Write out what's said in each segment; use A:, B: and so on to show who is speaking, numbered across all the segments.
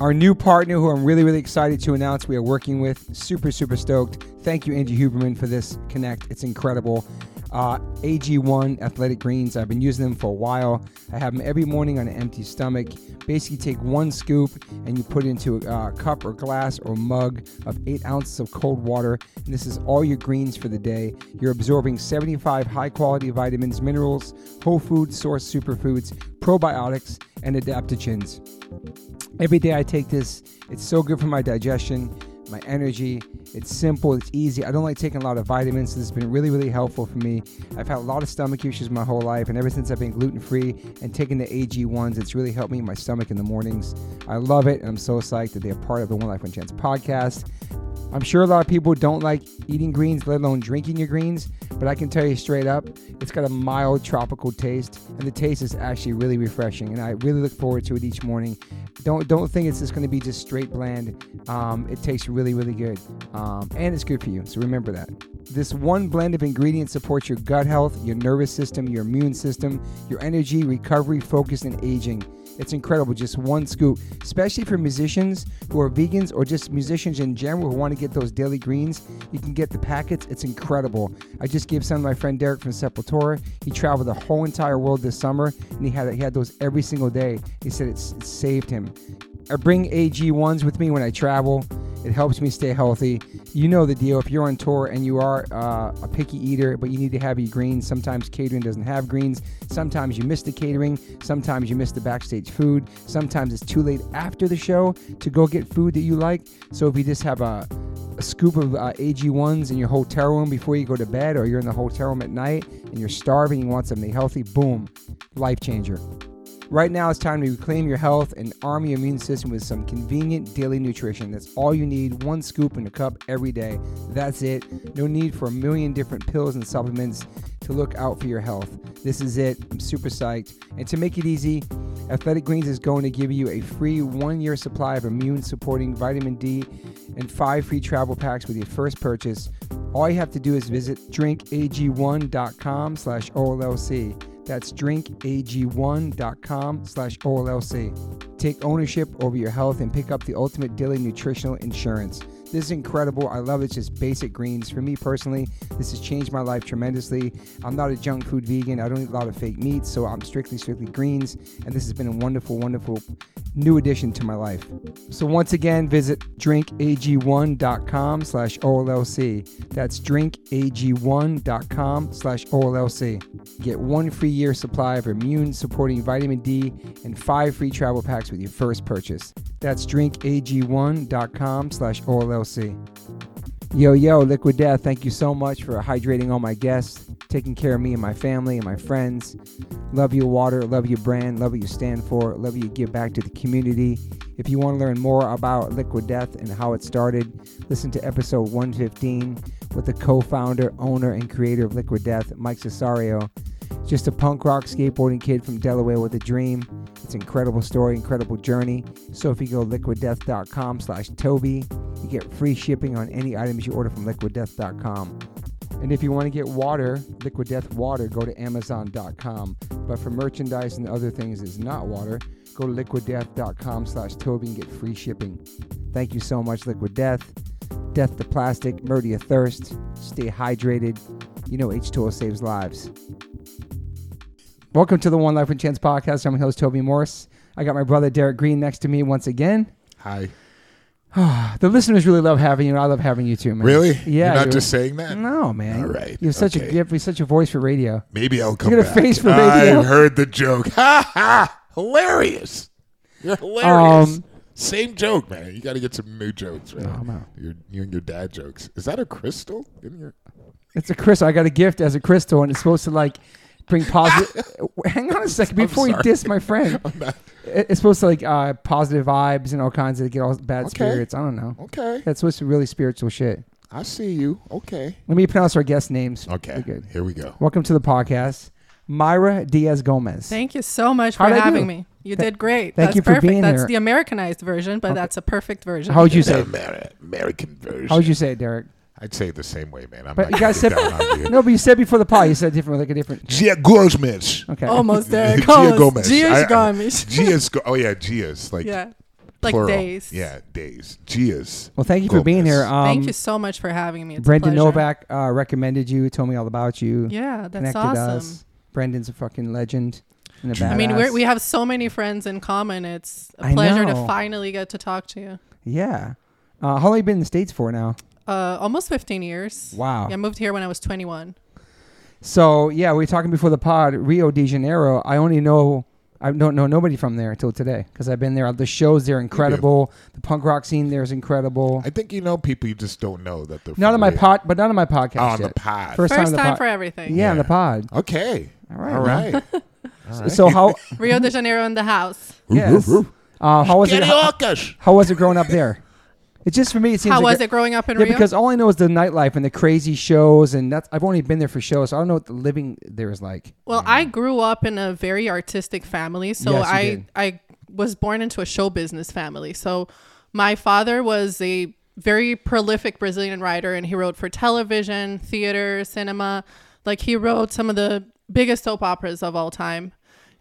A: our new partner who I'm really, really excited to announce we are working with. Super, super stoked. Thank you, Angie Huberman, for this connect. It's incredible. Uh, AG1 Athletic Greens, I've been using them for a while. I have them every morning on an empty stomach. Basically, take one scoop and you put it into a uh, cup or glass or mug of eight ounces of cold water. And this is all your greens for the day. You're absorbing 75 high quality vitamins, minerals, whole food source superfoods, probiotics, and adaptogens. Every day I take this, it's so good for my digestion, my energy. It's simple, it's easy. I don't like taking a lot of vitamins. So this has been really, really helpful for me. I've had a lot of stomach issues my whole life, and ever since I've been gluten free and taking the AG1s, it's really helped me in my stomach in the mornings. I love it, and I'm so psyched that they're part of the One Life One Chance podcast. I'm sure a lot of people don't like eating greens, let alone drinking your greens, but I can tell you straight up, it's got a mild tropical taste, and the taste is actually really refreshing. And I really look forward to it each morning. Don't don't think it's just going to be just straight bland. Um, it tastes really really good, um, and it's good for you. So remember that. This one blend of ingredients supports your gut health, your nervous system, your immune system, your energy, recovery, focus, and aging. It's incredible, just one scoop, especially for musicians who are vegans or just musicians in general who want to get those daily greens. You can get the packets, it's incredible. I just gave some to my friend Derek from Sepultura. He traveled the whole entire world this summer and he had, he had those every single day. He said it's, it saved him. I bring AG1s with me when I travel. It helps me stay healthy. You know the deal. If you're on tour and you are uh, a picky eater, but you need to have your greens, sometimes catering doesn't have greens. Sometimes you miss the catering. Sometimes you miss the backstage food. Sometimes it's too late after the show to go get food that you like. So if you just have a, a scoop of uh, AG1s in your hotel room before you go to bed, or you're in the hotel room at night and you're starving, you want something healthy, boom, life changer. Right now, it's time to reclaim your health and arm your immune system with some convenient daily nutrition. That's all you need one scoop in a cup every day. That's it. No need for a million different pills and supplements to look out for your health. This is it. I'm super psyched. And to make it easy, Athletic Greens is going to give you a free one year supply of immune supporting vitamin D and five free travel packs with your first purchase. All you have to do is visit drinkag1.com slash OLLC. That's drinkag1.com slash OLLC. Take ownership over your health and pick up the ultimate daily nutritional insurance. This is incredible. I love it. It's just basic greens. For me personally, this has changed my life tremendously. I'm not a junk food vegan. I don't eat a lot of fake meats, so I'm strictly, strictly greens. And this has been a wonderful, wonderful new addition to my life. So once again, visit drinkag1.com slash OLLC. That's drinkag1.com slash OLLC. Get one free year supply of immune supporting vitamin D and five free travel packs with your first purchase. That's drinkag1.com slash OLLC. Yo, yo, Liquid Death, thank you so much for hydrating all my guests, taking care of me and my family and my friends. Love your water, love your brand, love what you stand for, love what you give back to the community. If you want to learn more about Liquid Death and how it started, listen to episode 115 with the co founder, owner, and creator of Liquid Death, Mike Cesario. Just a punk rock skateboarding kid from Delaware with a dream. It's an incredible story, incredible journey. So if you go liquiddeath.com slash Toby, you get free shipping on any items you order from liquiddeath.com. And if you want to get water, Liquid Death water, go to amazon.com. But for merchandise and other things that's not water, go to liquiddeath.com slash Toby and get free shipping. Thank you so much, Liquid Death. Death to plastic, murder your thirst, stay hydrated. You know H2O saves lives. Welcome to the One Life One Chance podcast. I'm your host, Toby Morse. I got my brother, Derek Green, next to me once again.
B: Hi.
A: The listeners really love having you, and I love having you too, man.
B: Really?
A: Yeah.
B: You're not
A: dude.
B: just saying that?
A: No, man.
B: All right,
A: You have such a
B: okay.
A: you have such a voice for radio.
B: Maybe I'll come
A: got a
B: back.
A: face for radio.
B: I heard the joke. Ha ha! Hilarious. You're hilarious.
A: Um,
B: Same joke, man. You got to get some new jokes, right?
A: I'm out.
B: Your, you and your dad jokes. Is that a crystal in your?
A: It's a crystal. I got a gift as a crystal, and it's supposed to like bring positive. Hang on a second before you
B: sorry.
A: diss my friend. It- It's supposed to like uh, positive vibes and all kinds of get all bad spirits. I don't know.
B: Okay,
A: That's supposed to be really spiritual shit.
B: I see you. Okay.
A: Let me pronounce our guest names. We're
B: Okay.
A: good.
B: Here we go.
A: Welcome to the podcast, Myra Diaz Gomez.
C: Thank you so much for
A: How'd I
C: having
A: do?
C: me. You did
A: thank
C: great. that's
A: you for
C: perfect.
A: being
C: that's
A: here.
C: the Americanized version, but that's a perfect version.
A: How would you say?
B: Ameri- American version.
A: How would you say it, Derek?
B: I'd say it the same way, man. I'm
A: But
B: not
A: you guys said
B: gonna get down on you.
A: no. But you said before the pod, you said different, like a different.
B: Gia Gomez.
A: Okay.
C: Oh Almost there.
B: Gia
C: it goes.
B: Gomez.
C: Gia's
B: I- I-
C: Gomez.
B: Gia's. Go- oh yeah, Gia's like
C: yeah. Like
B: plural.
C: days.
B: Yeah, days. Gias.
A: Well, thank you for being
B: Gomez.
A: here. Um,
C: Thank you so much for having me. It's a
A: Brendan
C: pleasure.
A: Novak uh, recommended you, told me all about you,
C: Yeah, that's
A: connected
C: awesome.
A: us. Brendan's a fucking legend. And a
B: I
C: I mean,
A: badass.
C: we're, we have so many friends in common. It's
A: I
C: a pleasure to
A: know.
C: finally get to talk to you.
A: yeah. Uh, how long you been in the states for now?
C: Uh, almost 15 years.
A: Wow.
C: Yeah, I moved here when I was 21.
A: So yeah, we were talking before the pod. Rio de Janeiro. I only know I don't know nobody from there until today because I've been there. The shows there are incredible. The punk rock scene there is incredible.
B: I think you know people you just don't know that they're
A: Not on my
B: familiar.
A: pod, but not on my podcast.
B: Oh, on the
A: yet.
B: pod.
A: First,
C: First
A: time, on the
C: time
A: pod.
C: for everything.
A: yeah, on the
B: Yeah.
A: pod.
B: Okay. All
A: right,
B: right. All right.
A: So how?
C: Rio de Janeiro in the house.
A: yes. Uh, how was it? How,
B: Carioca's.
A: how was it growing up there? It just for me. It seems
C: How
A: like
C: was
A: a-
C: it growing up in
A: Yeah,
C: Rio?
A: because all I know is the nightlife and the crazy shows, and that's I've only been there for shows, so I don't know what the living there is like.
C: well, I grew up in a very artistic family, so
A: Yes, you
C: I
A: did.
C: I was born into a show business family. So my father was a very prolific Brazilian writer, and he wrote for television, theater, cinema. Like he wrote some of the biggest soap operas of all time.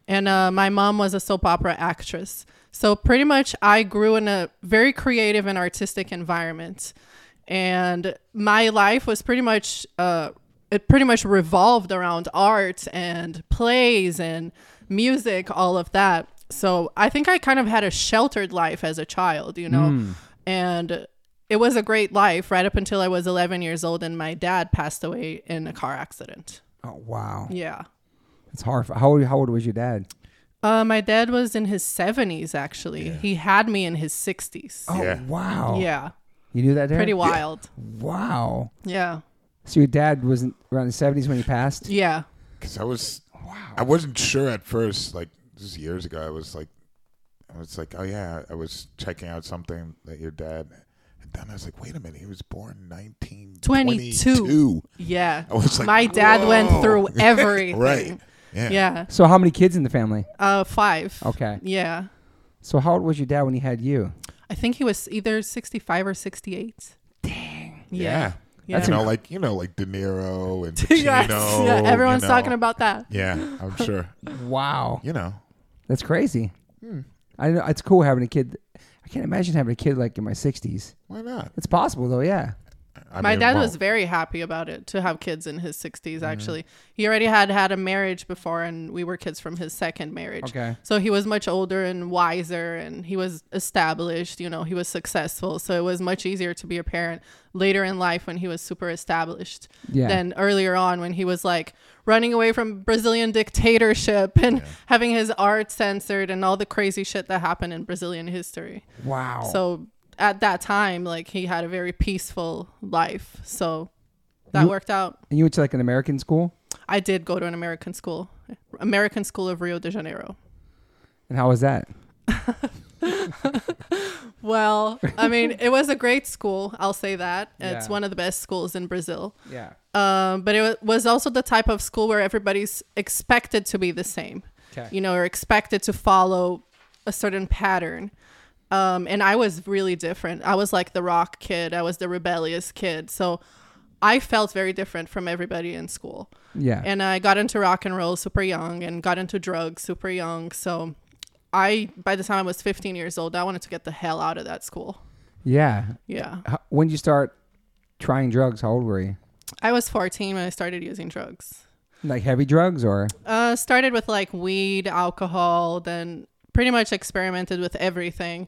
C: and uh, my mom was a soap opera actress. So pretty much, I grew in a very creative and artistic environment, and my life was pretty much uh, it pretty much revolved around art and plays and music, all of that. So I think I kind of had a sheltered life as a child, you know, and it was a great life right up until I was 11 years old and my dad passed away in a car accident.
A: Oh wow,
C: Yeah.
A: it's hard. How old- how old was your dad?
C: Uh, my dad was in his 70s, actually. He had me in his 60s.
A: Oh
B: Yeah.
A: wow,
C: yeah.
A: you knew that there.
C: Pretty wild.
A: Wow.
C: Yeah.
A: So your dad was in, around the seventies when he passed.
C: Yeah.
B: Because I was, I wasn't sure at first. Like this is years ago, I was like, I was like, oh yeah, I was checking out something that your dad had done. I was like, wait a minute, he was born nineteen
C: 22.
B: twenty-two.
C: Yeah.
B: I was like,
C: my dad went
B: whoa.
C: through everything.
B: Right. Yeah.
C: Yeah.
A: So how many kids in the family?
C: Uh, five.
A: Okay.
C: Yeah.
A: So how old was your dad when he had you?
C: I think he was either 65 or 68. Dang. Yeah.
B: Yeah.
C: Yeah.
B: You know, like you know, like De Niro and Pacino.
C: Yes. yeah.
B: you
C: Everyone's
B: know.
C: talking about that.
B: Yeah, I'm sure.
A: Wow,
B: You know.
A: that's crazy.
C: Hmm.
A: I know it's cool having a kid. I can't imagine having a kid like in my sixties.
B: Why not?
A: It's possible though, yeah.
B: I
C: my
B: mean,
C: dad
B: well, Mm-hmm.
C: was very happy about it to have kids in his 60s actually he already had had a marriage before and we were kids from his second marriage
A: Okay.
C: so he was much older and wiser and he was established you know he was successful so it was much easier to be a parent later in life when he was super established
A: Yeah.
C: than earlier on when he was like running away from brazilian dictatorship and having his art censored and all the crazy shit that happened in brazilian history
A: Wow.
C: so at that time, like he had a very peaceful life. So that
A: You-
C: worked out.
A: and you went to like an American school,
C: I did go to an American school, American School of Rio de Janeiro.
A: and how was that?
C: Well, I mean, it was a great school. I'll say that. It's
A: Yeah.
C: one of the best schools in Brazil.
A: Yeah.
C: Um, but it wa- was also the type of school where everybody's expected to be the same.
A: Okay.
C: You know, or expected to follow a certain pattern. Um, and I was really different. I was like the rock kid. I was the rebellious kid. So I felt very different from everybody in school.
A: Yeah.
C: And I got into rock and roll super young and got into drugs super young. So I, by the time I was 15 years old, I wanted to get the hell out of that school.
A: yeah.
C: Yeah.
A: How, when did you start trying drugs? How old were you?
C: I was 14 when I started using drugs.
A: Like heavy drugs or?
C: Uh, started with like weed, alcohol, then pretty much experimented with everything,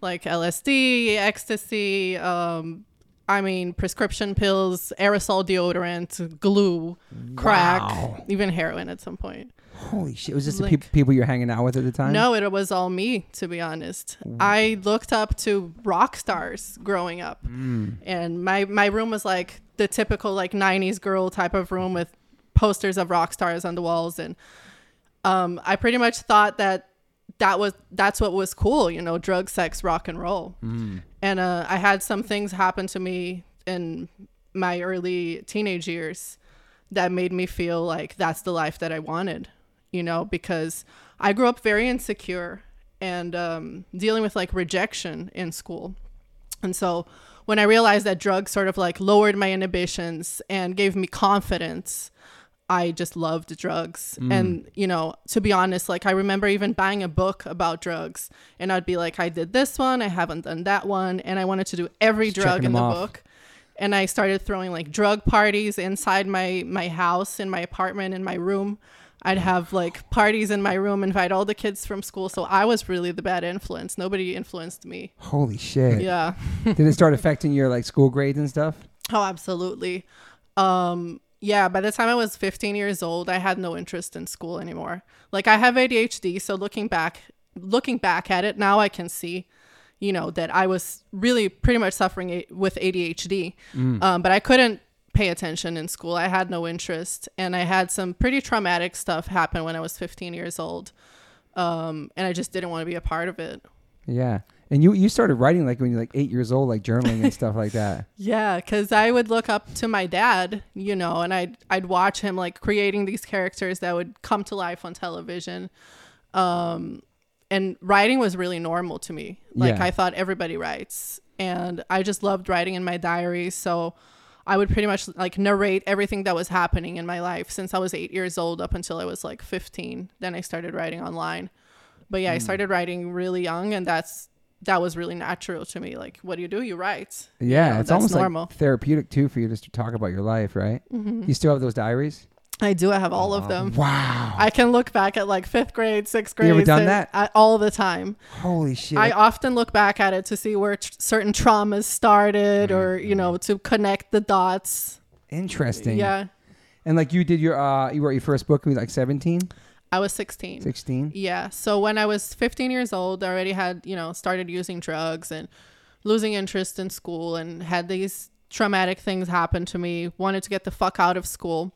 C: like LSD, ecstasy. Um, I mean, prescription pills, aerosol deodorant, glue, crack,
A: Wow.
C: even heroin at some point.
A: Holy shit! Was this the
C: Like-
A: peop people you're hanging out with at the time?
C: No, it was all me, to be honest. I looked up to rock stars growing up, and my my room was like the typical like '90s girl type of room with posters of rock stars on the walls, and um, I pretty much thought that that was that's what was cool, you know, drug, sex, rock and roll. And uh, I had some things happen to me in my early teenage years that made me feel like that's the life that I wanted, you know, because I grew up very insecure and um, dealing with like rejection in school. And so when I realized that drugs sort of like lowered my inhibitions and gave me confidence, I just loved drugs.
A: Mm.
C: And, you know, to be honest, like I remember even buying a book about drugs and I'd be like, I did this one, I haven't done that one. And I wanted to do every drug
A: checking
C: in the
A: them off.
C: book. And I started throwing like drug parties inside my, my house, in my apartment, in my room. I'd have like parties in my room, invite all the kids from school. So I was really the bad influence. Nobody influenced me.
A: Holy shit.
C: Yeah.
A: Did it start affecting your like school grades and stuff?
C: Oh, absolutely. Um, yeah, by the time I was 15 years old, I had no interest in school anymore. Like I have ADHD, so looking back, looking back at it now, I can see, you know, that I was really pretty much suffering a- with ADHD. Um, but I couldn't pay attention in school. I had no interest, and I had some pretty traumatic stuff happen when I was 15 years old. Um, and I just didn't want to be a part of it.
A: Yeah. And you you started writing like when you're like eight years old, like journaling and stuff like that.
C: Yeah, because I would look up to my dad, you know, and I'd I'd watch him like creating these characters that would come to life on television. Um, and writing was really normal to me. Like
A: Yeah.
C: I thought everybody writes, and I just loved writing in my diary. So I would pretty much like narrate everything that was happening in my life since I was eight years old up until I was like fifteen. Then I started writing online, but yeah, I started writing really young, and that's that was really natural to me. Like, what do you do? You write.
A: Yeah,
C: know,
A: it's
C: that's
A: almost
C: normal. Mm-hmm.
A: like therapeutic too for you just to talk about your life, right? You still have those diaries?
C: I do. I have all of them.
A: Wow.
C: I can look back at like fifth grade, sixth grade.
A: You ever done
C: and
A: that?
C: I, all the time.
A: Holy shit.
C: I often look back at it to see where tr certain traumas started, or
A: Mm-hmm.
C: you know, to connect the dots.
A: Interesting.
C: Yeah,
A: And like you did your uh you wrote your first book when you were like 17,
C: I was 16.
A: 16?
C: Yeah. So when I was 15 years old, I already had, you know, started using drugs and losing interest in school and had these traumatic things happen to me. Wanted to get the fuck out of school.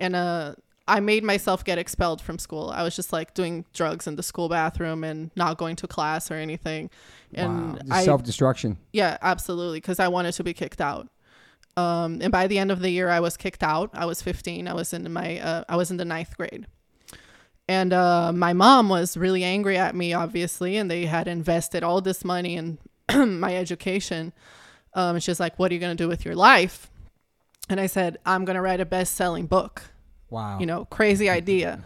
C: And uh, I made myself get expelled from school. I was just like doing drugs in the school bathroom and not going to class or anything. And
A: Wow.
C: I,
A: Self destruction.
C: yeah, absolutely. Because I wanted to be kicked out. Um, and by the end of the year, I was kicked out. I was 15. I was in my uh, I was in the ninth grade, and uh, my mom was really angry at me, obviously. And they had invested all this money in my education. Um, and she's like, "What are you gonna do with your life?" And I said, "I'm gonna write a best selling book."
A: Wow.
C: you know crazy idea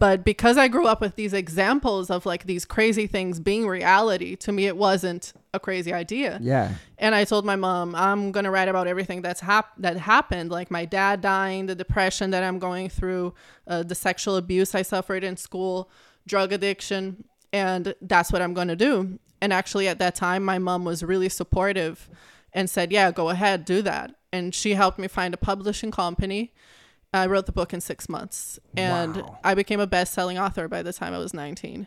C: but because i grew up with these examples of like these crazy things being reality to me it wasn't a crazy idea
A: Yeah.
C: and i told my mom i'm going to write about everything that's hap- that happened like my dad dying the depression that i'm going through uh, the sexual abuse i suffered in school drug addiction and that's what i'm going to do and actually at that time my mom was really supportive and said yeah go ahead do that and she helped me find a publishing company I wrote the book in six months, and
A: Wow.
C: I became a best-selling author by the time I was 19.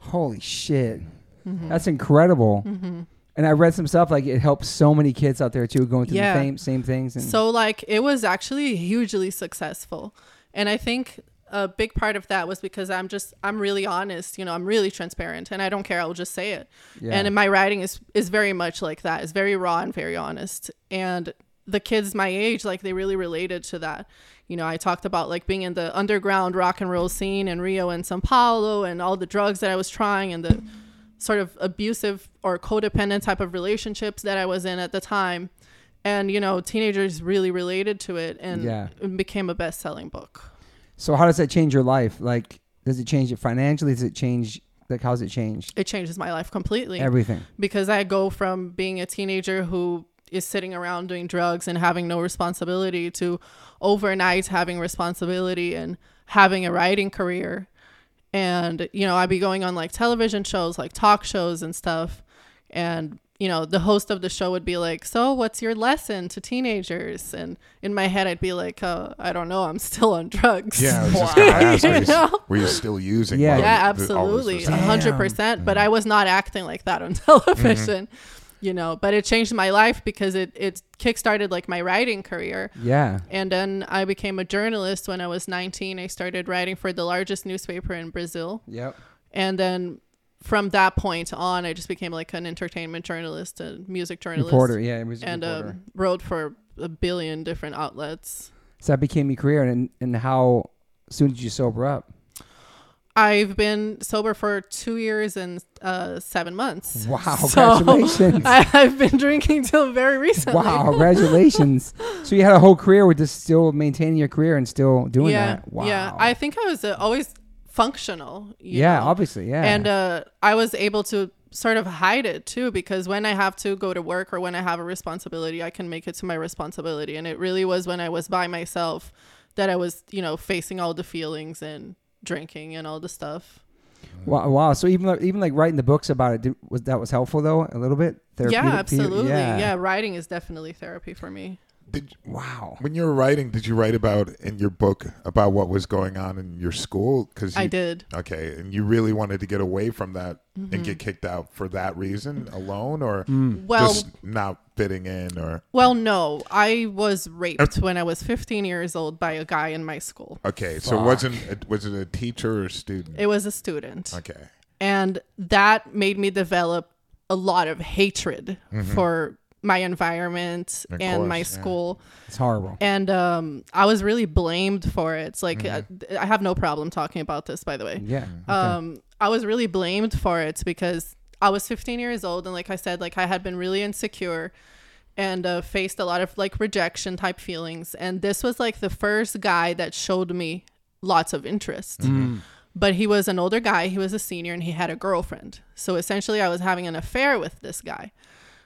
A: Holy shit.
C: Mm-hmm.
A: That's incredible. And I read some stuff like it helps so many kids out there too going through
C: Yeah.
A: the same same things and
C: So, like, it was actually hugely successful, and I think a big part of that was because I'm just I'm really honest, you know, I'm really transparent, and I don't care. I'll just say it.
A: Yeah.
C: And my writing is is very much like that. It's very raw and very honest, and the kids my age like they really related to that you know i talked about like being in the underground rock and roll scene in rio and sao paulo and all the drugs that i was trying and the sort of abusive or codependent type of relationships that I was in at the time. And, you know, teenagers really related to it and
A: Yeah.
C: it became a best selling book.
A: So how does that change your life? Like, does it change it financially? Does it change like how's it changed?
C: It changes my life completely
A: Everything.
C: because I go from being a teenager who is sitting around doing drugs and having no responsibility to overnight having responsibility and having a writing career. And, you know, I'd be going on like television shows, like talk shows and stuff. And, you know, the host of the show would be like, So, what's your lesson to teenagers? And in my head, I'd be like, uh, I don't know. I'm still on drugs.
B: Yeah, I was just gonna ask. Were you, s-
C: Wow.
B: were you still using?
A: Yeah.
B: while
C: Yeah,
B: th- all this
C: absolutely.
B: was
C: a
B: happening?
C: 100%. But
A: Mm-hmm.
C: I was not acting like that on television, you know. But it changed my life because it, it kickstarted like my writing career.
A: Yeah.
C: And then I became a journalist when I was 19. I started writing for the largest newspaper in Brazil.
A: Yep.
C: And then from that point on, I just became like an entertainment journalist, a music journalist.
A: Reporter. Yeah, it was a
C: And
A: reporter.
C: um, wrote for a billion different outlets.
A: so that became your career, and and how soon did you sober up?
C: I've been sober for two years and uh, seven months.
A: Wow,
C: So,
A: congratulations.
C: I, have been drinking till very recently.
A: Wow, congratulations. So you had a whole career with just still maintaining your career and still doing
C: yeah,
A: that. Wow.
C: yeah. I think I was uh, always functional. you
A: yeah,
C: know?
A: obviously, yeah.
C: and uh, I was able to sort of hide it too because when I have to go to work or when I have a responsibility, I can make it to my responsibility. And it really was when I was by myself that I was, you know, facing all the feelings and drinking and all the stuff.
A: wow, wow. So even like- even like writing the books about it did, was that was helpful though a little bit.
C: Yeah,
A: Therapeutic to you?
C: absolutely. Yeah. writing is definitely therapy for me.
B: Did
A: Wow.
B: when you were writing, did you write about in your book about what was going on in your school? Because
C: I did.
B: Okay, and you really wanted to get away from that
C: Mm-hmm.
B: and get kicked out for that reason alone, or
A: Mm.
C: Well-
B: just not fitting in, or
C: Well, no, I was raped when I was 15 years old by a guy in my school.
B: okay. So it wasn't it was it a teacher or a student?
C: It was a student.
B: okay,
C: And that made me develop a lot of hatred for my environment
B: Mm-hmm. Of
C: and my
B: course, yeah.
C: school.
A: It's horrible.
C: And um, I was really blamed for it. It's like, uh,
B: Mm-hmm.
C: I, I have no problem talking about this, by the way.
A: yeah. okay.
C: Um, I was really blamed for it because I was 15 years old. And like I said, like I had been really insecure and uh, faced a lot of like rejection type feelings. And this was like the first guy that showed me lots of interest
A: Mm-hmm.
C: but he was an older guy. He was a senior and he had a girlfriend. So essentially, I was having an affair with this guy.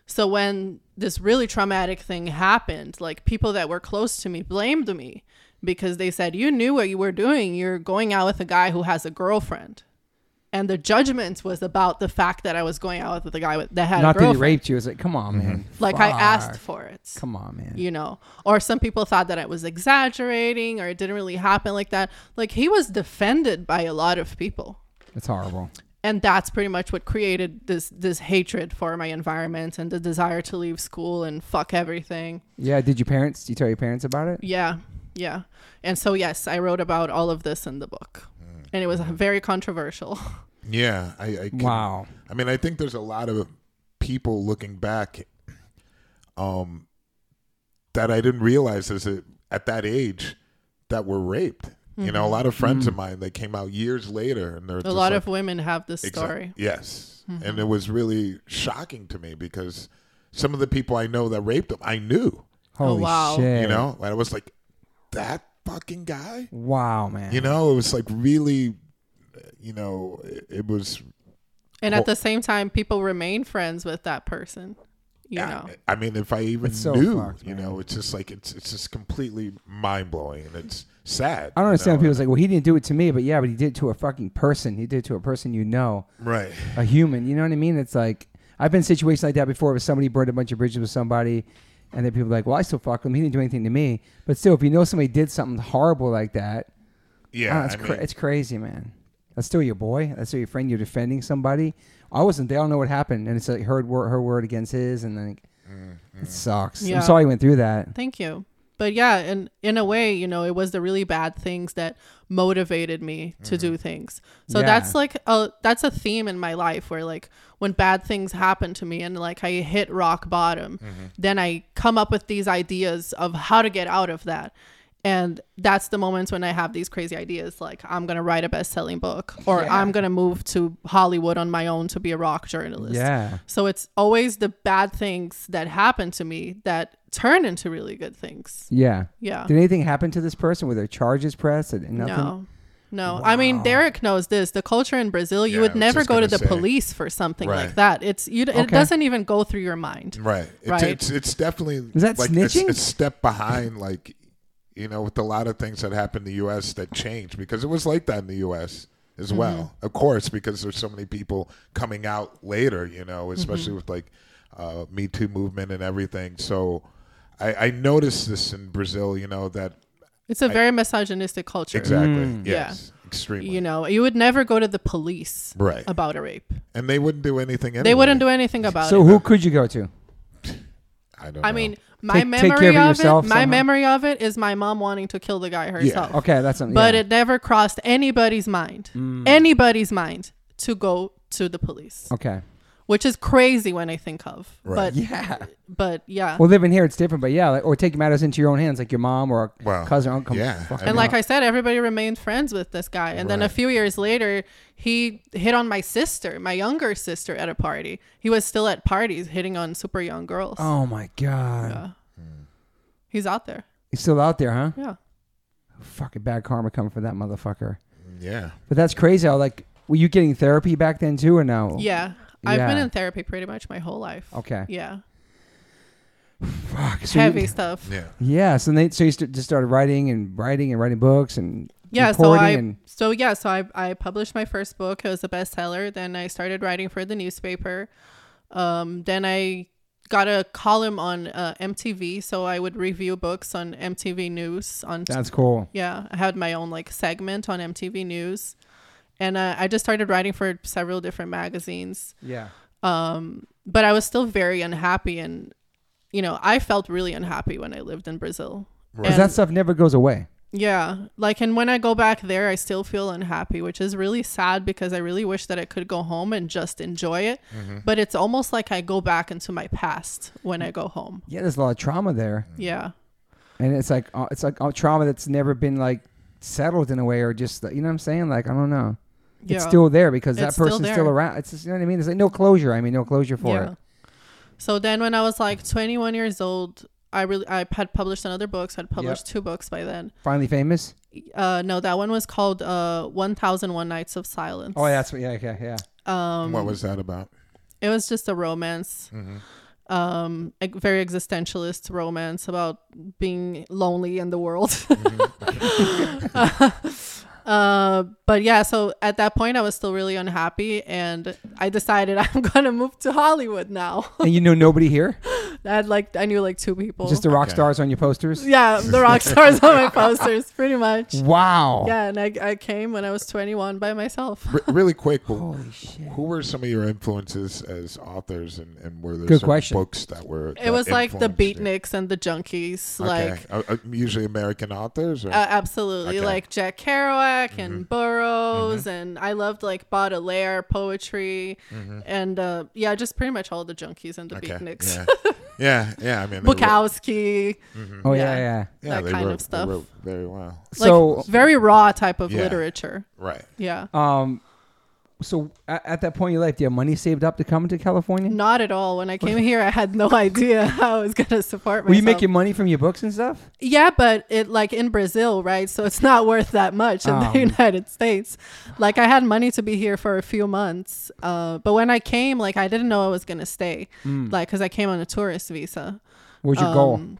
C: So when this really traumatic thing happened, like people that were close to me blamed me because they said, You knew what you were doing. You're going out with a guy who has a girlfriend. And the judgment was about the fact that I was going out with a guy with- that had
A: Not that
C: a
A: he
C: girlfriend.
A: raped you. It's like, come on,
B: Mm-hmm.
A: man.
C: like I
A: Fuck.
C: asked for it
A: Come on, man.
C: you know or some people thought that i was exaggerating or it didn't really happen like that like he was defended by a lot of people
A: It's horrible.
C: and that's pretty much what created this this hatred for my environment and the desire to leave school and fuck everything
A: Yeah. Did your parents? Did you tell your parents about it?
C: yeah yeah and so yes i wrote about all of this in the book and it was very controversial
B: yeah. I, I can-
A: Wow.
B: I mean, I think there's a lot of people looking back, um, that I didn't realize as a, at that age that were raped. You know, a lot of friends of mine they came out years later, and they're
C: Mm-hmm. a lot of women have this
B: Exact-
C: story Mm-hmm.
B: Yes. And it was really shocking to me because some of the people I know that raped him, I knew.
A: Holy
C: Oh, wow.
A: shit.
B: You know, and I was like, that fucking guy.
A: Wow, man.
B: You know, it was like really, you know, it, it was.
C: and
B: Well-
C: at the same time people remain friends with that person you know
B: I, I mean, if I even
A: It's so
B: knew,
A: fucked,
B: you know, it's just like it's it's just completely mind blowing and it's sad.
A: I don't
B: you
A: understand.
B: know?
A: People's like, well, he didn't do it to me, but yeah, but he did it to a fucking person. He did it to a person you know.
B: Right.
A: a human. You know what I mean? It's like I've been in situations like that before where somebody burned a bunch of bridges with somebody and then people are like, Well, I still fuck him. He didn't do anything to me. But still, if you know somebody did something horrible like that, I
B: Yeah.
A: don't know, Ah, it's,
B: I
A: cra-
B: mean,
A: it's crazy, man. That's still your boy. That's still your friend. You're defending somebody. I wasn't. They all know what happened, and it's like her word, her word against his, and then like, it sucks.
C: Yeah.
A: I'm sorry you went through that.
C: Thank you. But yeah, and in a way, you know, it was the really bad things that motivated me to do things. So
A: Mm-hmm. Yeah.
C: that's like a that's a theme in my life where like when bad things happen to me and like I hit rock bottom,
A: Mm-hmm.
C: then I come up with these ideas of how to get out of that. And that's the moments when I have these crazy ideas like I'm going to write a best-selling book or
A: Yeah.
C: I'm going to move to Hollywood on my own to be a rock journalist.
A: Yeah,
C: So it's always the bad things that happen to me that turn into really good things.
A: yeah.
C: Yeah.
A: Did anything happen to this person? Were there charges pressed? And nothing.
C: No. No. I mean, Derek knows this. The culture in Brazil, you
B: Yeah, I
C: would
B: was
C: never
B: just
C: go to
B: gonna
C: the
B: say.
C: police for something like
B: Right.
C: that. It's you it
A: Okay.
C: doesn't even go through your mind.
B: Right. It's,
C: Right.
B: It's, it's definitely
A: Is that
B: like it's
A: snitching?
B: a step behind, like, you know, with a lot of things that happened in the U.S. that changed because it was like that in the U.S. as
C: Mm-hmm.
B: well. Of course, because there's so many people coming out later, you know,
C: Mm-hmm.
B: especially with like uh, Me Too movement and everything. So I, I noticed this in Brazil, you know, that
C: It's a very misogynistic culture.
B: exactly.
C: Yeah.
B: Yes. Extremely.
C: You know, you would never go to the police
B: Right.
C: about a rape.
B: and they wouldn't do anything anyway.
C: They wouldn't do anything about
A: So
C: it.
A: who could you go to?
B: I don't
C: I
B: know.
C: mean, my
A: Take- take care
C: memory
A: of it
C: of,
A: yourself
C: it, my
A: somehow.
C: memory of it is my mom wanting to kill the guy herself.
A: Okay, that's something.
C: but
A: yeah. Mm.
C: it never crossed anybody's mind anybody's mind to go to the police
A: okay.
C: which is crazy when I think of.
B: Right.
C: But
A: Yeah.
C: but yeah.
A: Well, living here, it's different, but yeah, like, or take matters into your own hands, like your mom or
B: Well,
A: cousin or uncle.
B: yeah,
A: Fuck
B: I
A: them
C: and like
A: up.
C: I said, everybody remained friends with this guy. And then a
B: Right.
C: few years later, he hit on my sister, my younger sister, at a party. He was still at parties hitting on super young girls.
A: oh my Hmm. god,
C: Yeah. He's out there.
A: he's still out there, huh?
C: Yeah.
A: Fucking bad karma coming for that motherfucker.
B: Yeah.
A: But that's crazy. How like were you getting therapy back then too, or no?
C: Yeah. I've been
A: Yeah.
C: in therapy pretty much my whole life.
A: Okay.
C: Yeah.
A: Fuck. So you-
C: Heavy stuff.
B: Yeah.
A: yeah. So they so you st- just started writing and writing and writing books and
C: yeah so
A: recording
C: i
A: and
C: so yeah so I, I published my first book it was a bestseller then i started writing for the newspaper um, then i got a column on uh, mtv so i would review books on mtv news on
A: that's cool.
C: yeah i had my own like segment on mtv news and uh, i just started writing for several different magazines
A: Yeah.
C: um, but I was still very unhappy, and you know, I felt really unhappy when I lived in Brazil.
B: Right.
A: Because
C: And-
A: that stuff never goes away.
C: yeah, like, and when I go back there, I still feel unhappy, which is really sad because I really wish that I could go home and just enjoy it.
A: Mm-hmm.
C: But it's almost like I go back into my past when I go home.
A: Yeah, there's a lot of trauma there,
C: Yeah,
A: and it's like uh, it's like uh, trauma that's never been like settled in a way, or just like, you know what I'm saying? Like I don't know.
C: yeah.
A: It's still there because that
C: It's still
A: person's still,
C: there.
A: around. It's just, you know what I mean. There's like no closure. I mean, no closure for it.
C: So then when I was like 21 years old, I really I had published another book. So I'd published two books by then.
A: Finally famous.
C: Uh, no, that one was called uh, 1001 Nights of Silence.
A: Oh, yeah, that's what. Yeah, okay, yeah.
C: Um,
B: what was that about? Mm-hmm.
C: it was just a romance um a very existentialist romance about being lonely in the world uh but yeah so at that point i was still really unhappy and i decided i'm gonna move to hollywood now
A: and you know nobody here.
C: i had like i knew like two people
A: Just the rock
B: Okay.
A: stars on your posters.
C: yeah the rock stars on my posters pretty much
A: Wow.
C: yeah and I, I came when i was 21 by myself
B: R- really quick, but
C: Oh.
A: Holy shit.
B: who were some of your influences as authors, and, and were there
A: Good
B: certain
A: question.
B: books that were?
C: it was like the
B: beatnik.
C: beatniks and the junkies like
B: uh, usually American authors. Or?
C: Uh, absolutely,
B: Okay.
C: like Jack Kerouac and Burroughs, and I loved like Baudelaire poetry, and uh, yeah, just pretty much all the junkies and the
B: okay.
C: beatniks,
B: Yeah. yeah, yeah. I mean, they wrote-
C: Bukowski,
A: Oh yeah, yeah.
C: Yeah.
B: yeah,
C: that
B: they
C: kind
B: wrote,
C: of
B: they
C: stuff.
B: wrote very well.
A: So,
C: like very raw type of
B: Yeah.
C: literature.
B: Right.
C: Yeah,
A: um, so at, at that point in your life, do you have money saved up to come to California?
C: not at all. When I came here, I had no idea how I was gonna support myself.
A: Were you making money from your books and stuff?
C: Yeah, but it like in Brazil, right? So it's not worth that much in
A: Um.
C: the United States. Like I had money to be here for a few months, uh, but when I came, like I didn't know I was gonna stay, like because I came on a tourist visa.
A: What was Hmm. Mm. your goal?
C: Um,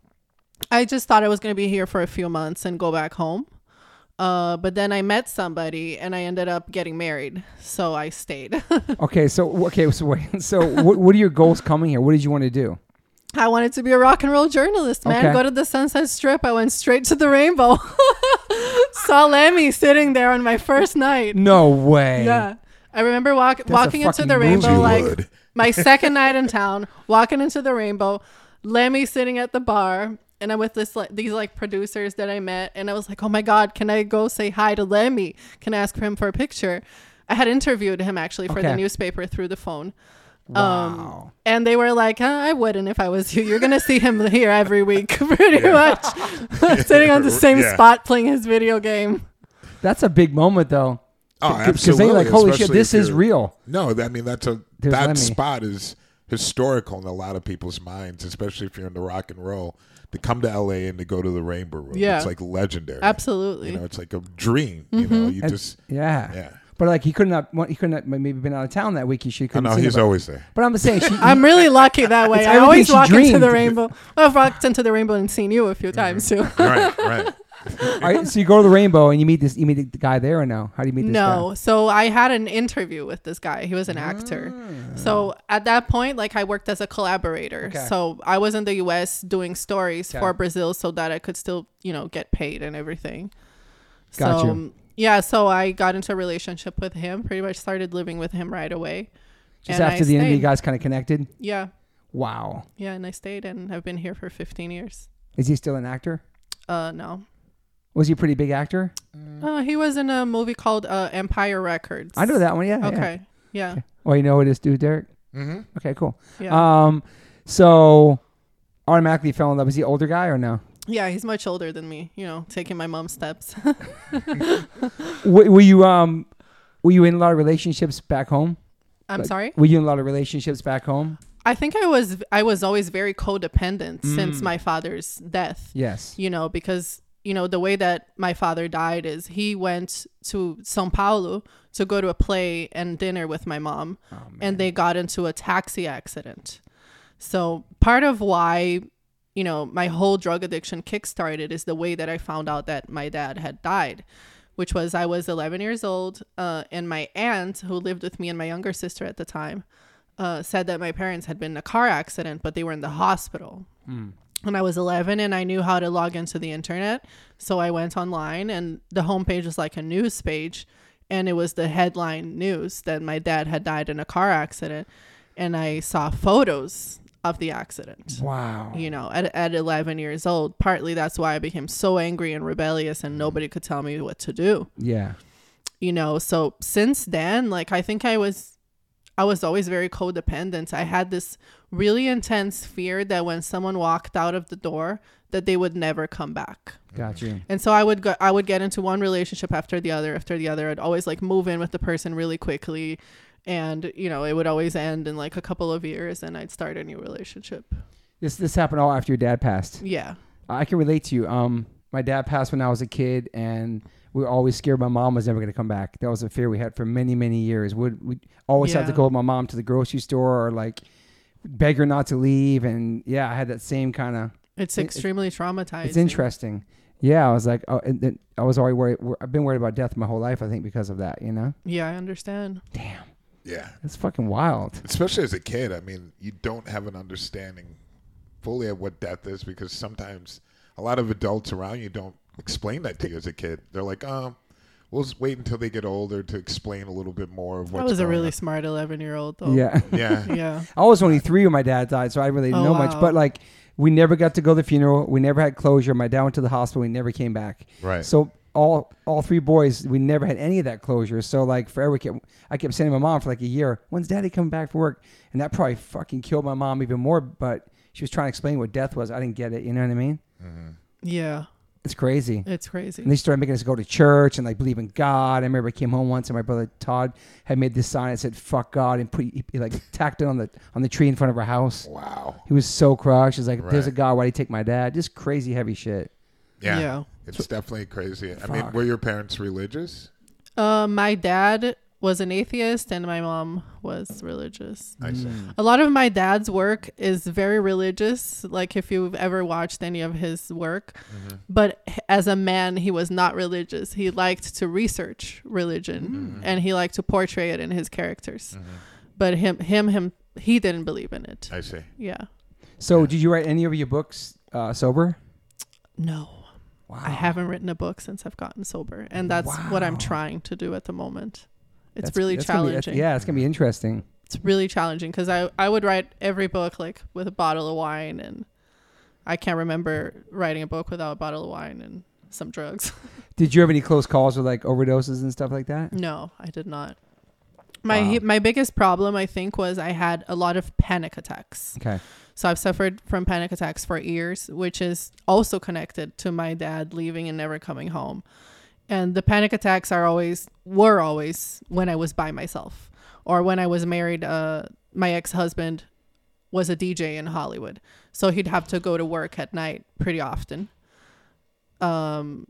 C: I just thought I was gonna be here for a few months and go back home. Uh, but then I met somebody and I ended up getting married, so I stayed.
A: Okay, so okay, so wait, so what, what are your goals coming here? What did you want to do?
C: I wanted to be a rock and roll journalist, man.
A: Okay.
C: Go to the Sunset Strip. I went straight to the Rainbow. Saw Lemmy sitting there on my first night.
A: No way.
C: Yeah. I remember walk, walking into
A: fucking
C: the
A: movie.
C: rainbow,
B: You
C: like
B: would.
C: my second night in town, walking into the rainbow, Lemmy sitting at the bar, and I'm with this like these like producers that I met, and I was like, oh my god, can I go say hi to Lemmy? Can I ask him for a picture? I had interviewed him actually for
A: Okay.
C: the newspaper through the phone. Um,
A: Wow.
C: And they were like, "Huh, I wouldn't if I was you. You're going to see him here every week, pretty much, sitting on the same
B: Yeah.
C: spot playing his video game.
A: That's a big moment though.
B: Oh,
A: Because
B: absolutely.
A: they're like, holy shit,
B: especially
A: this
B: if
A: is
B: you're-
A: real.
B: No, I mean that's a
A: There's
B: that
A: Lemmy.
B: spot is historical in a lot of people's minds, especially if you're in the rock and roll. To come to LA and to go to the Rainbow Room,
C: Yeah.
B: it's like legendary.
C: Absolutely. Mm-hmm.
B: you know, it's like a dream. You know, you
A: And-
B: just
A: Yeah.
B: yeah.
A: But like he could not, want- he could not maybe been out of town that week. He should.
B: I know Oh, he's always there.
A: But I'm saying she.
C: I'm really lucky that way.
A: It's
C: I always walk
A: everything she
C: into the
A: dreamed.
C: rainbow. Well, I've walked into the rainbow and seen you a few times too.
B: right, right.
A: all right, so you go to the Rainbow and you meet this. You meet the guy there or no? How do you meet this guy?
C: No, so I had an interview with this guy. He was an actor. So at that point, like I worked as a collaborator.
A: Ah. Okay.
C: So I was in the U.S. doing stories
A: Okay.
C: for Brazil, so that I could still, you know, get paid and everything.
A: Got
C: so,
A: you.
C: Yeah, so I got into a relationship with him. Pretty much started living with him right away.
A: Just
C: And I
A: after the interview, you
C: stayed.
A: guys kind of connected.
C: Yeah,
A: Wow.
C: yeah, and I stayed, and I've been here for 15 years.
A: Is he still an actor?
C: Uh, no.
A: Was he a pretty big actor?
C: Uh, he was in a movie called uh, Empire Records.
A: Mm-hmm. I know that one. Yeah. yeah.
C: Okay. Yeah.
A: Oh, you know who this dude, Derek?
B: Mm-hmm.
A: Okay, cool.
C: Yeah.
A: Um, so automatically fell in love. Is he older guy or no?
C: yeah, he's much older than me, you know, taking my mom's steps.
A: Were, were you um, were you in a lot of relationships back home?
C: I'm
A: Like-
C: sorry.
A: Were you in a lot of relationships back home?
C: I think I was I was always very codependent since
A: Mm.
C: my father's death.
A: Yes.
C: you know, because, you know, the way that my father died is he went to Sao Paulo to go to a play and dinner with my mom, and they got into a taxi accident. So, part of why, you know, my whole drug addiction kickstarted is the way that I found out that my dad had died, which was I was 11 years old, uh, and my aunt, who lived with me and my younger sister at the time, uh, said that my parents had been in a car accident, but they were in the hospital when I was 11 and I knew how to log into the internet. So I went online and the homepage was like a news page and it was the headline news that my dad had died in a car accident and I saw photos of the accident.
A: Wow.
C: You know, at, at 11 years old, partly that's why I became so angry and rebellious, and nobody could tell me what to do
A: Yeah.
C: you know so since then like i think i was i was always very codependent i had this really intense fear that when someone walked out of the door that they would never come back
A: Got you.
C: and so i would go i would get into one relationship after the other after the other i'd always like move in with the person really quickly and you know it would always end in like a couple of years and i'd start a new relationship
A: This this happened all after your dad passed.
C: yeah
A: I can relate to you. Um, my dad passed when I was a kid, and we were always scared my mom was never going to come back. That was a fear we had for many, many years. Would we always have to
C: Yeah.
A: go with my mom to the grocery store or like beg her not to leave? And yeah, I had that same kind of.
C: it's
A: It- it-
C: extremely traumatizing
A: It's interesting. Yeah, I was like, oh, and then I was always worried. wor- I've been worried about death my whole life. I think because of that, you know,
C: yeah i understand
B: Yeah.
A: it's fucking wild.
B: Especially as a kid, I mean, you don't have an understanding fully of what death is because sometimes a lot of adults around you don't explain that to you as a kid. They're like, um, we'll just wait until they get older to explain a little bit more of what's
C: i was a
B: going
C: really
B: on."
C: smart 11 year old though
A: Yeah.
B: Yeah.
C: yeah
A: I was only three when my dad died, so I really didn't know
C: Oh, wow.
A: much. But like, we never got to go to the funeral. We never had closure. My dad went to the hospital. He never came back.
B: Right.
A: So all all three boys, we never had any of that closure. So like forever, kept, I kept saying to my mom for like a year, "When's Daddy coming back for work?" And that probably fucking killed my mom even more. But she was trying to explain what death was. I didn't get it. You know what I mean?
C: yeah
A: It's crazy.
C: it's crazy
A: And they started making us go to church and like believe in God. I remember I came home once and my brother Todd had made this sign that said "fuck God" and put he, he, like tacked it on the on the tree in front of our house.
B: Wow.
A: He was so crushed. He's like, if there's a
B: Right.
A: God, why'd he take my dad? Just crazy heavy shit.
B: Yeah.
C: Yeah.
B: It's definitely crazy. I mean,
A: Fuck.
B: were your parents religious?
C: Uh, my dad was an atheist and my mom was religious.
B: I see.
A: Mm.
C: A lot of my dad's work is very religious, like if you've ever watched any of his work.
B: Mm-hmm.
C: But h- as a man, he was not religious. He liked to research
B: Mm.
C: religion
A: Mm.
C: and he liked to portray it in his characters. But him, him, him, he didn't believe in it.
B: Mm-hmm. I see.
C: yeah.
A: So, did you write any of your books uh, sober?
C: No,
A: Wow.
C: I haven't written a book since I've gotten sober. And that's what I'm
A: Wow.
C: trying to do at the moment. It's
A: That's-
C: really
A: that's gonna be- that's-
C: challenging.
A: yeah, it's gonna be interesting.
C: it's really challenging because I, I would write every book like with a bottle of wine and i can't remember writing a book without a bottle of wine and some drugs
A: Did you have any close calls with like overdoses and stuff like that?
C: no i did not my
A: Wow.
C: he- my biggest problem i think was i had a lot of panic attacks
A: Okay.
C: so i've suffered from panic attacks for years which is also connected to my dad leaving and never coming home and the panic attacks are always were always when i was by myself or when i was married uh my ex-husband was a dj in hollywood so he'd have to go to work at night pretty often um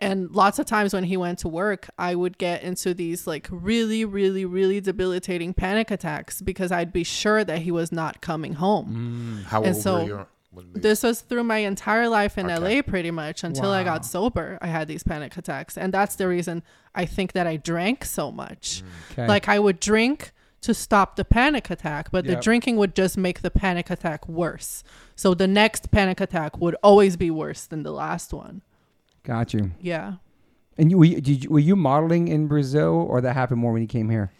C: and lots of times when he went to work i would get into these like really really really debilitating panic attacks because i'd be sure that he was not coming home
B: Mm. How
C: And
B: old
C: so,
B: were you? When they-
C: this was through my entire life in
B: Okay.
C: LA pretty much until I
A: Wow.
C: got sober. I had these panic attacks. And that's the reason I think that I drank so much.
A: Okay.
C: Like I would drink to stop the panic attack, but
A: Yep.
C: the drinking would just make the panic attack worse. So the next panic attack would always be worse than the last one.
A: got you.
C: Yeah.
A: And you, were, you, did you were you modeling in Brazil, or that happened more when you came here?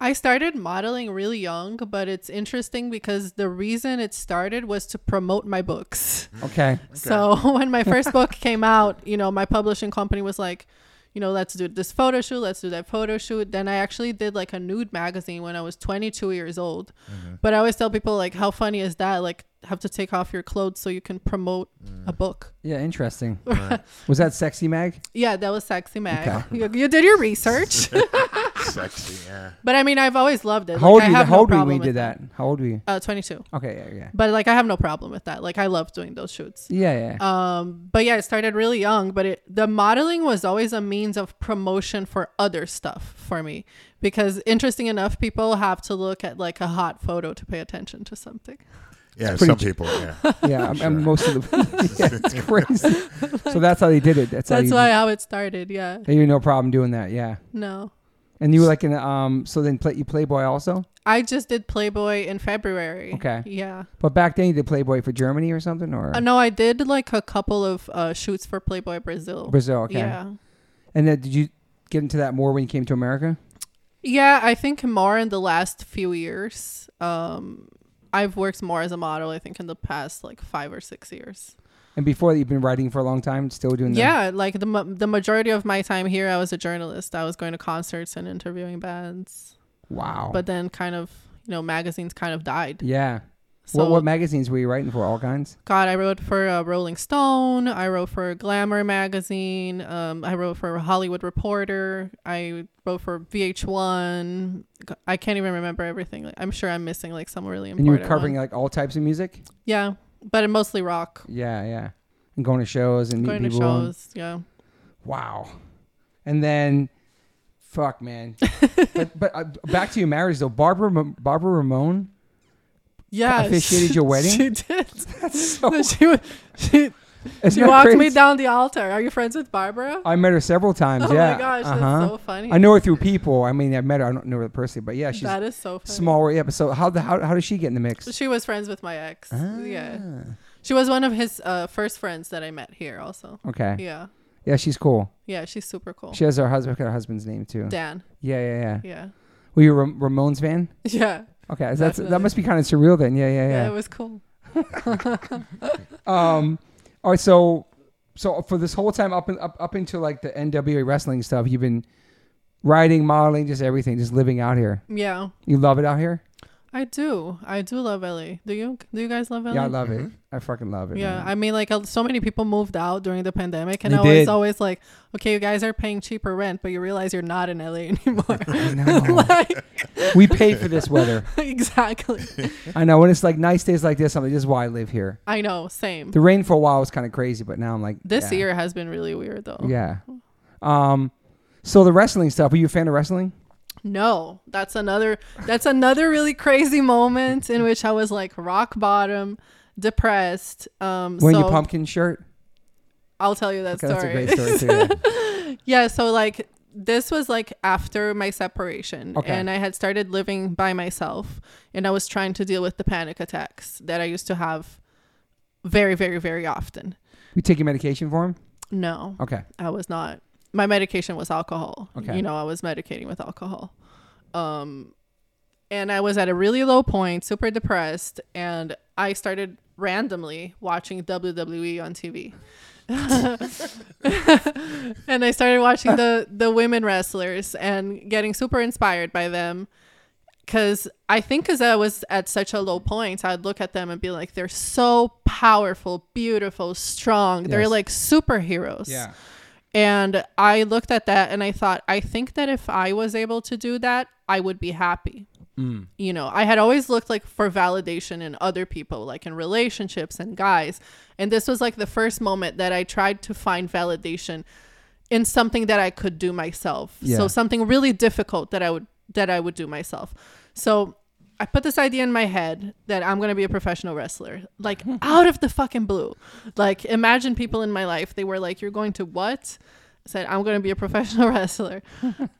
C: I started modeling really young, but it's interesting because the reason it started was to promote my books.
A: Okay.
C: So when my first book came out, you know, my publishing company was like, you know, let's do this photo shoot, let's do that photo shoot. Then I actually did like a nude magazine when I was 22 years old.
A: Mm-hmm.
C: But I always tell people, like, how funny is that? Like, have to take off your clothes so you can promote
A: Mm.
C: a book.
A: Yeah, interesting. Was that sexy mag?
C: Yeah, that was sexy, Mag.
A: Okay.
C: You, you did your research.
B: Sexy, yeah.
C: but I mean, I've always loved it.
A: How old
C: Like,
A: were you?
C: I have
A: How
C: no
A: old were you when
C: problem
A: you
C: with
A: did that? How old were you?
C: Uh, 22.
A: Okay, yeah, yeah,
C: But like, I have no problem with that. Like, I love doing those shoots.
A: yeah, yeah.
C: Um, but yeah, I started really young, but it, the modeling was always a means of promotion for other stuff for me because interesting enough, people have to look at like a hot photo to pay attention to something.
B: Yeah,
A: pretty
B: some
A: ch-
B: people, yeah.
A: yeah, I'm, I'm most of the. yeah, it's crazy. so that's how they did it. That's, how
C: That's
A: you,
C: why how it started. Yeah.
A: They had no problem doing that. Yeah,
C: No,
A: and you were like an um. So then play, you Playboy also,
C: I just did Playboy in February.
A: Okay.
C: Yeah.
A: but back then you did Playboy for Germany or something or
C: Uh, no, I did like a couple of uh, shoots for Playboy Brazil.
A: Brazil. Okay,
C: Yeah.
A: and then did you get into that more when you came to America?
C: Yeah, I think more in the last few years. Um, I've worked more as a model, I think, in the past like five or six years.
A: And before that, you've been writing for a long time, still doing that.
C: Yeah, like the ma- the majority of my time here, I was a journalist. I was going to concerts and interviewing bands,
A: Wow.
C: but then kind of you know magazines kind of died.
A: yeah.
C: So
A: what, what magazines were you writing for? All kinds.
C: God, I wrote for uh, Rolling Stone. I wrote for Glamour magazine. Um, I wrote for Hollywood Reporter. I wrote for VH1. G- I can't even remember everything. Like, I'm sure I'm missing like some really
A: And
C: important.
A: you were covering
C: one.
A: like all types of music.
C: Yeah, but mostly rock.
A: Yeah, yeah. And going to shows and meeting
C: Going to
A: people. and-
C: shows. Yeah.
A: Wow. And then, fuck, man. but but uh, back to your marriage though. Barbara Ma- Barbara Ramon.
C: Yeah.
A: officiated your wedding?
C: She did.
A: That's so.
C: No, she wa- she,
A: isn't
C: she
A: that
C: walked me
A: crazy?
C: down the altar. Are you friends with Barbara?
A: I met her several times.
C: oh
A: yeah.
C: my gosh,
A: Uh-huh.
C: that's so funny.
A: I know her through people. I mean, I met her. I don't know her personally, but yeah, she's
C: that is so funny.
A: smaller. Yeah, but so how the how, how does she get in the mix?
C: She was friends with my ex. Yeah.
A: Ah.
C: She was one of his uh, first friends that I met here also.
A: Okay. Yeah.
C: Yeah.
A: she's cool.
C: Yeah, she's super cool.
A: She has her husband. I forgot her husband's name too.
C: Dan.
A: Yeah, yeah, yeah.
C: Yeah.
A: Were you a Ram- Ramones fan?
C: Yeah.
A: Okay, that's that
C: Definitely.
A: must be kind of surreal then. Yeah, yeah,
C: Yeah,
A: yeah.
C: it was cool.
A: Um, all right, so so for this whole time up and up up into like the NWA wrestling stuff, you've been writing, modeling, just everything, just living out here.
C: Yeah.
A: You love it out here?
C: I do. I do love LA. Do you do you guys love LA?
A: Yeah, I love it. I fucking love it.
C: Mm-hmm. Yeah,
A: man.
C: I mean, like uh, so many people moved out during the pandemic, and
A: They
C: I was
A: did.
C: always like, okay, you guys are paying cheaper rent, but you realize you're not in LA anymore.
A: I know.
C: like,
A: we pay for this weather.
C: exactly.
A: I know. When it's like nice days like this, I'm like, this is why I live here.
C: I know. Same.
A: The rain for a while was kind of crazy, but now I'm like,
C: This
A: yeah.
C: year has been really weird, though.
A: Yeah. Um, so the wrestling stuff. Were you a fan of wrestling?
C: No, that's another. That's another really crazy moment in which I was like rock bottom, depressed. Um,
A: Wearing
C: so
A: your pumpkin shirt.
C: I'll tell you that
A: Okay, that's a great story
C: story.
A: too. yeah.
C: Yeah, so like this was like after my separation
A: Okay.
C: and I had started living by myself and I was trying to deal with the panic attacks that I used to have very very very often.
A: You take your medication for him?
C: No,
A: Okay.
C: I was not. My medication was alcohol.
A: Okay.
C: You know, I was medicating with alcohol. Um and I was at a really low point, super depressed, and I started randomly watching WWE on TV. and I started watching the the women wrestlers and getting super inspired by them cuz I think cuz I was at such a low point I'd look at them and be like they're so powerful, beautiful, strong. They're
A: Yes.
C: like superheroes. And I looked at that and I thought I think that if I was able to do that, I would be happy. You know, I had always looked like for validation in other people, like in relationships and guys. And this was like the first moment that I tried to find validation in something that I could do myself.
A: Yeah.
C: So something really difficult that I would that I would do myself. So I put this idea in my head that I'm gonna be a professional wrestler, like out of the fucking blue. Like imagine people in my life, they were like, "You're going to what?" I said, "I'm gonna be a professional wrestler,"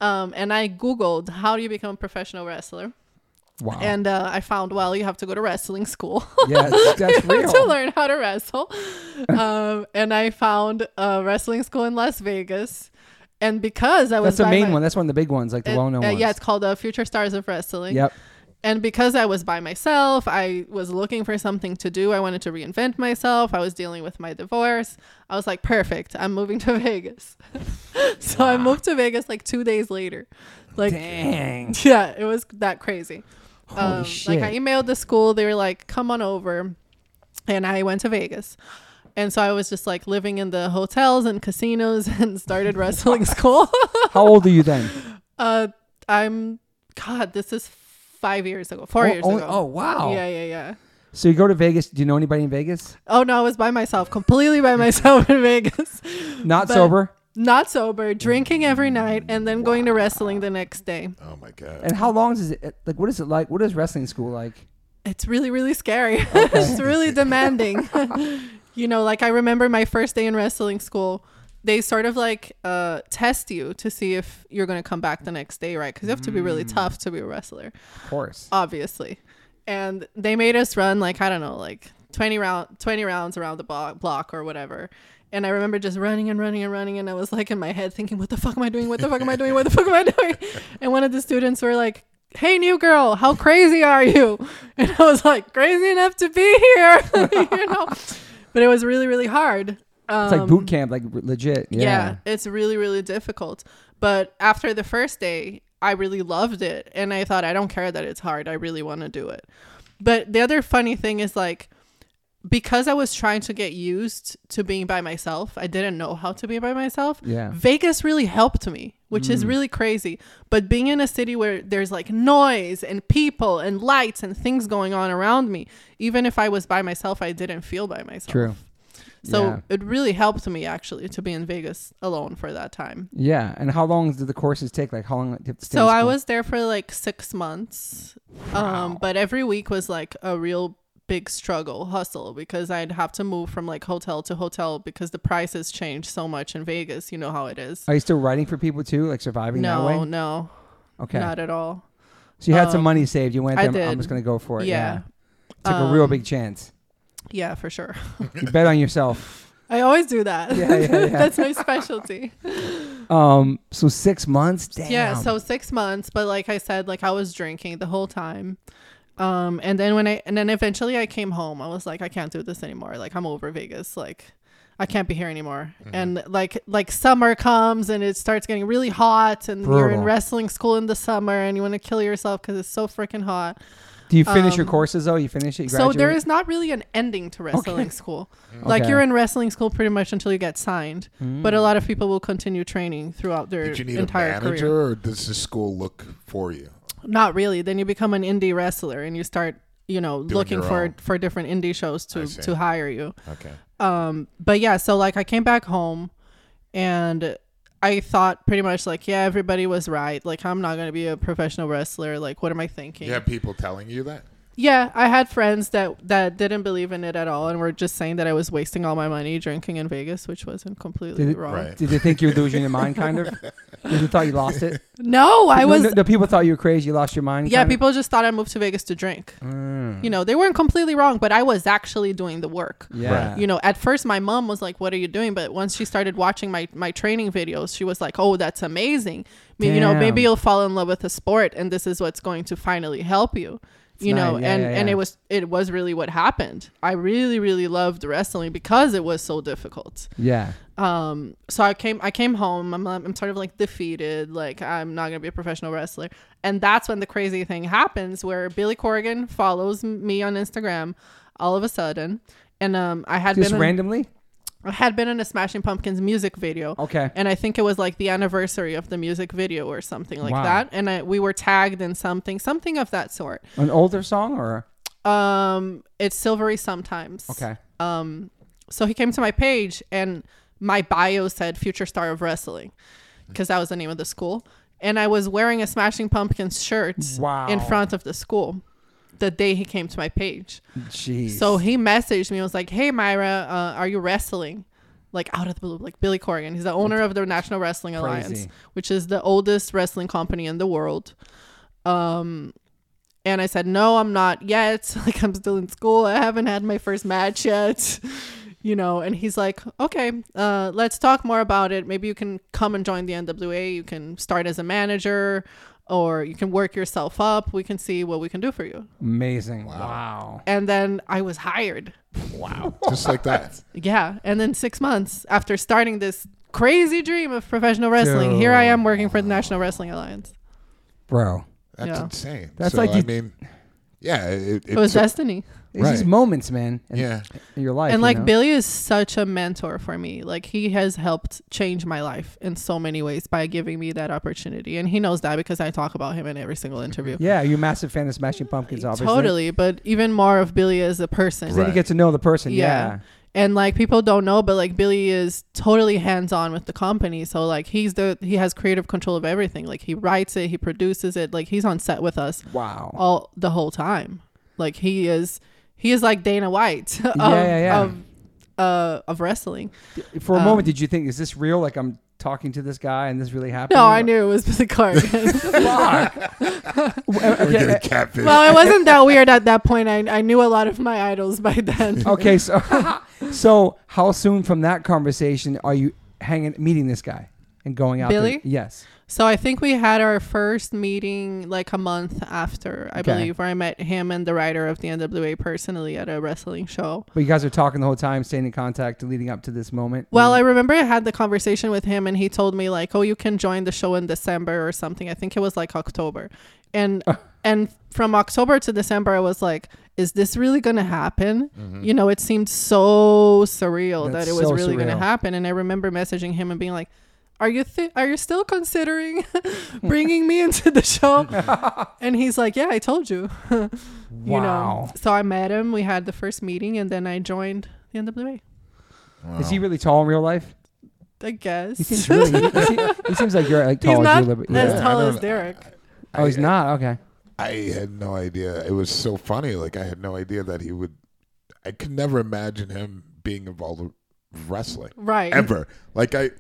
C: um, and I googled how do you become a professional wrestler,
A: Wow.
C: and uh, I found well, you have to go to wrestling school.
A: yeah, that's, that's real.
C: to learn how to wrestle. Um, and I found a wrestling school in Las Vegas. And because I was
A: That's the
C: by
A: main
C: my-
A: one. That's one of the big ones, like the
C: it-
A: well known
C: uh,
A: ones.
C: Yeah, it's called uh, Future Stars of Wrestling.
A: Yep.
C: and because I was by myself, I was looking for something to do. I wanted to reinvent myself. I was dealing with my divorce. I was like, perfect. I'm moving to Vegas. so I moved to Vegas like two days later. Like,
A: Dang.
C: yeah, it was that crazy.
A: Holy shit.
C: Um, Like I emailed the school. They were like, come on over. And I went to Vegas. And so I was just like living in the hotels and casinos and started wrestling school.
A: How old are you then?
C: Uh, I'm God. This is five years ago, four
A: Oh,
C: years
A: only-
C: ago.
A: oh, wow.
C: Yeah, yeah, yeah.
A: So you go to Vegas. Do you know anybody in Vegas?
C: Oh no, I was by myself, completely by myself in Vegas,
A: Not
C: But-
A: sober.
C: not sober, drinking every night, and then going to wrestling the next day.
B: Oh my god.
A: And how long is it? Like, what is it like? What is wrestling school like?
C: It's really, really scary. it's really demanding. you know, like I remember my first day in wrestling school. They sort of like uh, test you to see if you're going to come back the next day, right? Because you have to be really tough to be a wrestler.
A: Of course.
C: obviously. And they made us run like I don't know, like 20 round 20 rounds around the bo- block or whatever. And I remember just running and running and running and I was like in my head thinking what the fuck am I doing? What the fuck am I doing? What the fuck am I doing? And one of the students were like, "Hey new girl, how crazy are you?" And I was like, "Crazy enough to be here." you know. But it was really really hard. Um,
A: it's like boot camp, like r- legit. Yeah.
C: yeah. it's really really difficult but after the first day i really loved it and i thought i don't care that it's hard i really want to do it but the other funny thing is like because i was trying to get used to being by myself i didn't know how to be by myself
A: Yeah. Mm.
C: vegas really helped me which is really crazy but being in a city where there's like noise and people and lights and things going on around me even if i was by myself i didn't feel by myself
A: True.
C: so
A: Yeah.
C: it really helped me actually to be in Vegas alone for that time.
A: Yeah. And how long did the courses take? Like, how long? Did you have to stay in
C: So I
A: school?
C: was there for like six months. Um, but every week was like a real big struggle, hustle, because I'd have to move from like hotel to hotel because the prices change so much in Vegas. You know how it is.
A: Are you still writing for people too? Like surviving that
C: No,
A: way?
C: no,
A: Okay.
C: not at all.
A: so you had some
C: um,
A: money saved. You went.
C: I
A: There, I'm
C: did.
A: just gonna go for it.
C: Yeah.
A: Took a real
C: Um,
A: big chance.
C: Yeah, for sure.
A: You bet on yourself.
C: I always do that.
A: Yeah, yeah, yeah.
C: That's my specialty.
A: Um. So six months. Damn.
C: Yeah, so six months, but like I said, like I was drinking the whole time. Um, and then when I and then eventually I came home, I was like, I can't do this anymore. Like I'm over Vegas. Like I can't be here anymore. And like like summer comes and it starts getting really hot, and you're in
A: Brutal.
C: wrestling school in the summer, and you want to kill yourself because it's so freaking hot.
A: Do you finish your
C: um,
A: courses though? You finish it. You
C: So there
A: graduate?
C: is not really an ending to wrestling school. Like
A: Okay.
C: you're in wrestling school pretty much until you get signed, but a lot of people will continue training throughout their
B: Did you need a
C: entire
B: manager, or
C: career.
B: does the school look for you?
C: not really then you become an indie wrestler and you start you know looking
B: your
C: for
B: own.
C: for different indie shows to
B: see.
C: to hire you
B: Okay.
C: um but yeah so like i came back home and i thought pretty much like yeah everybody was right like i'm not going to be a professional wrestler like what am i thinking
B: You have people telling you that.
C: yeah i had friends that that didn't believe in it at all and were just saying that i was wasting all my money drinking in vegas which wasn't completely
A: Did it-
C: wrong
B: Right.
A: Did you think you were losing your mind? Kind of. Did you thought you lost it?
C: no i
A: No,
C: was
A: No, no, people thought you were crazy. You lost your mind.
C: yeah
A: kind of? Mm,
C: people just thought i moved to vegas to drink
B: Mm.
C: you know they weren't completely wrong but i was actually doing the work
A: Yeah.
C: you know at first my mom was like what are you doing but once she started watching my my training videos she was like oh that's amazing I mean, you know
A: Damn.
C: maybe you'll fall in love with the sport and this is what's going to finally help you you
A: nice.
C: know
A: Yeah,
C: and
A: yeah,
C: and
A: yeah.
C: it was it was really what happened i really really loved wrestling because it was so difficult
A: Yeah.
C: um so i came i came home i'm i'm sort of like defeated like i'm not gonna be a professional wrestler and that's when the crazy thing happens where billy corrigan follows m- me on instagram all of a sudden and um i had
A: Just
C: been in,
A: randomly.
C: I had been in a smashing pumpkins music video
A: Okay.
C: and i think it was like the anniversary of the music video or something like
A: Wow.
C: that and I, we were tagged in something something of that sort
A: An older song or
C: um it's silvery sometimes
A: okay.
C: so he came to my page and my bio said future star of wrestling because that was the name of the school and i was wearing a smashing pumpkins shirt
A: Wow.
C: in front of the school the day he came to my page
A: Jeez.
C: so he messaged me and was like hey myra uh, are you wrestling like out of the blue like billy corrigan he's the owner of the national wrestling alliance
A: Crazy.
C: which is the oldest wrestling company in the world um and i said no i'm not yet like i'm still in school i haven't had my first match yet you know and he's like okay uh, let's talk more about it maybe you can come and join the nwa you can start as a manager or you can work yourself up. We can see what we can do for you.
A: Amazing. Wow.
C: And then I was hired.
B: Just like that.
C: Yeah. And then six months after starting this crazy dream of professional wrestling, here I am working for the National Wrestling Alliance.
A: Bro.
B: That's
C: Yeah.
B: insane.
A: That's
B: so,
A: like
B: I
A: you- Oh,
B: mean, yeah, it, it,
C: It was
B: took-
C: destiny.
A: It's these
B: Right.
A: moments, man. In,
B: Yeah,
A: in your life.
C: and
A: you
C: like
A: know?
C: Billy is such a mentor for me. Like he has helped change my life in so many ways by giving me that opportunity. And he knows that because I talk about him in every single interview.
A: Yeah, you're a massive fan of Smashing Pumpkins, obviously.
C: Totally, but even more of Billy as a person.
A: Then you
B: Right.
A: get to know the person. Yeah.
C: And like people don't know, but like Billy is totally hands on with the company. So like he's the he has creative control of everything. Like he writes it, he produces it, like he's on set with us
A: Wow.
C: all the whole time. Like he is he is like Dana White of
A: Yeah, yeah, yeah.
C: of uh of wrestling.
A: For a
C: Um,
A: moment, did you think, is this real? Like I'm talking to this guy and this really happened?
C: No, I knew it was the card.
B: we're
A: Okay,
B: getting catfish.
C: well, it wasn't that weird at that point. I, I knew a lot of my idols by then.
A: Okay, so so how soon from that conversation are you hanging, meeting this guy and going out?
C: Billy?
A: there? Yes.
C: So I think we had our first meeting like a month after, I
A: Okay.
C: believe, where I met him and the writer of the NWA personally at a wrestling show.
A: But you guys are talking the whole time, staying in contact, leading up to this moment.
C: Well, I remember I had the conversation with him and he told me like, "Oh, you can join the show in December or something." I think it was like October. And and from October to December I was like, is this really going to happen? You know, it seemed so surreal
A: That's
C: that it was
A: Mm-hmm. so
C: really going to
A: surreal.
C: happen and I remember messaging him and being like, "Are you thi- are you still considering bringing me into the show?" and he's like, "Yeah, I told you." you
A: Wow.
C: know. So I met him, we had the first meeting and then I joined the NWA.
B: Wow.
A: Is he really tall in real life?
C: I guess.
A: He seems really. he, se- he seems like you're like tall
C: He's
A: as
C: not
A: you. a little bit.
B: as
A: Yeah.
B: I
C: as tall
B: don't-
C: as Derek.
A: Oh, he's not. Okay.
B: I had no idea. It was so funny. Like I had no idea that he would. I could never imagine him being involved with wrestling
C: Right.
B: ever. Like I,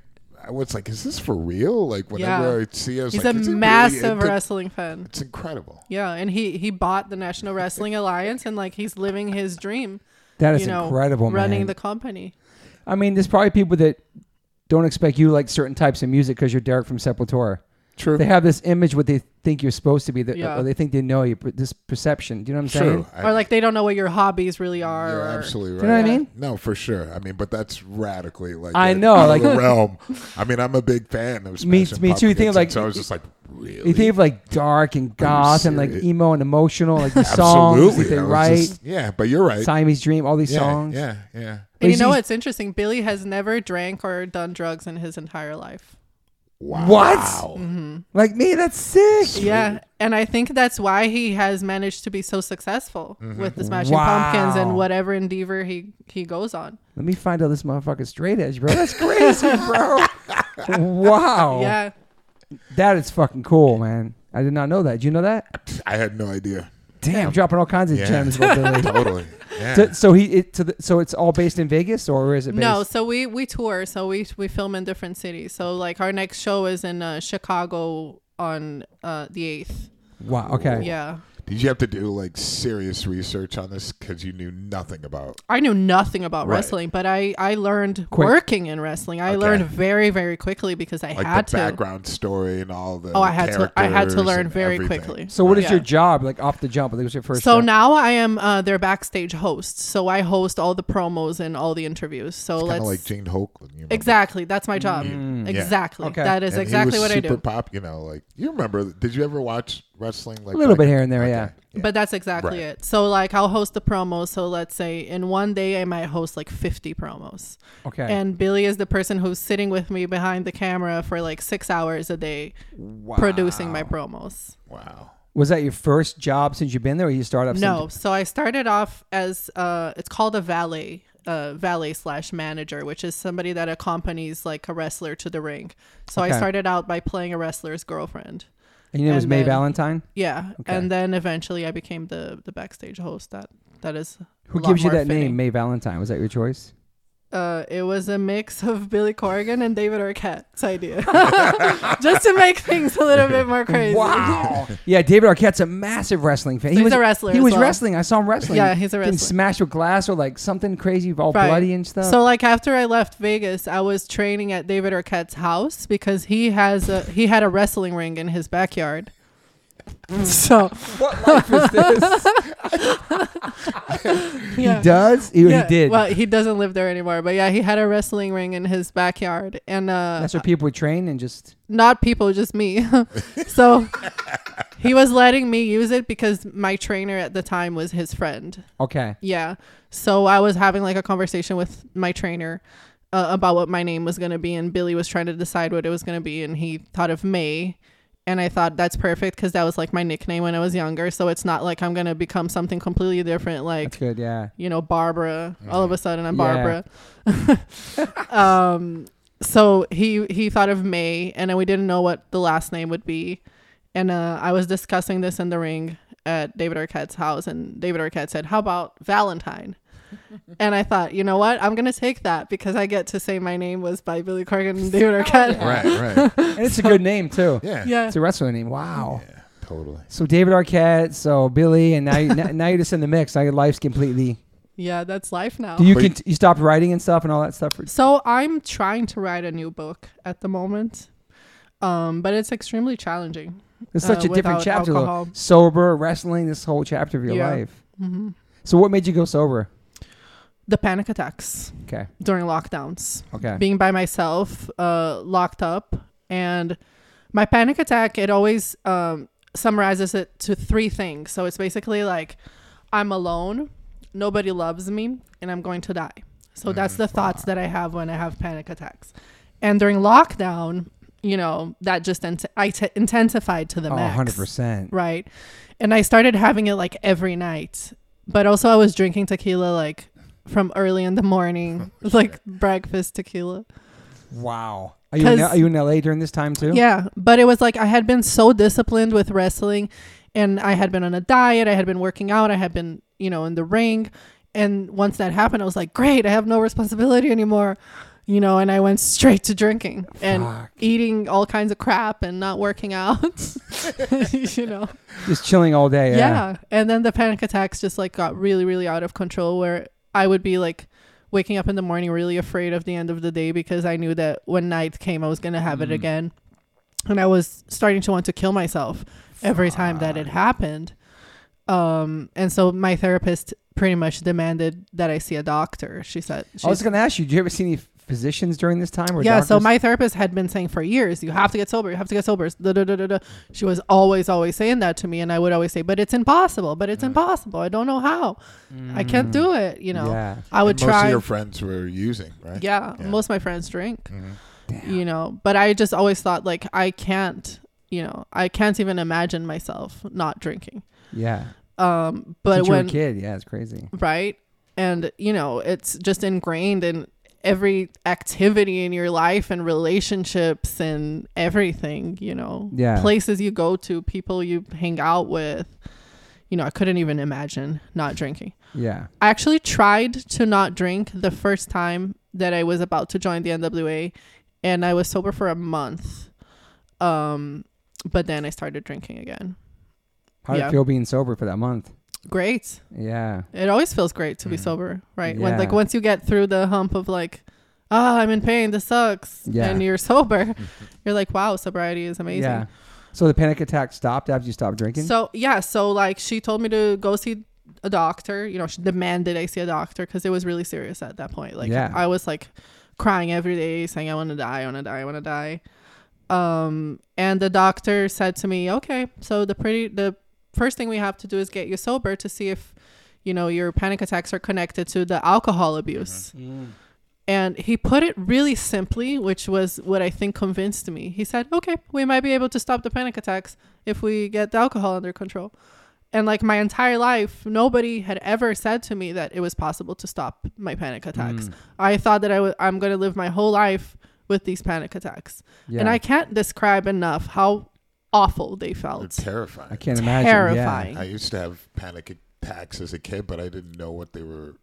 B: I was like, is this for real? Like whenever
C: Yeah.
B: I see, him, I was
C: He's
B: like,
C: a
B: is he really
C: massive
B: into-
C: wrestling fan.
B: It's incredible.
C: Yeah, and he he bought the National Wrestling Alliance and like he's living his dream,
A: That is
C: you know,
A: incredible,
C: running
A: man.
C: the company.
A: I mean, there's probably people that don't expect you like certain types of music because you're Derek from Sepultura.
B: True.
A: They have this image what they think you're supposed to be, that,
C: Yeah.
A: or they think they know you. But this perception, do you know what I'm
B: True.
A: saying?
B: I-
C: or like they don't know what your hobbies really are.
B: You're
C: or-
B: absolutely right.
A: Do you know what I mean?
B: No, for sure. I mean, but that's radically like
A: I
B: a-
A: know,
B: out of
A: like-
B: the realm. I mean, I'm a big fan of
A: Me-
B: Smashing
A: me too. You think of,
B: Pumpkins,
A: like-
B: so I was just like, really?
A: You think of like dark and goth and like
B: serious?
A: emo and emotional, like the songs
B: Absolutely.
A: that they
B: I was
A: write,
B: just- yeah, but you're right.
A: Siamese Dream, all these
B: yeah,
A: songs.
B: Yeah, yeah.
C: And you
A: Is
C: know
A: he-
C: what's interesting? Billy has never drank or done drugs in his entire life.
B: Wow.
A: What? Like me, that's sick.
C: Yeah, and I think that's why he has managed to be so successful
B: Mm-hmm.
C: with the Smashing
A: Wow.
C: Pumpkins and whatever endeavor he he goes on.
A: Let me find out this motherfucker's straight edge, bro. That's crazy, bro. wow.
B: Oh.
C: Yeah,
A: That is fucking cool, man. I did not know that. Did you know that?
B: I had no idea.
A: Damn, dropping all kinds of
B: Yeah.
A: gems about Billy.
B: Totally. Yeah.
A: So, so he, it, to the, so it's all based in Vegas, or is it? Based?
C: No, so we we tour, so we we film in different cities. So like our next show is in uh, Chicago on uh, the eighth.
A: Wow. Okay.
C: Yeah,
B: Did you have to do like serious research on this because you knew nothing about?
C: I knew nothing about
B: Right.
C: wrestling, but I I learned
A: Quick.
C: working in wrestling. I
B: Okay.
C: learned very very quickly because I
B: Like
C: had
B: the
C: to.
B: background story and all the
C: oh, I had to I had to
B: characters
C: learn
B: and
C: very
B: everything.
C: quickly.
A: So what is
C: Yeah.
A: your job like off the jump? Like, was your first.
C: So
A: job?
C: now I am uh, their backstage host. So I host all the promos and all the interviews. So
B: Kind
C: let's
B: of like Gene Hoagland. you remember?
C: exactly that's my job.
B: Yeah.
C: Exactly,
A: Okay.
C: that is
B: And he
C: exactly
B: was
C: what I
B: super
C: do.
B: Pop, you know, like you remember? Did you ever watch wrestling? Like
A: a little
B: back-
A: bit here and there,
B: okay.
A: yeah.
C: But that's exactly
B: Right.
C: it. So like I'll host the promos. So let's say in one day I might host like 50 promos.
A: Okay.
C: And Billy is the person who's sitting with me behind the camera for like 6 hours a day producing my promos.
B: Wow.
A: was that your first job since you've been there, or you started up?
C: No, so I started off as uh it's called a valet. Uh, valet slash manager, which is somebody that accompanies like a wrestler to the ring. So
A: Okay.
C: I started out by playing a wrestler's girlfriend.
A: Some, and your name was
C: and
A: May
C: then-
A: Valentine.
C: Yeah,
A: Okay.
C: and then eventually I became the the backstage host. That that is a
A: Who
C: lot
A: gives you
C: more
A: that
C: fitting.
A: name, May Valentine? Was that your choice?
C: uh, it was a mix of Billy Corrigan and David Arquette's idea, just to make things a little bit more crazy.
A: yeah, David Arquette's a massive wrestling fan.
C: So he's a wrestler
A: He
C: as
A: was
C: well.
A: wrestling. I saw him wrestling.
C: Yeah, he's a
A: Getting
C: wrestler.
A: smashed with glass or like something crazy, all
C: Right.
A: bloody and stuff.
C: So like after I left Vegas, I was training at David Arquette's house because he has a he had a wrestling ring in his backyard.
A: Mm.
C: So
A: What life is this?
C: yeah.
A: He does? He,
C: Yeah,
A: he did.
C: Well, he doesn't live there anymore, but yeah, he had a wrestling ring in his backyard, and uh,
A: That's where people would train and just.
C: not people, just me. so he was letting me use it because my trainer at the time was his friend.
A: Okay.
C: Yeah. So I was having like a conversation with my trainer uh, about what my name was going to be, and Billy was trying to decide what it was going to be, and he thought of May. And I thought that's perfect because that was like my nickname when I was younger. So it's not like I'm going to become something completely different, like
A: That's good. Yeah.
C: you know, Barbara. All of a sudden, I'm
A: Yeah.
C: Barbara. um, so he he thought of May, and then we didn't know what the last name would be. And uh, I was discussing this in the ring at David Arquette's house, and David Arquette said, "How about Valentine?" and I thought, you know what? I'm gonna take that because I get to say my name was by Billy Corgan and David Arquette.
B: Right, right.
A: And it's a good name, too.
B: Yeah.
C: Yeah.
A: It's a wrestling name. Wow.
B: Yeah, totally.
A: So David Arquette, so Billy, and now you, now, now you're just in the mix. Now your life's completely.
C: Yeah, that's life now.
A: Do you
B: But-
A: can you stopped writing and stuff and all that stuff? For,
C: So I'm trying to write a new book at the moment, um, but it's extremely challenging.
A: it's such
C: Uh,
A: a different
C: without
A: chapter. though.
C: alcohol.
A: Sober wrestling, this whole chapter of your
C: Yeah.
A: life.
C: Mm-hmm.
A: So what made you go sober?
C: The panic attacks
A: Okay.
C: during lockdowns,
A: Okay.
C: being by myself, uh, locked up, and my panic attack. It always um, summarizes it to three things. So it's basically like I'm alone, nobody loves me, and I'm going to die.
A: Mm,
C: So that's the thoughts that I have when I have panic attacks, and during lockdown. You know that just int- I t- intensified to the
A: Oh,
C: max.
A: 100%.
C: Right. And I started having it like every night. But also I was drinking tequila like from early in the morning, like breakfast tequila.
A: Wow. Are you, in,
C: 'Cause-
A: are you in LA during this time too?
C: Yeah, but it was like I had been so disciplined with wrestling and I had been on a diet, I had been working out, I had been, you know, in the ring. And once that happened, I was like, "Great, I have no responsibility anymore." You know, and I went straight to drinking and
A: Fuck.
C: eating all kinds of crap and not working out. you know.
A: Just chilling all day.
C: yeah.
A: Yeah.
C: and then the panic attacks just like got really really out of control where i would be like waking up in the morning really afraid of the end of the day because i knew that when night came i was going to have
A: Mm.
C: it again and i was starting to want to kill myself every time that it happened um and so my therapist pretty much demanded that i see a doctor she said
A: I was
C: she's-
A: going to ask you, do you ever see any physicians during this time? Or
C: yeah, so
A: doctors?
C: my therapist had been saying for years, you have to get sober, you have to get sober. Da, da, da, da, da. She was always, always saying that to me. And I would always say, but it's impossible, but it's impossible. I don't know how. I can't do it. You know,
A: Yeah.
C: I would
B: And Most
C: try.
B: of your friends were using, right?
C: yeah,
B: Yeah.
C: most of my friends drink,
B: Mhm.
C: you know, but I just always thought, like, I can't, you know, I can't even imagine myself not drinking.
A: Yeah.
C: Um, but
A: Since you were
C: when,
A: a kid, yeah, it's crazy.
C: right? And you know, it's just ingrained in every activity in your life and relationships and everything, you know.
A: Yeah.
C: Places you go to, people you hang out with. You know, I couldn't even imagine not drinking.
A: Yeah.
C: I actually tried to not drink the first time that I was about to join the NWA and I was sober for a month. Um but then I started drinking again.
A: How did
C: Yeah.
A: it feel being sober for that month?
C: Great.
A: Yeah.
C: it always feels great to be sober, right? When like
A: Mm. Yeah.
C: once you get through the hump of like, ah, I'm in pain, this sucks,
A: Yeah.
C: and you're sober, you're like, wow, sobriety is amazing.
A: Yeah. So the panic attack stopped after you stopped drinking?
C: So yeah, so like she told me to go see a doctor. You know, she demanded I see a doctor because it was really serious at that point. Like
A: Yeah.
C: I was like crying every day, saying I want to die, I want to die, I want to die. Um, and the doctor said to me, okay, so the pretty the first thing we have to do is get you sober to see if you know your panic attacks are connected to the alcohol abuse. And he put it really simply, which was what I think convinced me. He said, okay, we might be able to stop the panic attacks if we get the alcohol under control. And like my entire life, nobody had ever said to me that it was possible to stop my panic attacks.
B: Hmm.
C: I thought that I w- I'm going to live my whole life with these panic attacks.
A: yeah.
C: And I can't describe enough how awful they
B: They're
C: felt.
B: terrifying.
A: I can't imagine. yeah.
C: terrifying.
B: I used to have panic attacks as a kid, but I didn't know what they were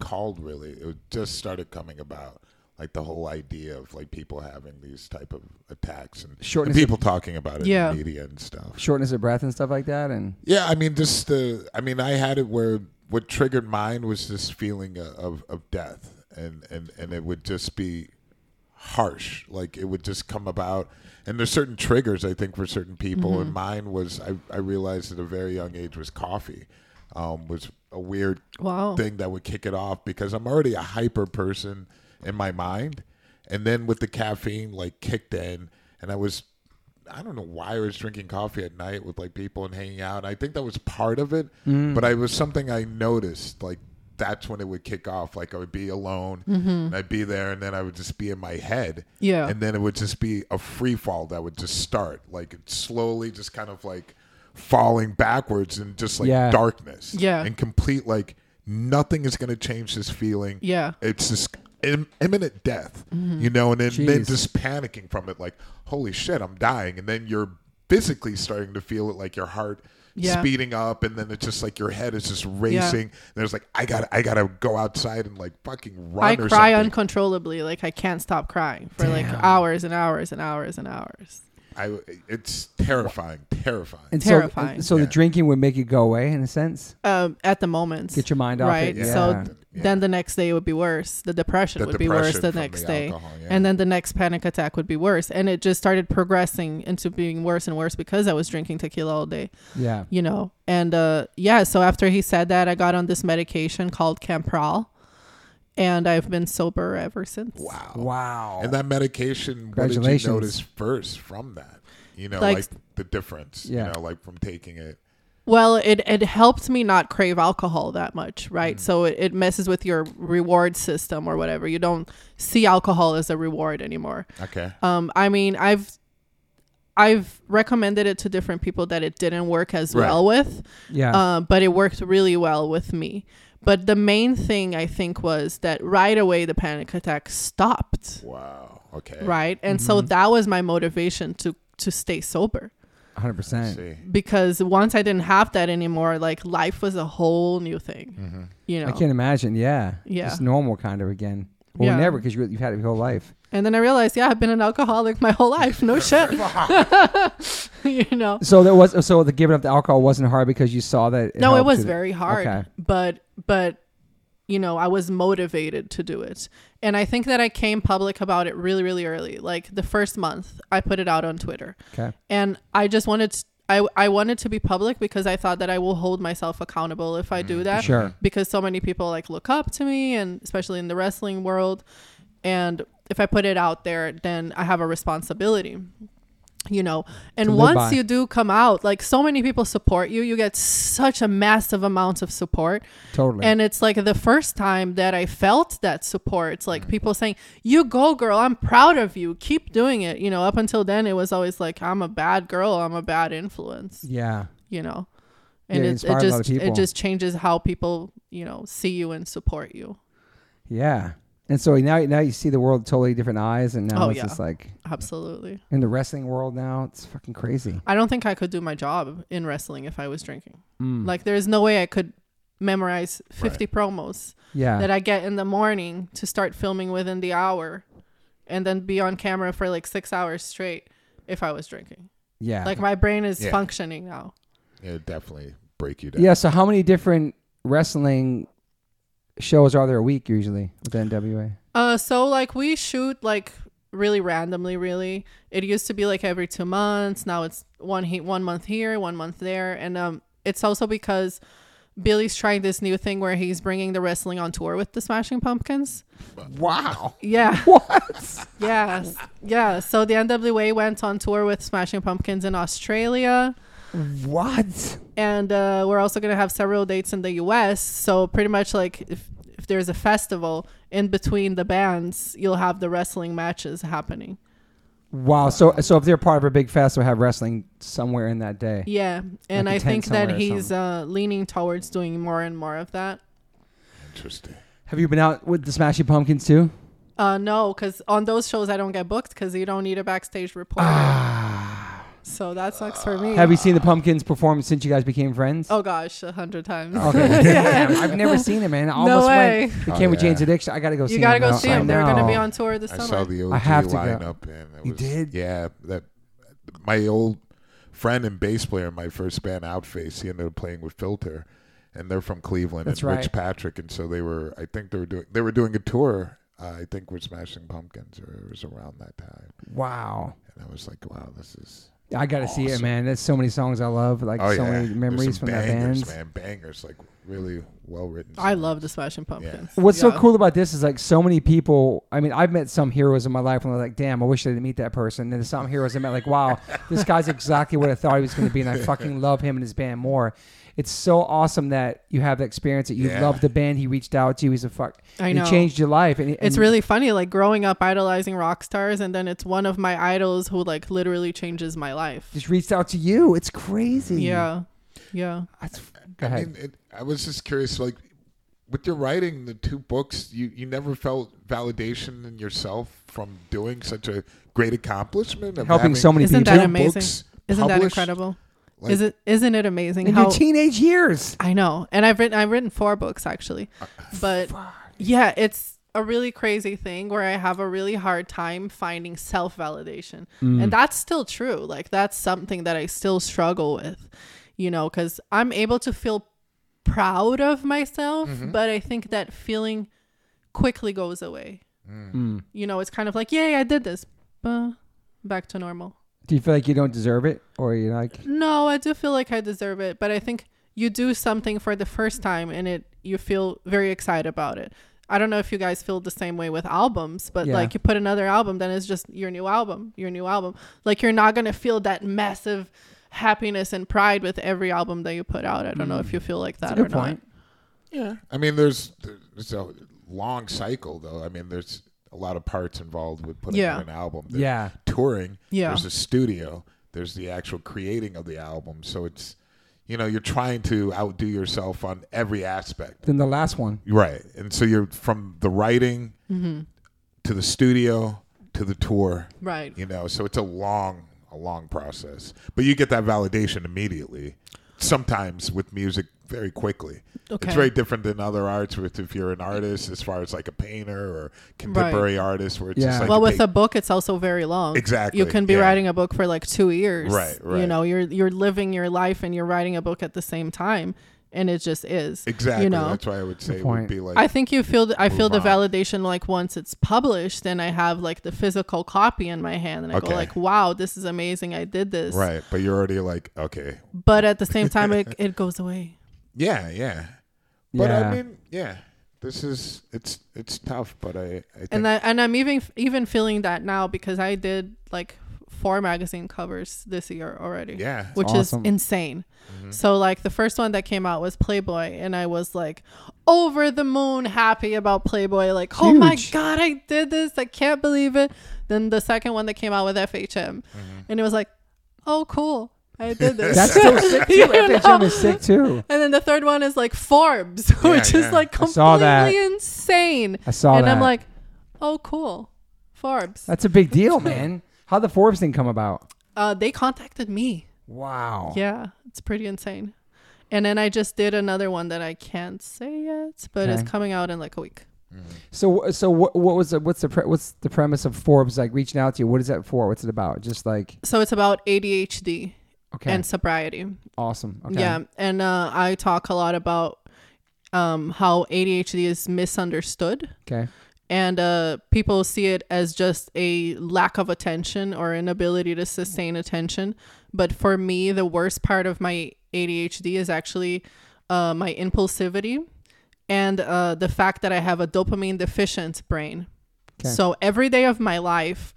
B: called really. It just started coming about, like the whole idea of like people having these type of attacks and, and
A: Shortness of-
B: people talking about it
C: Yeah.
B: in the media and stuff.
A: Shortness of breath and stuff like that. And
B: Yeah, I mean, just the. I mean, I had it where what triggered mine was this feeling of of death, and and and it would just be harsh. Like it would just come about. And there's certain triggers I think for certain people. And mine was I, I realized at a very young age was coffee. Um, was a weird
C: Wow.
B: thing that would kick it off because I'm already a hyper person in my mind. And then with the caffeine like kicked in and I was I don't know why I was drinking coffee at night with like people and hanging out. I think that was part of it,
C: Mm.
B: but I was something I noticed like that's when it would kick off. Like I would be alone, and I'd be there, and then I would just be in my head.
C: Mm-hmm. Yeah.
B: and then it would just be a free fall that would just start, like it's slowly, just kind of like falling backwards and just like
A: Yeah.
B: darkness.
C: Yeah.
B: and complete like nothing is going to change this feeling.
C: Yeah. Mm-hmm.
B: it's just. Im- imminent death, you know, and then, then
A: Jeez.
B: just just panicking from it like holy shit i'm dying and then you're physically starting to feel it like your heart
C: Yeah.
B: speeding up and then it's just like your head is just racing and there's like i gotta i gotta go outside and like fucking run
C: I
B: or
C: cry
B: something
C: uncontrollably. Like I can't stop crying for like hours and hours and hours and hours.
B: I, it's terrifying terrifying
A: And So,
C: Terrifying.
A: and so
B: Yeah.
A: the drinking would make it go away in a sense.
C: Um, at the moment,
A: Get your mind off
C: right.
A: it.
C: So
A: Yeah.
C: th- then the next day would be worse. The depression
B: The
C: would be worse
B: depression
C: the
B: from
C: next
B: the
C: day,
B: alcohol, yeah.
C: and then the next panic attack would be worse. And it just started progressing into being worse and worse because I was drinking tequila all day.
A: yeah.
C: you know and uh yeah so after he said that i got on this medication called campral and i've been sober ever since
B: wow
A: Wow.
B: and that medication what did you
A: Congratulations.
B: notice first from that you know
C: Like-
B: like, the difference
A: Yeah.
B: you know like from taking it
C: well it it helped me not crave alcohol that much
B: Mm.
C: right so it, it messes with your reward system or whatever you don't see alcohol as a reward anymore
B: okay
C: um i mean i've i've recommended it to different people that it didn't work as
B: Right.
C: well with
A: yeah.
C: uh, but it worked really well with me. But the main thing I think was that right away the panic attack stopped,
B: wow okay
C: right? And so that was my motivation to to stay sober
A: 100%.
B: see
C: because once I didn't have that anymore, like life was a whole new thing, you
A: I
C: know.
A: can't imagine. Yeah.
C: Yeah.
A: Just normal kind of again. Well,
C: Yeah.
A: never because you, you've had it your whole life.
C: And then I realized, yeah, I've been an alcoholic my whole life. No shit, you know.
A: So there was so the giving up the alcohol wasn't hard because you saw that.
C: no it
A: helped
C: was
A: to-
C: very hard
A: Okay.
C: but but you know i was motivated to do it and i think that i came public about it really really early like the first month i put it out on twitter
A: Okay.
C: and i just wanted to I, I wanted to be public because I thought that I will hold myself accountable if I
A: Mm,
C: do that.
A: Sure.
C: Because so many people like look up to me and especially in the wrestling world. And if I put it out there, then I have a responsibility. You know. And
A: To live
C: once
A: by.
C: you do come out, like so many people support you, you get such a massive amount of support.
A: Totally.
C: And it's like the first time that I felt that support. It's like people saying, You go, girl. I'm proud of you. Keep doing it. You know, up until then, it was always like, I'm a bad girl. I'm a bad influence,
A: yeah.
C: you know?
A: Yeah,
C: And
A: you
C: it,
A: inspired a
C: it
A: lot
C: just
A: of people.
C: it just changes how people you know see you and support you.
A: Yeah. And so now now you see the world totally different eyes, and now
C: Oh,
A: it's
C: yeah.
A: just like
C: Absolutely,
A: in the wrestling world now it's fucking crazy.
C: I don't think I could do my job in wrestling if I was drinking.
A: Mm.
C: Like there's no way I could memorize 50 promos
A: Yeah.
C: that I get in the morning to start filming within the hour and then be on camera for like six hours straight if I was drinking.
A: yeah.
C: Like my brain is
B: Yeah.
C: functioning now.
B: it definitely break you down
A: yeah. So how many different wrestling shows are there a week usually with NWA?
C: Uh, so like we shoot like really randomly. Really, it used to be like every two months. Now it's one he- one month here, one month there, and um, it's also because Billy's trying this new thing where he's bringing the wrestling on tour with the Smashing Pumpkins.
B: wow
C: Yeah.
A: What?
C: Yes. Yeah. So the NWA went on tour with Smashing Pumpkins in Australia.
A: what?
C: And uh, we're also going to have several dates in the US. So pretty much like if, if there's a festival in between the bands, you'll have the wrestling matches happening.
A: Wow. So so if they're part of a big fest, they'll have wrestling somewhere in that day.
C: Yeah. And
A: Like a
C: I
A: tent
C: think that
A: somewhere or
C: he's
A: something.
C: uh, leaning towards doing more and more of that.
B: interesting
A: Have you been out with the Smashing Pumpkins too?
C: Uh, no, because on those shows I don't get booked because you don't need a backstage reporter. so that sucks for me.
A: Ah. Have you seen the Pumpkins perform since you guys became friends?
C: oh gosh, a hundred times.
A: Okay. Damn, I've never seen it, man. I almost
C: way.
A: went. It
B: Oh,
A: came with
B: yeah.
A: Jane's Addiction. I gotta go see
C: You gotta
A: him.
C: go
A: now.
C: see
A: I
C: them. They're gonna be
A: know.
C: on tour this
B: I
C: summer.
B: saw the OG
A: I have to go.
B: lineup, and it
A: You
B: was,
A: did?
B: Yeah, that my old friend and bass player in my first band, Outface, he ended up playing with Filter, and they're from Cleveland
A: That's
B: and
A: right.
B: Rich Patrick, and so they were. I think they were doing they were doing a tour Uh, I think we're smashing pumpkins, or it was around that time,
A: Wow.
B: and I was like, wow, this is
A: I got to see it,
B: Awesome.
A: man. There's so many songs I love, like
B: oh
A: so
B: yeah,
A: many
B: There's
A: memories
B: some
A: from that
B: bangers,
A: band.
B: man, bangers like really well written.
C: I love the Smashing Pumpkins.
A: What's so
C: Yeah.
A: cool about this is like so many people. I mean, I've met some heroes in my life, and I'm like, damn, I wish I didn't meet that person. And there's some heroes I met, like, wow, this guy's exactly what I thought he was going to be, and I fucking love him and his band more. It's so awesome that you have the experience that you
B: Yeah.
A: love the band. He reached out to you. He's a fuck.
C: I
A: and
C: know.
A: He changed your life, and,
C: It's
A: and-
C: really funny, like growing up idolizing rock stars, and then it's one of my idols who like literally changes my life.
A: just reached out to you. It's crazy.
C: Yeah, yeah.
A: That's, go
B: I
A: ahead.
B: mean, it, I was just curious, like, with your writing, the two books, you, you never felt validation in yourself from doing such a great accomplishment of
A: Helping
B: having
A: so many
C: Isn't
A: people.
C: that
B: two
C: amazing?
B: books
C: Isn't that
B: published?
C: incredible?
B: Like,
C: Is it? Isn't it amazing
A: in
C: how
A: your teenage years.
C: I know, and I've written I've written four books actually,
B: Uh,
C: but yeah, it's a really crazy thing where I have a really hard time finding self validation,
A: Mm.
B: Mm.
C: and that's still true. Like that's something that I still struggle with, you know, because I'm able to feel proud of myself, but I think that feeling quickly goes away. You know, it's kind of like, yay, I did this, but back to normal.
A: Do you feel like you don't deserve it, or you're like,
C: No, I do feel like I deserve it, but I think you do something for the first time and it you feel very excited about it. I don't know if you guys feel the same way with albums, but
A: Yeah.
C: like you put another album, then it's just your new album, your new album. Like you're not gonna feel that massive happiness and pride with every album that you put out. I don't know if you feel like that
A: Mm. a good
C: or not.
A: point.
B: Yeah. I mean, there's, there's a long cycle, though. I mean, there's a lot of parts involved with putting
C: Yeah.
B: out an album. There's
A: yeah,
B: Touring.
C: Yeah.
B: There's a studio. There's the actual creating of the album. So it's, you know, you're trying to outdo yourself on every aspect.
A: then the last one.
B: Right. And so you're from the writing
C: Mm-hmm.
B: to the studio to the tour,
C: Right.
B: you know, so it's a long, a long process. But you get that validation immediately, sometimes with music very quickly.
C: Okay.
B: It's very different than other arts with if you're an artist as far as like a painter or contemporary artist where it's
A: Yeah.
B: just like
C: well
B: you
C: with
B: take-
C: a book it's also very long
B: Exactly,
C: you can be
B: yeah.
C: writing a book for like two years
B: Right,
C: you
B: right.
C: know you're you're living your life and you're writing a book at the same time and it just is
B: Exactly.
C: you know
B: That's why I would say it
A: point.
B: would be like
C: I think you feel th- I feel
B: move
C: the
B: on.
C: validation like once it's published and I have like the physical copy in my hand and I go
B: Okay.
C: like wow this is amazing I did this
B: Right. But you're already like, okay.
C: but at the same time it, it goes away
B: Yeah, yeah. But
A: Yeah.
B: I mean, yeah. This is it's it's tough, but I, I think
C: and that and I'm even even feeling that now because I did like four magazine covers this year already
B: yeah.
C: which
A: awesome.
C: is insane.
B: Mm-hmm.
C: So like the first one that came out was Playboy and I was like over the moon happy about Playboy like oh my
A: Huge.
C: god I did this I can't believe it. Then the second one that came out with FHM
B: Mm-hmm.
C: and it was like oh cool I did this.
A: That's so sick too.
C: You
A: FHM
C: know?
A: is sick too.
C: And then the third one is like Forbes, which is
B: yeah.
C: like
A: I saw that.
C: completely insane.
A: I saw
C: and I'm
A: that.
C: like, oh, cool, Forbes.
A: That's a big deal, man. How the Forbes thing come about?
C: Uh, they contacted me.
A: Wow.
C: Yeah, it's pretty insane. And then I just did another one that I can't say yet, but
A: Okay.
C: it's coming out in like a week.
A: So so what what was the, what's the pre- what's the premise of Forbes like reaching out to you? What is that for? What's it about? Just like
C: So it's about ADHD
A: okay,
C: and sobriety.
A: awesome. Okay.
C: Yeah, and uh, I talk a lot about um, how ADHD is misunderstood.
A: Okay.
C: and uh, people see it as just a lack of attention or inability to sustain attention. But for me, the worst part of my ADHD is actually uh, my impulsivity and uh, the fact that I have a dopamine deficient brain.
A: Okay.
C: So every day of my life,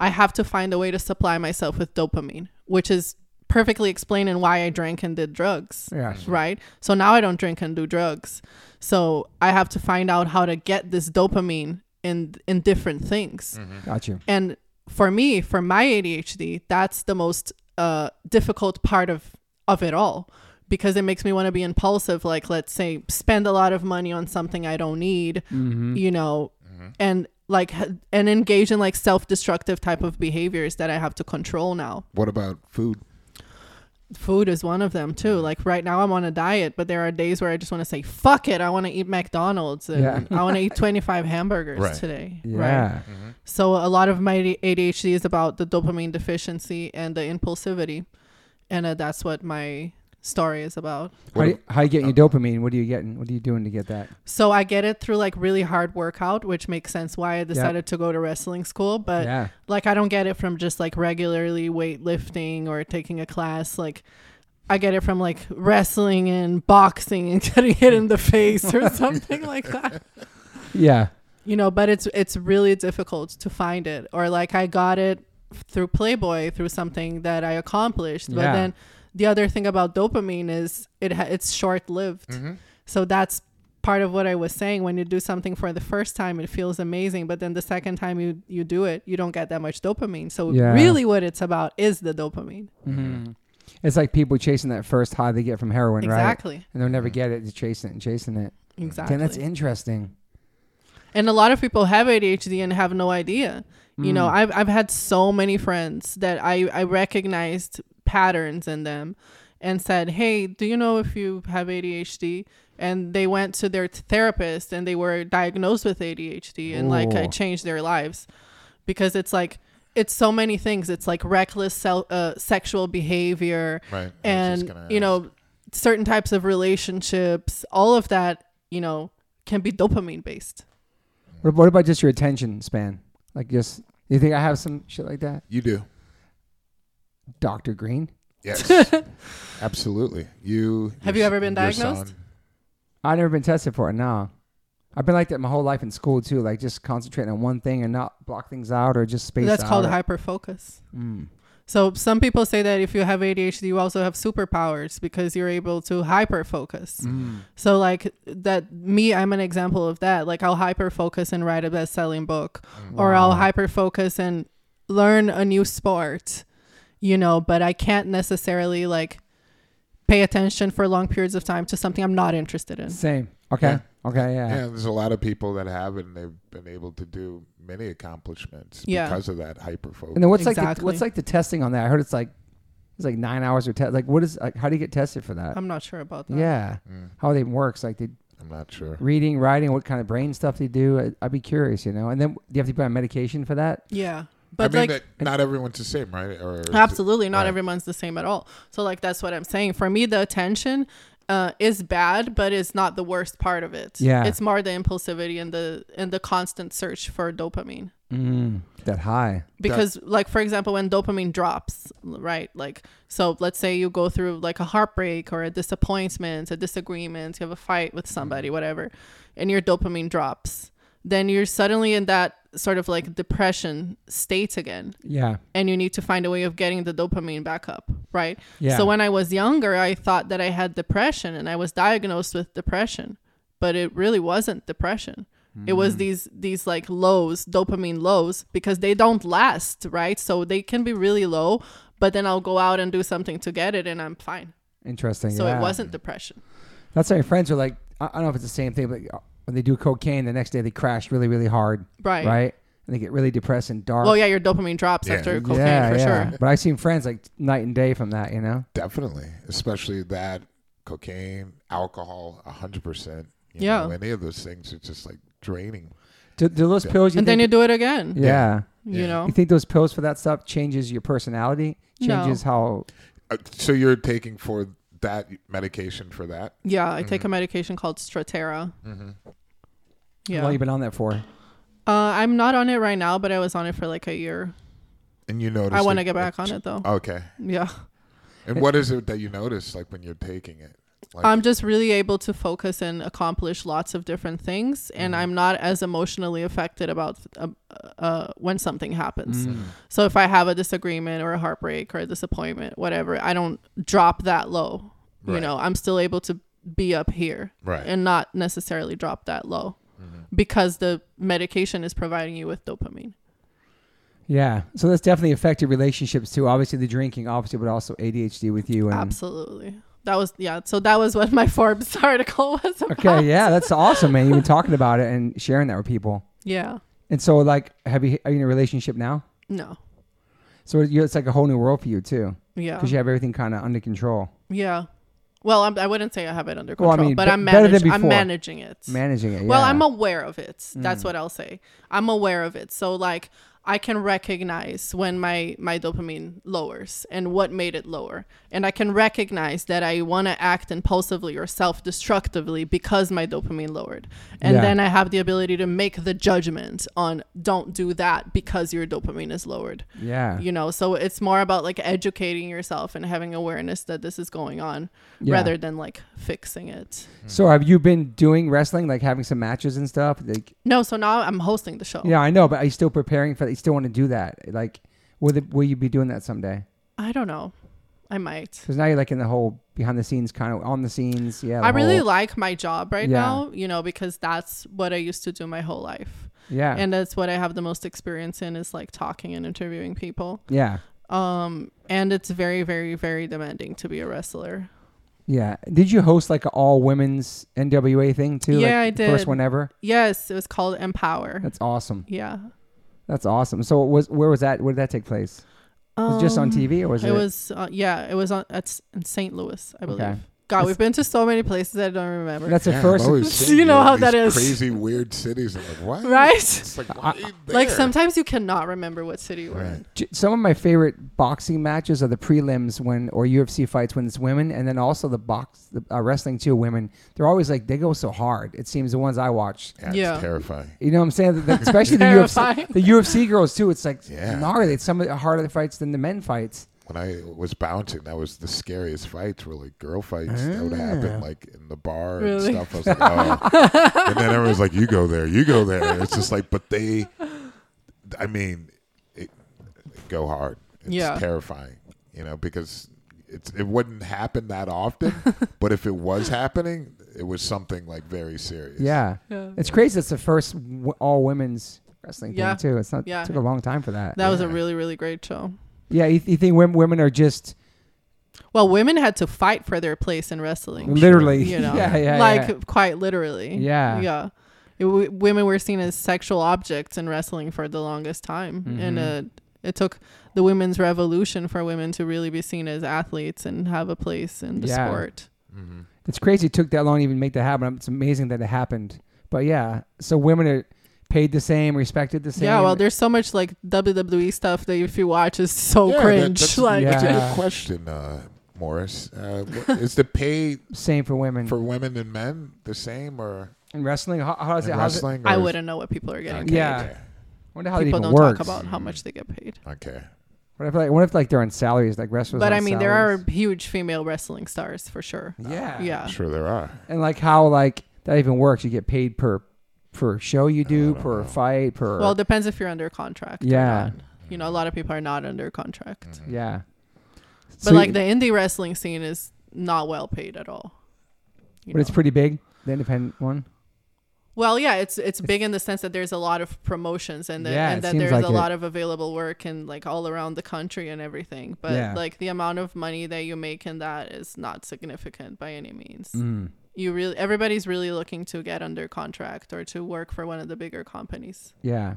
C: I have to find a way to supply myself with dopamine, which is perfectly explaining why I drank and did drugs
A: Yeah.
C: Mm-hmm. right? So now I don't drink and do drugs. So I have to find out how to get this dopamine in in different things.
B: Mm-hmm.
A: Got you.
C: And for me, for my ADHD, that's the most uh, difficult part of of it all because it makes me want to be impulsive. Like let's say spend a lot of money on something I don't need,
A: Mm-hmm.
C: you know, and like h- and engage in like self destructive type of behaviors that I have to control now
B: What about food?
C: food is one of them too. Like right now, I'm on a diet, but there are days where I just want to say, "Fuck it! I want to eat McDonald's and
A: Yeah.
C: I want to eat 25 hamburgers
B: Right.
C: today." Right.
A: Yeah.
B: Mm-hmm.
C: So a lot of my ADHD is about the dopamine deficiency and the impulsivity, and uh, that's what my story is about.
A: How, do you, how you getting
B: Oh.
A: your dopamine? What are you getting? What are you doing to get that?
C: So I get it through like really hard workout, which makes sense why I decided to go to wrestling school. But
A: Yeah.
C: like I don't get it from just like regularly weightlifting or taking a class. Like I get it from like wrestling and boxing and getting hit in the face or something like that.
A: Yeah.
C: You know, but it's it's really difficult to find it. Or like I got it through Playboy through something that I accomplished. But
A: Yeah.
C: then the other thing about dopamine is it ha- it's short lived.
B: Mm-hmm,
C: So that's part of what I was saying. When you do something for the first time, it feels amazing, but then the second time you you do it, you don't get that much dopamine. So
A: Yeah.
C: really, what it's about is the dopamine.
B: Mm-hmm.
A: Mm-hmm. It's like people chasing that first high they get from heroin, right?
C: Exactly.
A: And they'll never get it. They're chasing it and chasing it.
C: Exactly.
A: Then that's interesting.
C: and a lot of people have ADHD and have no idea. You
B: Mm.
A: Hmm.
C: know, I've I've had so many friends that I I recognized patterns in them and said, "Hey, do you know if you have ADHD?" And they went to their t- therapist and they were diagnosed with ADHD and like I
A: Ooh.
C: changed their lives because it's like it's so many things. It's like reckless sel- uh, sexual behavior
B: Right. I was just
C: and
B: gonna
C: you
B: ask.
C: know certain types of relationships, all of that, you know, can be dopamine based.
A: What, what about just your attention span? Like, just you think I have some shit like that,
B: you do.
A: Doctor Green?
B: Yes. Absolutely. You
C: Have
B: your
C: you
B: s-
C: ever been
B: your
C: diagnosed?
B: son-
A: I've never been tested for it. No, I've been like that my whole life in school too. Like just concentrating on one thing and not block things out or just space.
C: That's
A: out
C: called
A: or-
C: hyper focus.
A: Mm.
C: So some people say that if you have ADHD, you also have superpowers because you're able to hyper focus.
B: Mm.
A: Mm,
C: So like that, me, I'm an example of that. Like I'll hyper focus and write a best selling book, or I'll hyper focus and learn a new sport, you know. But I can't necessarily like pay attention for long periods of time to something I'm not interested in.
A: Same. Okay.
B: Yeah.
A: Okay. Yeah.
B: Yeah, there's a lot of people that have it, and they've been able to do many accomplishments
C: Yeah.
B: because of that hyper focus.
A: And then what's like the,
C: Exactly.
A: what's like the testing on that? I heard it's like it's like nine hours or test. Like what is like how do you get tested for that?
C: I'm not sure about that.
A: yeah. How it even works? Like the
B: Mm, I'm not sure.
A: reading, writing, what kind of brain stuff they do? I, I'd be curious, you know. And then do you have to be on medication for that?
C: Yeah.
B: I
C: But
B: mean,
C: like
B: that- not everyone's the same, right? Or is it-
C: Absolutely. Not
B: Right.
C: everyone's the same at all. So, like, that's what I'm saying. For me, the attention uh, is bad, but it's not the worst part of it.
A: Yeah.
C: It's more the impulsivity and the and the constant search for dopamine.
A: Mm. That high.
C: Because, like, for example, when dopamine drops, right? Like, so let's say you go through like a heartbreak or a disappointment, a disagreement, you have a fight with somebody,
A: Mm-hmm.
C: whatever, and your dopamine drops, then you're suddenly in that sort of like depression state again
A: Yeah.
C: and you need to find a way of getting the dopamine back up, right?
A: Yeah.
C: So when I was younger, I thought that I had depression and I was diagnosed with depression, but it really wasn't depression. It
A: Mm.
C: was these these like lows, dopamine lows because they don't last, right? So they can be really low, but then I'll go out and do something to get it and I'm fine.
A: Interesting.
C: So
A: yeah.
C: it wasn't depression.
A: That's why my friends are like, I I don't know if it's the same thing, but uh, when they do cocaine, the next day they crash really, really hard,
C: Right.
A: right? And they get really depressed and dark.
C: Well, yeah, your dopamine drops
B: Yeah.
C: after cocaine for sure.
A: But I've seen friends like night and day from that, you know?
B: Definitely, especially that cocaine, alcohol, hundred percent.
C: Yeah.
B: know, any of those things are just like draining.
A: Do, do those pills you
C: And then you
A: think-
C: do it again.
A: yeah.
C: You
B: Yeah.
C: know?
A: You think those pills for that stuff changes your personality?
C: No.
A: Changes how
B: Uh, so you're taking for that medication for that?
C: Yeah, I take a medication called Stratera. Yeah.
A: how long you been on that for?
C: Uh, I'm not on it right now, but I was on it for like a year.
B: And you notice
C: I want to get back on it though.
B: Okay.
C: Yeah.
B: And what is it that you notice, like when you're taking it? Like,
C: I'm just really able to focus and accomplish lots of different things,
B: Mm-hmm.
C: and I'm not as emotionally affected about uh, uh, when something happens.
B: Mm-hmm.
A: Mm.
C: So if I have a disagreement or a heartbreak or a disappointment, whatever, I don't drop that low. You
B: Right.
C: know, I'm still able to be up here
B: Right. Mm-hmm.
C: and not necessarily drop that low because the medication is providing you with dopamine.
A: Yeah. So that's definitely affected relationships too. Obviously the drinking, obviously, but also ADHD with you and
C: Absolutely. That was yeah. So that was what my Forbes article was about.
A: Okay, yeah, that's awesome, man. You've been talking about it and sharing that with people.
C: Yeah.
A: And so like have you are you in a relationship now?
C: No.
A: So you it's like a whole new world for you too.
C: Yeah.
A: Because you have everything kind of under control.
C: yeah. Well, I'm, I wouldn't say I have it under
A: Well, I
C: control,
A: mean,
C: but
A: be-
C: I'm
A: better than
C: managing. I'm
A: before.
C: managing it.
A: Managing it.
C: Well,
A: yeah. Mm.
C: I'm aware of it. That's what I'll say. I'm aware of it. So like I can recognize when my my dopamine lowers and what made it lower. And I can recognize that I want to act impulsively or self-destructively because my dopamine lowered. And
A: Yeah.
C: then I have the ability to make the judgment on don't do that because your dopamine is lowered.
A: Yeah.
C: You know, so it's more about like educating yourself and having awareness that this is going on
A: Yeah.
C: rather than like fixing it.
A: So have you been doing wrestling, like having some matches and stuff? Like,
C: No, so now I'm hosting the show.
A: yeah, I know, but are you still preparing for? You still want to do that? Like, will the, will you be doing that someday?
C: I don't know. I might.
A: Because now you're like in the whole behind the scenes, kind of on the scenes. Yeah, the
C: I really
A: whole-
C: like my job right
A: Yeah.
C: now, you know, because that's what I used to do my whole life.
A: yeah,
C: And that's what I have the most experience in is like talking and interviewing people.
A: yeah,
C: Um and it's very very very demanding to be a wrestler.
A: yeah. Did you host like an all women's NWA thing too?
C: Yeah,
A: like,
C: I
A: First
C: did.
A: one ever.
C: Yes, it was called Empower.
A: That's awesome.
C: Yeah.
A: That's awesome. So, it was where was that? Where did that take place? Was it just on
C: Um,
A: TV or was it?
C: It was uh, yeah, it was on at S- in St. Louis, I believe.
A: Okay.
C: God,
A: That's-
C: we've been to so many places I don't remember.
A: That's the
B: Yeah, I've
A: first.
B: always seen
C: You know
B: in
C: how
B: these
C: that is.
B: Crazy, weird cities. I'm like, what?
C: right?
B: It's like, why
C: Like
B: there?
C: sometimes you cannot remember what city you were
B: Right.
C: in.
A: J- some of my favorite boxing matches are the prelims when or UFC fights when it's women, and then also the box the, uh, wrestling too. Women, they're always like they go so hard. It seems the ones I watch.
B: Yeah, it's
C: Yeah.
B: terrifying.
A: You know what I'm saying? The- the- especially the UFC,
C: Terrifying.
A: the UFC girls too. It's like
B: Yeah.
A: gnarly. It's some of the harder fights than the men fights.
B: When I was bouncing, that was the scariest fights. Were like girl fights that would happen, like in the bar
C: Ah. Really?
B: and stuff. I was like, oh. and then everyone's like, "You go there, you go there." And it's just like, but they, I mean, it, go hard. It's
C: Yeah.
B: terrifying, you know, because it's it wouldn't happen that often, but if it was happening, it was something like very serious.
A: Yeah,
C: Yeah.
A: it's crazy. It's the first w- all women's wrestling
C: Yeah.
A: thing too. It's not
C: Yeah.
A: took a long time for that.
C: That was a
B: Yeah.
C: really really great show.
A: yeah, you, you think women, women are just
C: Well, women had to fight for their place in wrestling.
A: literally,
C: You know,
A: yeah, yeah,
C: like
A: yeah.
C: quite literally.
A: Yeah.
C: yeah. It, w- women were seen as sexual objects in wrestling for the longest time, and
A: Mm-hmm.
C: uh, it took the women's revolution for women to really be seen as athletes and have a place in the
A: Yeah.
C: sport.
B: Mm-hmm.
A: It's crazy it took that long to even make that happen. It's amazing that it happened. But yeah, so women are paid the same, respected the same.
C: Yeah, well, there's so much like WWE stuff that if you watch is so
B: Yeah, that-
C: Oh, cringe.
B: that's-
C: like,
B: That's a
A: Yeah.
B: good question, uh, Morris. Uh, what, is the pay
A: same for women.
B: for women and men the same or
A: in wrestling, how, how does
B: in
A: it? How's it?
B: wrestling?
C: I
B: or is-
C: wouldn't know what people are getting paid.
A: Yeah. I wonder how it
C: people
A: even
C: don't
A: works.
C: talk about how much they get paid.
B: Okay.
A: What if like, what if like they're on salaries, like wrestlers?
C: but
A: on
C: I mean, there are
A: salaries?
C: huge female wrestling stars for sure.
A: Yeah.
C: Yeah.
B: Sure, there are.
A: And like how like that even works? You get paid per per show you do,
B: I don't
A: per
B: know.
A: fight, per
C: Well, it depends if you're under contract. or
A: Yeah. Mm.
C: not. You know, a lot of people are not under contract.
A: yeah.
C: But like the indie wrestling scene is not well paid at all. you
A: but it's
C: know.
A: pretty big. The independent one.
C: well, yeah, it's it's big in the sense that there's a lot of promotions and, the,
A: Yeah, it
C: and that
A: seems
C: there's
A: like
C: a
A: it.
C: lot of available work and like all around the country and everything. But
A: Yeah.
C: like the amount of money that you make in that is not significant by any means.
A: Mm.
C: You really everybody's really looking to get under contract or to work for one of the bigger companies.
A: Yeah.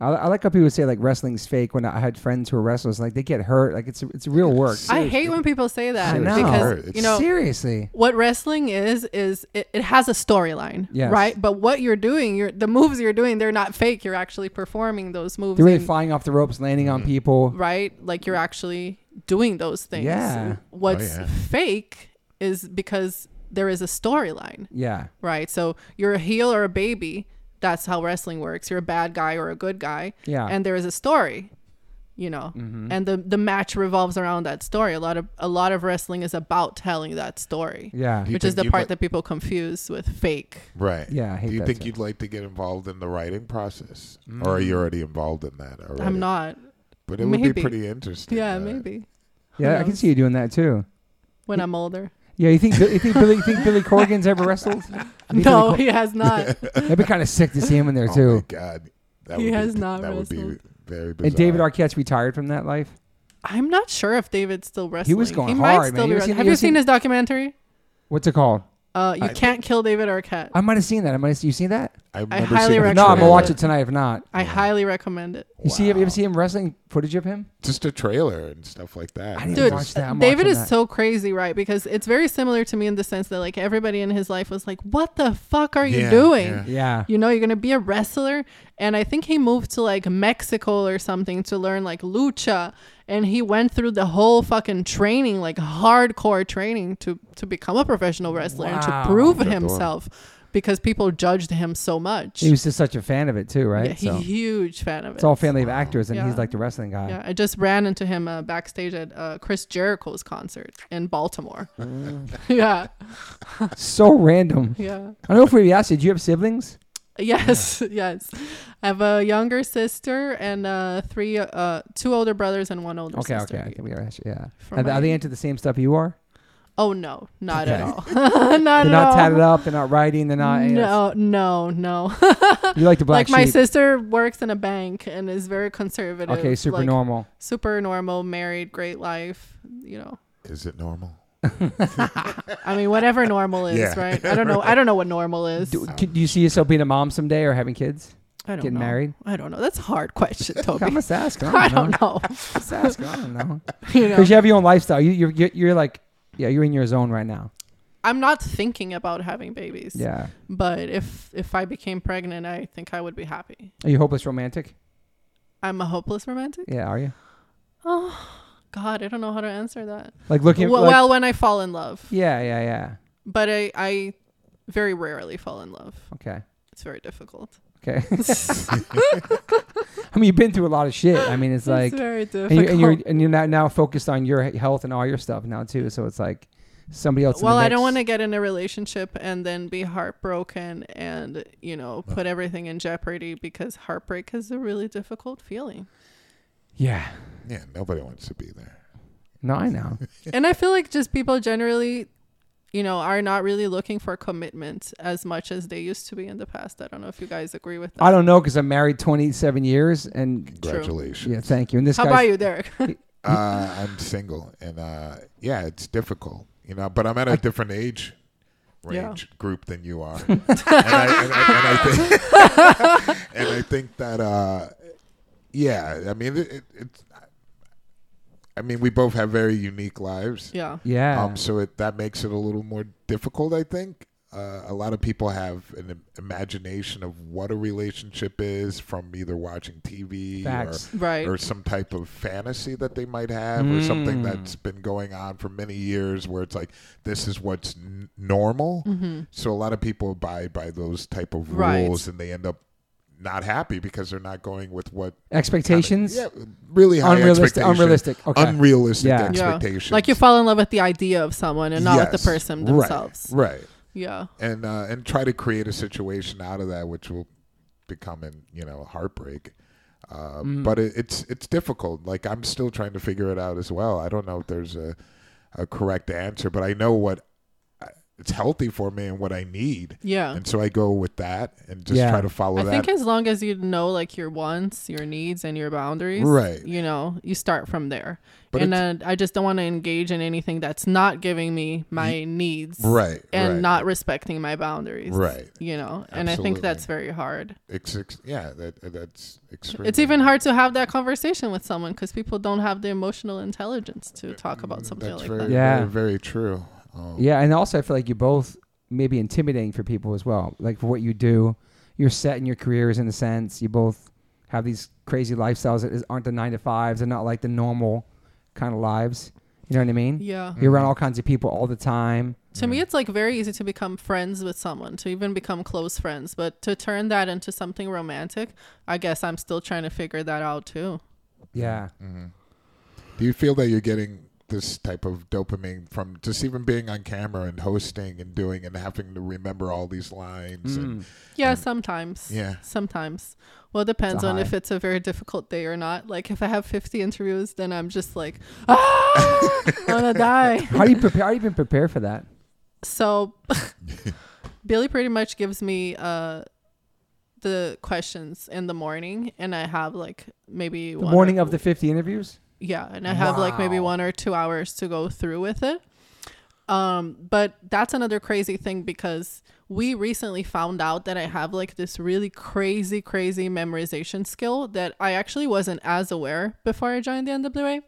A: I, I like how people say like wrestling's fake. When I had friends who were wrestlers, like they get hurt. Like it's it's real work.
C: I hate when people say that
A: I know.
C: because
B: It's
C: you know
A: Seriously.
C: what wrestling is is it, it has a storyline
A: Yes.
C: right but what you're doing you're the moves you're doing they're not fake you're actually performing those moves
A: They're really
C: and-
A: flying off the ropes, landing
B: Mm-hmm.
A: on people.
C: right like you're actually doing those things
A: Yeah.
C: what's
B: Oh, yeah.
C: fake is because there is a storyline
A: Yeah.
C: right so you're a heel or a baby that's how wrestling works you're a bad guy or a good guy
A: Yeah. Mm-hmm.
C: and there is a story you know and the the match revolves around that story a lot of a lot of wrestling is about telling that story
A: yeah.
B: You
C: which is
B: think
C: the
B: you'd
C: part
B: like-
C: that people confuse with fake.
B: Right.
A: Yeah, I hate
B: Do you
A: that
B: think
A: too.
B: you'd like to get involved in the writing process, or are
A: Mm.
B: you already involved in that already?
C: I'm not.
B: But it would
C: Maybe.
B: be pretty interesting.
C: Yeah,
B: uh,
C: maybe
A: Yeah, I can
C: knows?
A: see you doing that too.
C: when I'm older.
A: Yeah, you think you think Billy you think Billy Corgan's ever wrestled? You think
C: No,
A: Billy
C: he has not.
A: Cor- that'd be kind of sick to see him in there
B: Oh my
A: too.
B: God, that
C: He
B: would
C: has
B: be,
C: not
B: That would
C: wrestled.
B: be very bizarre.
A: And David Arquette's retired from that life.
C: I'm not sure if David's still wrestling.
A: was going hard, man. You ever
C: wrestling.
A: seen-
C: Have
A: you
C: you,
A: ever
C: seen,
A: seen-
C: his documentary?
A: What's it called?
C: Uh, you
A: I-
C: can't kill David Arquette.
A: I might have seen that. I might have you seen that?
B: I,
C: I
B: remember
C: highly
B: seeing a
A: If not, I'm gonna
B: trailer.
A: watch it tonight. If not,
C: I highly recommend it.
A: you see, have you ever seen him wrestling footage of him?
B: Just a trailer and stuff like that.
A: I didn't
C: Dude,
A: watch that. I'm
C: David
A: watching
C: is
A: that.
C: so crazy, right? Because it's very similar to me in the sense that like everybody in his life was like, "What the fuck are you
B: Yeah,
C: doing?"
B: yeah.
A: Yeah.
C: You know, you're gonna be a wrestler, and I think he moved to like Mexico or something to learn like lucha, and he went through the whole fucking training, like hardcore training, to to become a professional wrestler and
A: Wow.
C: to prove
B: Good lord.
C: himself, because people judged him so much.
A: He was just such a fan of it too, right?
C: yeah, he's
A: so
C: huge fan of it.
A: it's all family of actors, and he's
C: Yeah.
A: like the wrestling guy.
C: Yeah, I just ran into him uh, backstage at uh, Chris Jericho's concert in Baltimore.
A: Mm.
C: yeah,
A: So random.
C: yeah,
A: I don't know if we asked you. Do you have siblings?
C: yes, yes. I have a younger sister and uh, three, uh, two older brothers and one older
A: Okay,
C: sister.
A: okay. I think we gotta ask you. Yeah.
C: For
A: Are, they- are they
C: my-
A: into the same stuff you are?
C: Oh no, not at
A: Okay.
C: all. not at
A: They're not
C: all.
A: tatted up. They're not writing. They're not.
C: No, no, no.
A: You like the black
C: like my
A: sheep.
C: sister works in a bank and is very conservative.
A: Okay, super
C: like,
A: normal.
C: Super normal, married, great life. You know,
B: Is it normal?
C: I mean, whatever normal is,
B: Yeah.
C: right? I don't know. I don't know what normal is.
A: Do, could- do you see yourself being a mom someday or having kids?
C: I don't
A: Getting
C: know.
A: married?
C: I don't know. That's a hard question, Toby.
A: I'm just asking.
C: Oh, I don't know.
A: Just asking. I don't know.
C: you know,
A: Because you have your own lifestyle. You, you're, you're you're like, yeah, you're in your zone right now.
C: I'm not thinking about having babies.
A: Yeah.
C: But if if I became pregnant, I think I would be happy.
A: Are you hopeless romantic?
C: I'm a hopeless romantic. Oh,
A: Yeah. Are you
C: God, I don't know how to answer that.
A: like looking?
C: Well,
A: like,
C: well, when I fall in love,
A: Yeah. Yeah. Yeah.
C: but I I very rarely fall in love.
A: Okay.
C: It's very difficult.
A: Okay. I mean, you've been through a lot of shit. I mean, it's like,
C: it's very difficult.
A: and you're and you're, and you're now, now focused on your he- health and all your stuff now too. So it's like somebody else. in the
C: well, I don't
A: mix.
C: want to get in a relationship and then be heartbroken and, you know, put everything in jeopardy because heartbreak is a really difficult feeling.
A: Yeah.
B: Yeah, nobody wants to be there.
A: No, I know.
C: and I feel like just people generally, you know, are not really looking for commitment as much as they used to be in the past. I don't know if you guys agree with that.
A: I don't know because I'm married 27 years, and
B: Congratulations.
A: yeah, thank you. And this
C: How
A: guy.
C: about you, Derek?
B: Uh, I'm single, and uh, yeah, it's difficult, you know. But I'm at a different age
C: Yeah.
B: range group than you are, and, I, and, I, and I think, and I think that, uh, yeah, I mean, it, it, it's, I mean, we both have very unique lives.
C: yeah.
A: Yeah.
B: Um, so it, that makes it a little more difficult, I think. Uh, a lot of people have an im- imagination of what a relationship is from either watching TV
A: Facts.
B: or,
C: Right. Mm.
B: or some type of fantasy that they might have or something that's been going on for many years where it's like this is what's n- normal. So a lot of people abide by those type of
C: Mm-hmm. Right.
B: rules and they end up not happy because they're not going with what
A: Expectations.
B: yeah, really high
A: Unrealistic.
B: expectations.
A: Unrealistic. Okay.
B: Unrealistic
A: Yeah. Yeah.
C: Yeah.
B: expectations.
C: Like you fall in love with the idea of someone and not with
B: Yes.
C: the person
B: Right.
C: themselves.
B: Right.
C: Yeah.
B: and uh, and try to create a situation out of that, which will become in you know heartbreak. Uh,
C: Mm-hmm.
B: But it, it's it's difficult. Like I'm still trying to figure it out as well. I don't know if there's a a correct answer, but I know what I- it's healthy for me and what I need,
C: Yeah.
B: and so I go with that and just
A: Yeah.
B: try to follow
C: I
B: that.
C: think as long as you know like your wants, your needs, and your boundaries,
B: Right.
C: You know, you start from there.
B: But
C: and uh, I just don't want to engage in anything that's not giving me my needs,
B: right,
C: And
B: right.
C: not respecting my boundaries,
B: Right.
C: You know, and I think
B: Absolutely.
C: that's very hard.
B: It's, ex- yeah, that that's extremely.
C: It's even hard to have that conversation with someone because people don't have the emotional intelligence to talk about something
B: Mm, That's
C: like
B: very,
C: that.
A: Yeah.
B: very very true. Um,
A: Yeah, and also I feel like you both may be intimidating for people as well. Like for what you do, you're set in your careers in a sense. You both have these crazy lifestyles that is, aren't the nine to fives. They're not like the normal kind of lives. You know what I mean?
C: Yeah. Mm-hmm.
A: You're around all kinds of people all the time.
C: To
B: Mm.
C: me, it's like very easy to become friends with someone, to even become close friends. But to turn that into something romantic, I guess I'm still trying to figure that out too.
A: Yeah.
B: Mm-hmm. Do you feel that you're getting this type of dopamine from just even being on camera and hosting and doing and having to remember all these lines?
C: Mm.
B: And,
C: Yeah, sometimes.
B: Mm. Yeah.
C: Sometimes. Well, it depends
A: a
C: on
A: high.
C: if it's a very difficult day or not. Like if I have 50 interviews, then I'm just like, ah, I want to die.
A: How do you prepare? How do you even prepare for that?
C: So Billy pretty much gives me uh the questions in the morning and I have like maybe
A: The morning of the 50 interviews.
C: yeah, and I have like maybe
A: Wow.
C: one or two hours to go through with it. Um, but that's another crazy thing because we recently found out that I have like this really crazy, crazy memorization skill that I actually wasn't as aware before I joined the NWA.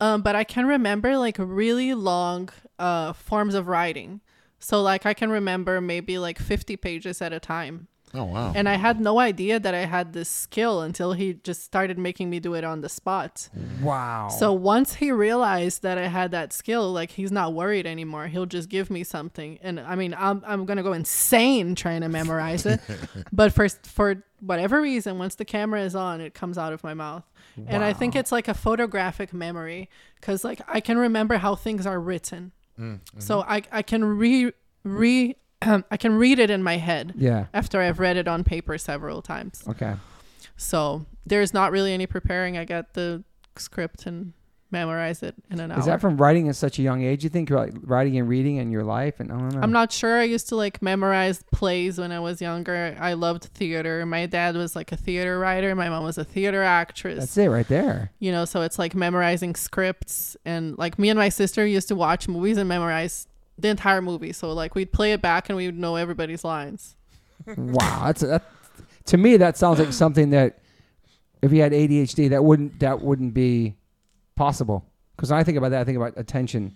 C: Um, but I can remember like really long uh, forms of writing. So like I can remember maybe like 50 pages at a time.
B: Oh wow.
C: And I had no idea that I had this skill until he just started making me do it on the spot.
A: Wow.
C: So once he realized that I had that skill, like he's not worried anymore. He'll just give me something, and I mean, I'm I'm gonna go insane trying to memorize it, but for for whatever reason, once the camera is on, it comes out of my mouth, and I think it's like a photographic memory because like I can remember how things are written, so I I can re re I can read it in my head
A: yeah.
C: after I've read it on paper several times.
A: Okay.
C: So there's not really any preparing. I got the script and memorize it in an hour.
A: Is that from writing at such a young age? You think like writing and reading in your life, and I don't know.
C: I'm not sure. I used to like memorize plays when I was younger. I loved theater. My dad was like a theater writer. My mom was a theater actress.
A: That's it right there.
C: You know, so it's like memorizing scripts and like me and my sister used to watch movies and memorize the entire movie. So like we'd play it back and we would know everybody's lines.
A: Wow. That's that. To me, that sounds like something that if you had ADHD, that wouldn't that wouldn't be possible. Because when I think about that, I think about attention.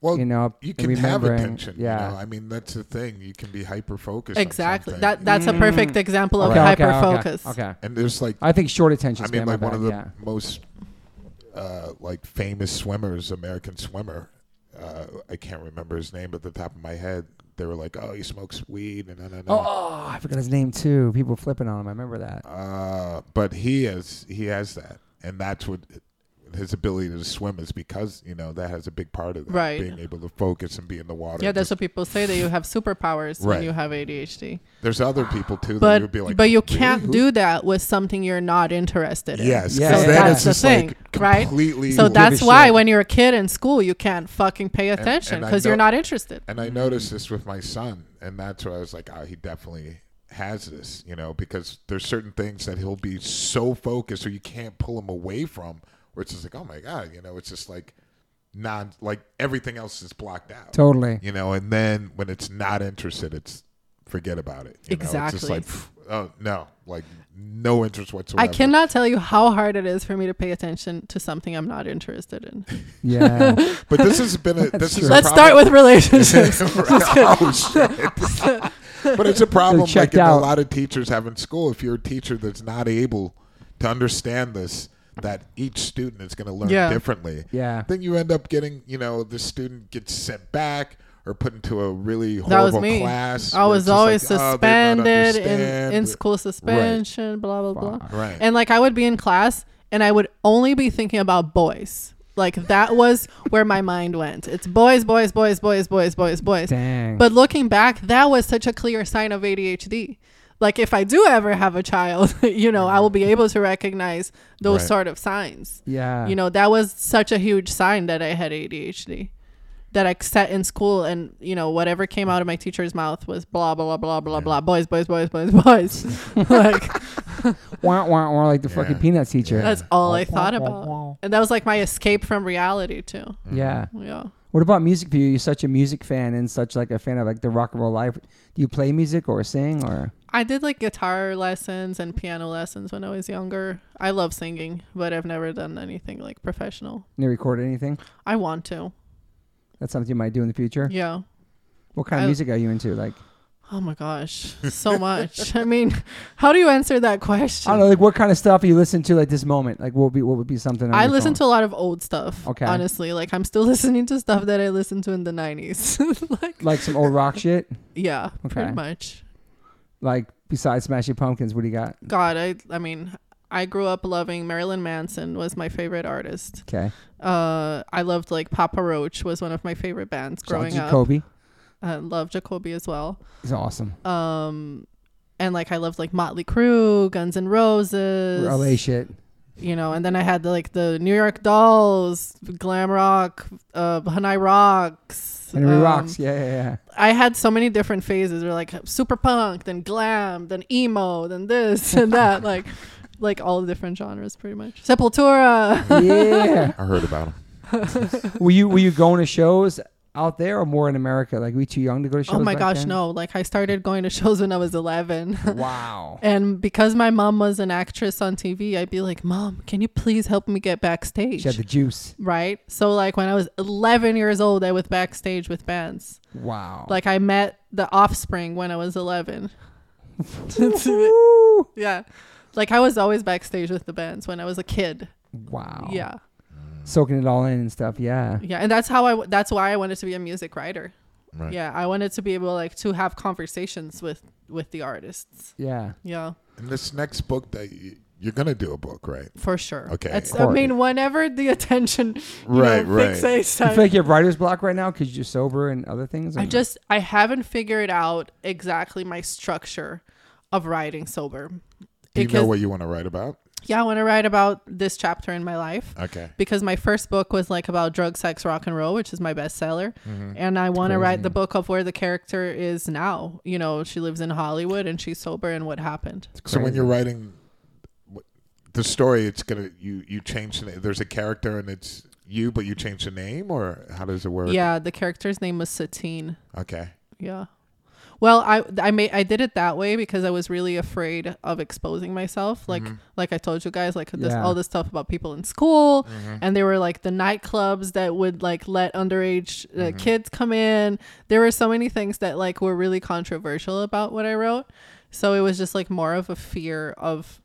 B: well,
A: You know,
B: you
A: and
B: can have
A: remembering-
B: attention.
A: yeah.
B: You know? I mean, that's the thing. You can be hyper focused.
C: Exactly. That that's a perfect example of
A: Mm. Okay, okay,
C: hyper
A: okay,
C: focus.
A: Okay,
B: and there's like
A: I think short attention
B: I
A: span.
B: mean, like
A: my
B: one of the
A: bad, yeah.
B: most uh, like famous swimmers, American swimmer. Uh, I can't remember his name at the top of my head. They were like, "Oh, he smokes weed," and no, no, no.
A: Oh, I forgot his name too. People were flipping on him. I remember that.
B: Uh, but he has he has that, and that's what his ability to swim is because you know that has a big part of that,
C: Right.
B: being able to focus and be in the water.
C: Yeah, that's
B: Just-
C: what people say that you have superpowers
B: Right.
C: when you have ADHD.
B: there's other people too that
C: but
B: you'd be like,
C: but you can't
B: "Really? Who
C: do that with something you're not interested in.
B: Yes,
A: Yeah,
B: because
A: yeah,
B: then
A: yeah.
B: it's
C: That's
B: just
C: the thing,
B: like
C: right?
B: completely.
C: So
A: give a
C: that's why
A: shit.
C: when you're a kid in school, you can't fucking pay
B: and
C: attention
B: I
C: because you're
B: know-
C: not interested.
B: and I noticed this with my son, and that's where I was like, oh, he definitely has this, you know, because there's certain things that he'll be so focused, or you can't pull him away from, where it's just like, oh my god, you know, it's just like non, like everything else is blocked out,
A: Totally.
B: you know. And then when it's not interested, it's forget about it. You Know? It's
C: Exactly.
B: just like, pff, oh no, like no interest whatsoever.
C: I cannot tell you how hard it is for me to pay attention to something I'm not interested in.
A: Yeah.
B: But this has been a. this is a
C: Let's
B: problem-
C: start with relationships.
B: oh, shit. but it's a problem like
A: checked
B: in a
A: out.
B: lot of teachers have in school. If you're a teacher that's not able to understand this, that each student is going to learn
C: Yeah.
B: differently,
A: yeah.
B: then you end up getting, you know, the student gets sent back or put into a really
C: that was
B: horrible
C: me.
B: class.
C: I
B: where
C: was
B: it's just
C: always
B: like, oh, they're not
C: suspended in,
B: understand.
C: in school suspension, blah, blah, blah.
B: Right.
C: And like I would be in class and I would only be thinking about boys. Like that was where my mind went. It's boys, boys, boys, boys, boys, boys, boys.
A: Dang.
C: But looking back, that was such a clear sign of ADHD. Like if I do ever have a child, you know, I will be able to recognize those
B: Right.
C: sort of signs.
A: yeah.
C: You know, that was such a huge sign that I had ADHD. That I sat in school and, you know, whatever came out of my teacher's mouth was blah blah blah blah blah blah boys, boys, boys, boys, boys. like
A: wah, wah, wah, like the fucking
B: Yeah.
A: peanuts teacher.
C: That's all I thought about. And that was like my escape from reality too.
A: Yeah.
C: Yeah.
A: What about music for you? You're such a music fan and such like a fan of like the rock and roll life. Do you play music or sing or?
C: I did like guitar lessons and piano lessons when I was younger. I love singing, but I've never done anything like professional.
A: You record anything?
C: I want to.
A: That's something you might do in the future.
C: Yeah.
A: What kind of
C: I-
A: music are you into? Like,
C: Oh my gosh. So much. I mean, how do you answer that
A: I don't
C: question?
A: know, like what kind of stuff are you listen to like this moment? Like, what would be what would be something? on
C: I
A: your
C: listen to
A: phone?
C: a lot of old stuff.
A: Okay.
C: Honestly, like I'm still listening to stuff that I listened to in the 90s. like
A: like some old rock shit.
C: yeah,
A: Okay.
C: pretty much.
A: Like besides Smashing Pumpkins, what do you got?
C: God, I I mean, I grew up loving Marilyn Manson was my favorite artist.
A: Okay,
C: uh, I loved like Papa Roach was one of my favorite bands growing
A: John
C: up.
A: Jacoby
C: I loved Jacoby as well.
A: is awesome.
C: Um, and like I loved like Motley Crue, Guns N' Roses,
A: LA shit.
C: you know. And then I had like the New York Dolls, glam rock, uh, Hanai Rocks,
A: And
C: um,
A: rocks. Yeah, yeah, yeah.
C: I had so many different phases. Where like super punk, then glam, then emo, then this and that. like, like all the different genres, pretty much. Sepultura.
A: yeah.
B: I heard about him.
A: Were you were you going to shows out there, or more in America? Like, we too young to go to shows?
C: Oh my
A: back
C: gosh,
A: then?
C: no. Like I started going to shows when I was 11.
A: Wow.
C: and because my mom was an actress on TV, I'd be like, "Mom, can you please help me get backstage?"
A: She had the juice.
C: right? So like when I was 11 years old, I was backstage with bands.
A: Wow.
C: Like I met The Offspring when I was 11.
A: Woo!
C: Yeah. Like I was always backstage with the bands when I was a kid.
A: wow.
C: Yeah.
A: Soaking it all in and stuff. Yeah.
C: Yeah, and that's how I w- that's why I wanted to be a music writer.
B: Right.
C: Yeah, I wanted to be able like to have conversations with with the artists.
A: Yeah.
C: Yeah,
B: And this next book that you, you're gonna do a book, right?
C: for sure.
B: Okay.
C: It's- I
A: Course.
C: mean, whenever the attention, you
B: Right,
C: know,
B: right.
C: fixates
A: You
C: on-
A: feel like you have writer's block right now because you're sober and other things.
C: I
B: Mm.
A: and-
C: just I haven't figured out exactly my structure of writing sober.
B: Do you
C: Because-
B: know what you want to write about?
C: yeah, I want to write about this chapter in my life.
B: Okay.
C: because my first book was like about drug, sex, rock and roll, which is my bestseller.
B: Mm-hmm.
C: And I want to write the book of where the character is now. You know, she lives in Hollywood and she's sober and what happened.
B: So when
A: Crazy.
B: you're writing what- the story, it's gonna you you change the, there's a character and it's you, but you change the name, or how does it work?
C: Yeah, the character's name was Satine.
B: Okay.
C: Yeah. Well, I I made I did it that way because I was really afraid of exposing myself. Like like I told you guys, like this,
A: Yeah.
C: all this stuff about people in school,
B: Mm-hmm.
C: and they were like the nightclubs that would like let underage uh, kids come in. There were so many things that like were really controversial about what I wrote. So it was just like more of a fear of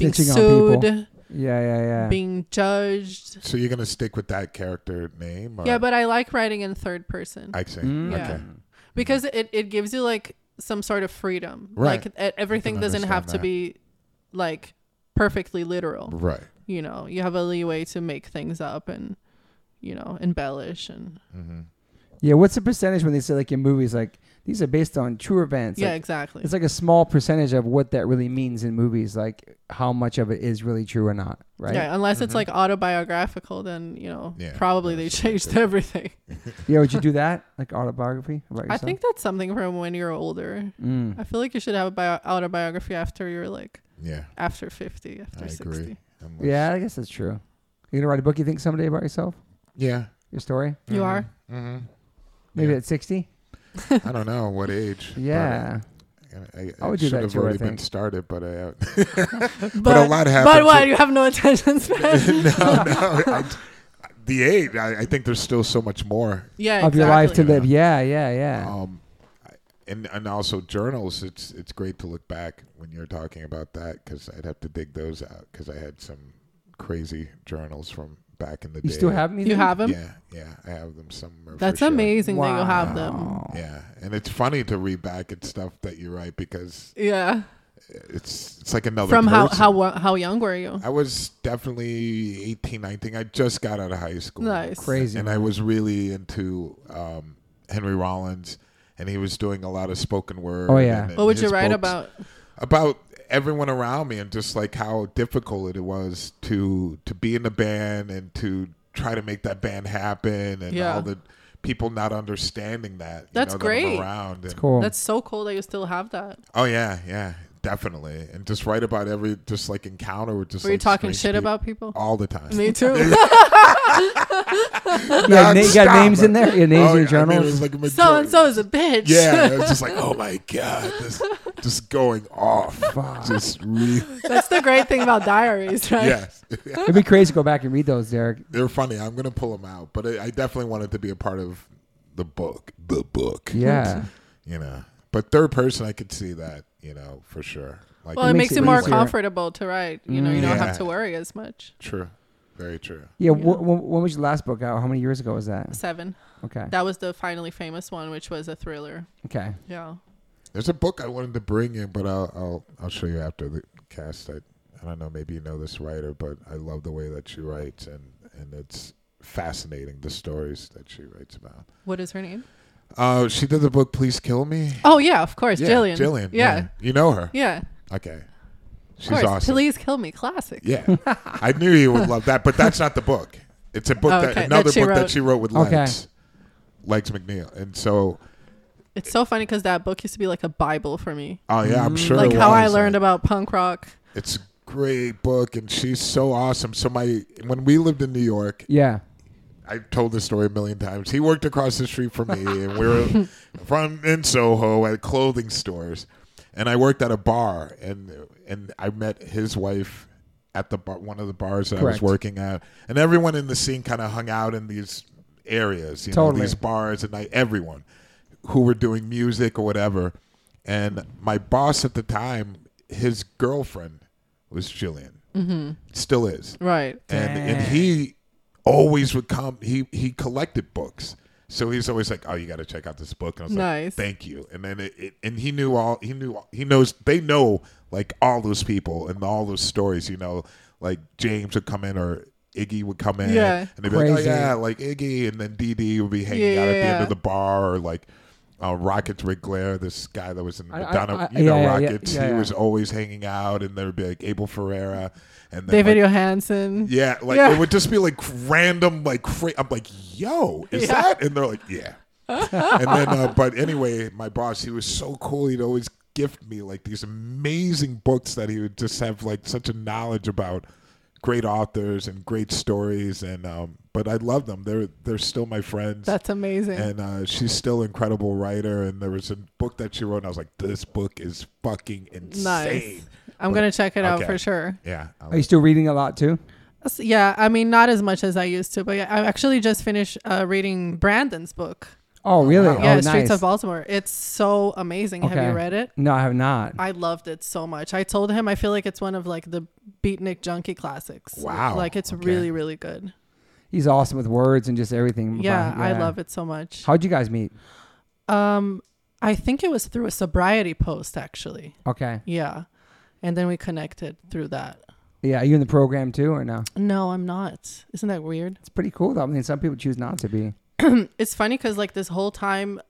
C: being
A: snitching on
C: sued,
A: people. Yeah, yeah, yeah.
C: being judged.
B: So you're gonna stick with that character name? Or?
C: Yeah, but I like writing in third person.
B: I see.
A: Mm.
C: Yeah.
B: Okay.
C: because it, it gives you like some sort of freedom
B: Right.
C: like e- everything
B: can
C: doesn't have
B: understand that.
C: to be like perfectly literal
B: Right.
C: you know you have a leeway to make things up and you know embellish and
B: Mm-hmm.
A: Yeah. What's the percentage when they say like in movies like these are based on true events?
C: yeah
A: Like,
C: exactly
A: it's like a small percentage of what that really means in movies, like how much of it is really true or not, right?
C: yeah unless it's like autobiographical then you know
B: Mm-hmm. Yeah,
C: probably they
B: that's
C: changed
B: different.
C: everything
A: Yeah, would you do that? Like autobiography about
C: i
A: yourself?
C: think that's something from when you're older
A: Mm.
C: i feel like you should have a bio- autobiography after you're like
B: Yeah.
C: after 50 after
B: I
C: 60
B: agree. Unless-
A: Yeah, I guess that's true. You gonna write a book? You think someday about yourself,
B: Yeah.
A: your story?
C: you are
B: Mm-hmm.
A: Maybe
B: Yeah.
A: at sixty.
B: I don't know what age. but,
A: Yeah.
B: uh, I, I,
A: I would do
B: should
A: that
B: have
A: too, I
B: already been
A: think.
B: started, but I.
C: but,
B: a lot
C: but
B: happened
C: what
B: to-
C: you have no attention span
B: no, no. I, the age. I, I think there's still so much more.
C: yeah
A: Of your life to
C: exactly.
A: live. Yeah, yeah, yeah.
B: Um, I- and and also journals. It's it's great to look back when you're talking about that because I'd have to dig those out because I had some crazy journals from back in the
A: you
B: day.
A: still have me?
C: you have them
B: Yeah, yeah. I have them somewhere. for
C: That's
B: sure.
C: amazing that you have them.
A: Wow.
B: Yeah, and it's funny to read back at stuff that you write because
C: Yeah.
B: it's it's like another
C: From how,
B: person.
C: how wa- how young were you?
B: I was definitely 18, 19. I just got out of high school.
C: Nice.
A: Crazy.
B: And I was really into um, Henry Rollins, and he was doing a lot of spoken word.
A: Oh, yeah.
B: and- and
C: What would you
B: his
C: write
B: books-
C: about?
B: About everyone around me, and just like how difficult it was to to be in the band and to try to make that band happen, and
C: Yeah.
B: all the people not understanding that. you
C: That's
B: know, that I'm
C: great.
B: around and-
A: Cool.
C: That's so cool that you still have that.
B: Oh yeah, yeah, definitely. And just write about every just like encounter with just.
C: Were you
B: like,
C: talking
B: strange
C: shit
B: people
C: about people?
B: all the time?
C: Me too.
A: you, got
B: Nah,
A: na- you got
B: stop.
A: names in there? Your names
B: Oh,
A: in
B: yeah,
A: your
B: I mean, it
A: journals?
B: was like a
C: so and
B: majority-
C: so is a bitch.
B: Yeah, it was just like, oh my god, this just going off. Just really,
C: That's the great thing about diaries, right?
B: yes,
A: It'd be crazy to go back and read those, Derek.
B: they're funny. I'm gonna pull them out, but I, I definitely wanted to be a part of the book, the book.
A: Yeah.
B: you know. But third person, I could see that, you know, for sure. Like
C: Well, it, makes,
A: makes
C: you
A: it
C: more
A: easier.
C: comfortable to write. You know, you don't
B: Yeah.
C: have to worry as much.
B: true, very true.
A: Yeah. Wh- wh- when was your last book out? How many years ago was that?
C: Seven.
A: Okay.
C: That was the finally famous one, which was a thriller.
A: Okay.
C: Yeah.
B: There's a book I wanted to bring in, but I'll I'll, I'll show you after the cast. I, I don't know, maybe you know this writer, but I love the way that she writes, and and it's fascinating the stories that she writes about.
C: What is her name?
B: Uh, she did the book "Please Kill Me."
C: Oh yeah, of course,
B: Yeah,
C: Jillian.
B: Jillian.
C: Yeah.
B: you know her.
C: Yeah.
B: Okay,
C: Of
B: she's
C: course.
B: awesome.
C: Please kill me. Classic.
B: Yeah, I knew you would love that, but that's not the book. It's a book
C: Oh,
B: that
C: okay, that
B: another
C: she
B: book
C: wrote.
B: that she wrote with
A: Okay.
B: Lex, Lex McNeil, and so
C: It's so funny because that book used to be like a bible for me.
B: oh yeah, I'm sure
C: like
B: it
C: how I
B: was.
C: learned about punk rock.
B: It's a great book, and she's so awesome. So my when we lived in New York,
A: Yeah.
B: I've told this story a million times. He worked across the street from me, and we were from in Soho at clothing stores, and I worked at a bar, and and I met his wife at the bar, one of the bars that I
A: Correct.
B: was working at, and everyone in the scene kind of hung out in these areas, you
A: Totally.
B: know, these bars, and I, everyone who were doing music or whatever, and my boss at the time, his girlfriend was Jillian, mm-hmm. still is,
C: Right.
B: and and he always would come. He he collected books, so he's always like, "Oh, you got to check out this book." And I was
C: Nice.
B: like, "Thank you." And then it, it and he knew all he knew he knows they know like all those people and all those stories. You know, like James would come in or. Iggy would come in,
C: Yeah.
B: and they'd be like, "Oh
A: Crazy.
B: yeah, like Iggy," and then Dee Dee would be hanging
C: Yeah,
B: out at
C: yeah,
B: the
C: yeah.
B: end of the bar, or like uh, Rockets Rick Glare, this guy that was in
A: I- I-
B: Madonna,
A: I-
B: you know,
A: yeah, yeah, yeah,
B: Rockets.
A: yeah,
B: he
A: yeah.
B: was always hanging out, and there would be like Abel Ferreira, and then
C: David
B: like,
C: Johansen.
B: yeah, like
C: Yeah.
B: it would just be like random, like cra- I'm like, yo, is
C: Yeah.
B: that? And they're like, yeah. and then, uh, but anyway, my boss, he was so cool. He'd always gift me like these amazing books that he would just have like such a knowledge about great authors and great stories. And um, but I love them. They're they're still my friends.
C: That's amazing.
B: and uh, she's still an incredible writer. And there was a book that she wrote, and I was like, "This book is fucking insane."
C: nice. I'm gonna check it out
B: okay.
C: for sure.
B: Yeah, I
A: Are you still reading a lot too?
C: S- Yeah, I mean, not as much as I used to, but yeah, I actually just finished uh, reading Brandon's book.
A: Oh, really?
C: Yeah,
A: oh,
C: Streets
A: nice.
C: of Baltimore. It's so amazing. Have
A: Okay.
C: you read it?
A: No, I have not.
C: I loved it so much. I told him I feel like it's one of like the beatnik junkie classics.
B: Wow,
C: Like it's
B: okay.
C: really really good.
A: He's awesome with words and just everything. about-
C: Yeah, I love it so much.
A: How'd you guys meet?
C: Um I think it was through a sobriety post actually.
A: Okay.
C: Yeah. And then we connected through that.
A: Yeah, are you in the program too or no?
C: No, I'm not. Isn't that weird?
A: It's pretty cool though. I mean, some people choose not to be.
C: it's funny because like this whole time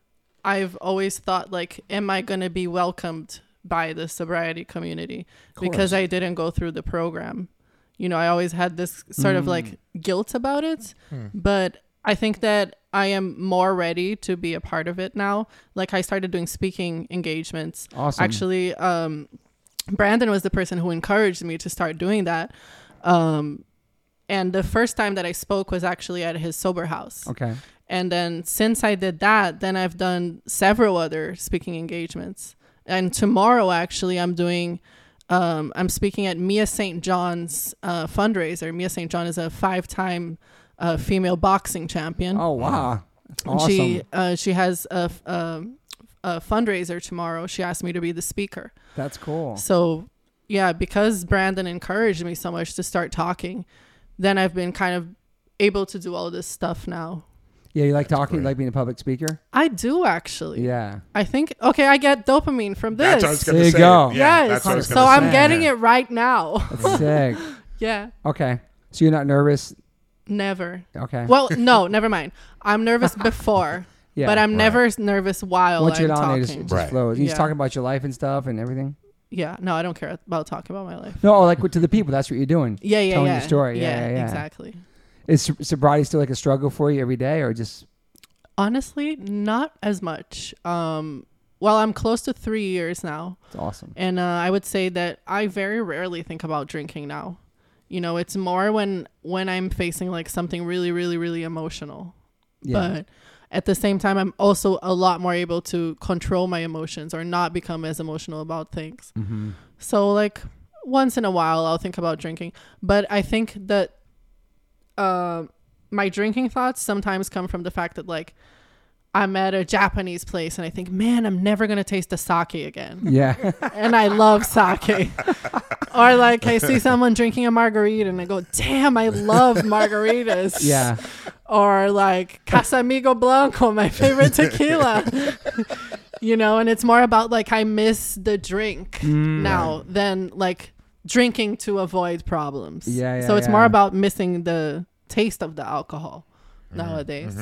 C: i've always thought like am i going to be welcomed by the sobriety community because i didn't go through the program you know i always had this sort of like guilt about it but i think that i am more ready to be a part of it now like i started doing speaking engagements
A: Awesome.
C: actually um brandon was the person who encouraged me to start doing that um and the first time that i spoke was actually at his sober house
A: Okay.
C: and then since I did that, then I've done several other speaking engagements. And tomorrow, actually, I'm doing, um, I'm speaking at Mia St. John's uh, fundraiser. Mia St. John is a five time uh, female boxing champion.
A: Oh wow. That's
C: And
A: awesome.
C: She, uh, she has a, f- um, a fundraiser tomorrow. She asked me to be the speaker.
A: That's cool.
C: So, yeah, because Brandon encouraged me so much to start talking, then I've been kind of able to do all this stuff now.
A: Yeah, you like talking, you
B: great.
A: like being a public speaker?
C: I do actually.
A: Yeah.
C: I think okay, I get dopamine from
B: That's
C: this.
B: what I was gonna
A: There you
B: say.
A: go.
B: Yeah,
C: yes.
B: that's what I was
C: so
B: gonna say.
C: I'm getting it right now.
A: That's sick.
C: yeah.
A: Okay. So you're not nervous?
C: Never.
A: Okay.
C: Well, no, never mind. I'm nervous before,
A: yeah.
C: but I'm
B: right.
C: never s- nervous while
A: once
C: I'm
A: you're down there,
C: talking.
A: it just, it just
B: Right.
A: flows. You're just
C: Yeah.
A: talking about your life and stuff and everything.
C: yeah. No, I don't care about talking about my life.
A: No, oh, like to the people. That's what you're doing.
C: Yeah, yeah,
A: Telling
C: yeah.
A: your story. Yeah, yeah, yeah.
C: exactly.
A: Is so- sobriety still like a struggle for you every day, or just
C: Honestly, not as much. Um, well, I'm close to three years now.
A: it's awesome?
C: And uh, I would say that I very rarely think about drinking now. You know, it's more when when I'm facing like something really, really, really emotional.
A: Yeah.
C: But at the same time, I'm also a lot more able to control my emotions or not become as emotional about things.
A: Mhm.
C: So like once in a while, I'll think about drinking. But I think that uh, my drinking thoughts sometimes come from the fact that like I'm at a Japanese place and I think, man, I'm never gonna taste the sake again
A: Yeah.
C: and I love sake. or like I see someone drinking a margarita and I go, damn, I love margaritas.
A: yeah.
C: Or like Casamigo Blanco, my favorite tequila. you know, and it's more about like I miss the drink
B: Mm.
A: Mm.
C: now than like drinking to avoid problems.
A: Yeah,
C: so
A: yeah,
C: it's more
A: yeah.
C: about missing the taste of the alcohol
B: Mm-hmm.
C: nowadays.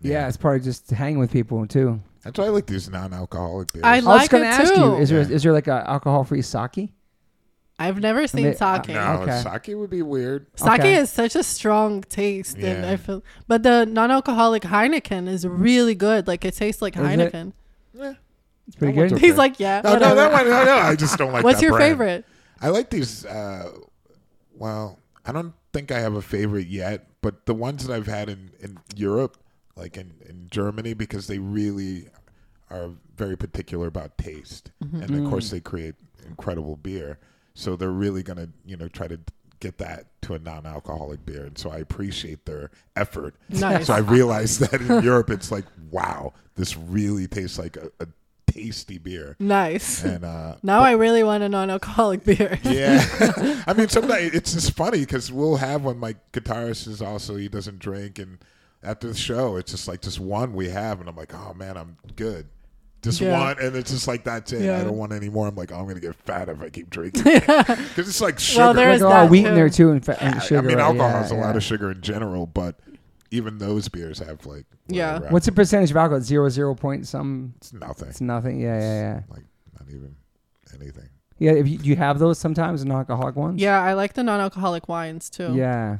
A: Yeah. It's probably just hanging with people too.
B: That's why I like these non-alcoholic beers.
C: I
A: I was
C: like
A: gonna
C: it
A: ask
C: too.
A: you: is there is
B: Yeah.
A: there like a alcohol-free sake?
C: I've never seen
A: mean, I-
C: sake.
B: uh, no,
A: Okay.
B: sake would be weird.
C: Sake
A: Okay.
C: is such a strong taste, and
B: Yeah.
C: I feel. But the non-alcoholic Heineken is really good. Like it tastes like
A: Is it?
C: Heineken.
B: Yeah.
A: It's pretty
B: I want
A: good.
B: to-
C: He's like, yeah.
B: Eh. No, no,
C: whatever.
B: that one. No, no, I just don't like.
C: What's
B: that
C: your
B: brand.
C: favorite?
B: I like these. Uh, well, I don't think I have a favorite yet, But the ones that I've had in, in Europe, like in, in Germany, because they really are very particular about taste. And of course, they create incredible beer. So they're really going to, you know, try to get that to a non alcoholic beer. And so I appreciate their effort.
C: Nice.
B: So I realized that in Europe, it's like, wow, this really tastes like a, a tasty beer.
C: Nice.
B: And, uh,
C: Now I really want a non-alcoholic beer.
B: yeah. I mean, sometimes it's just funny because we'll have one. My guitarist is also, he doesn't drink. And after the show, it's just like just one we have. And I'm like, oh man, I'm good. Just
C: Yeah.
B: one. And it's just like, that's it. I
C: Yeah.
B: don't want any more. I'm like, oh, I'm going to get fat if I keep drinking. Because it's like sugar.
C: there
A: Like
C: is
A: a lot of
C: that,
A: wheat in
C: too.
A: there too, and, fa- and
B: I-
A: sugar.
B: I mean,
A: right?
B: alcohol
A: Yeah,
B: has a
A: yeah.
B: lot of sugar in general, but even those beers have like,
C: Yeah.
B: whatever,
A: What's the percentage of alcohol? Zero, zero point some.
B: It's nothing.
A: It's nothing. Yeah, yeah,
B: Like, not even anything.
A: yeah. Yeah, if you, do you have those sometimes, non-alcoholic ones?
C: Yeah, I like the non-alcoholic wines too.
A: Yeah.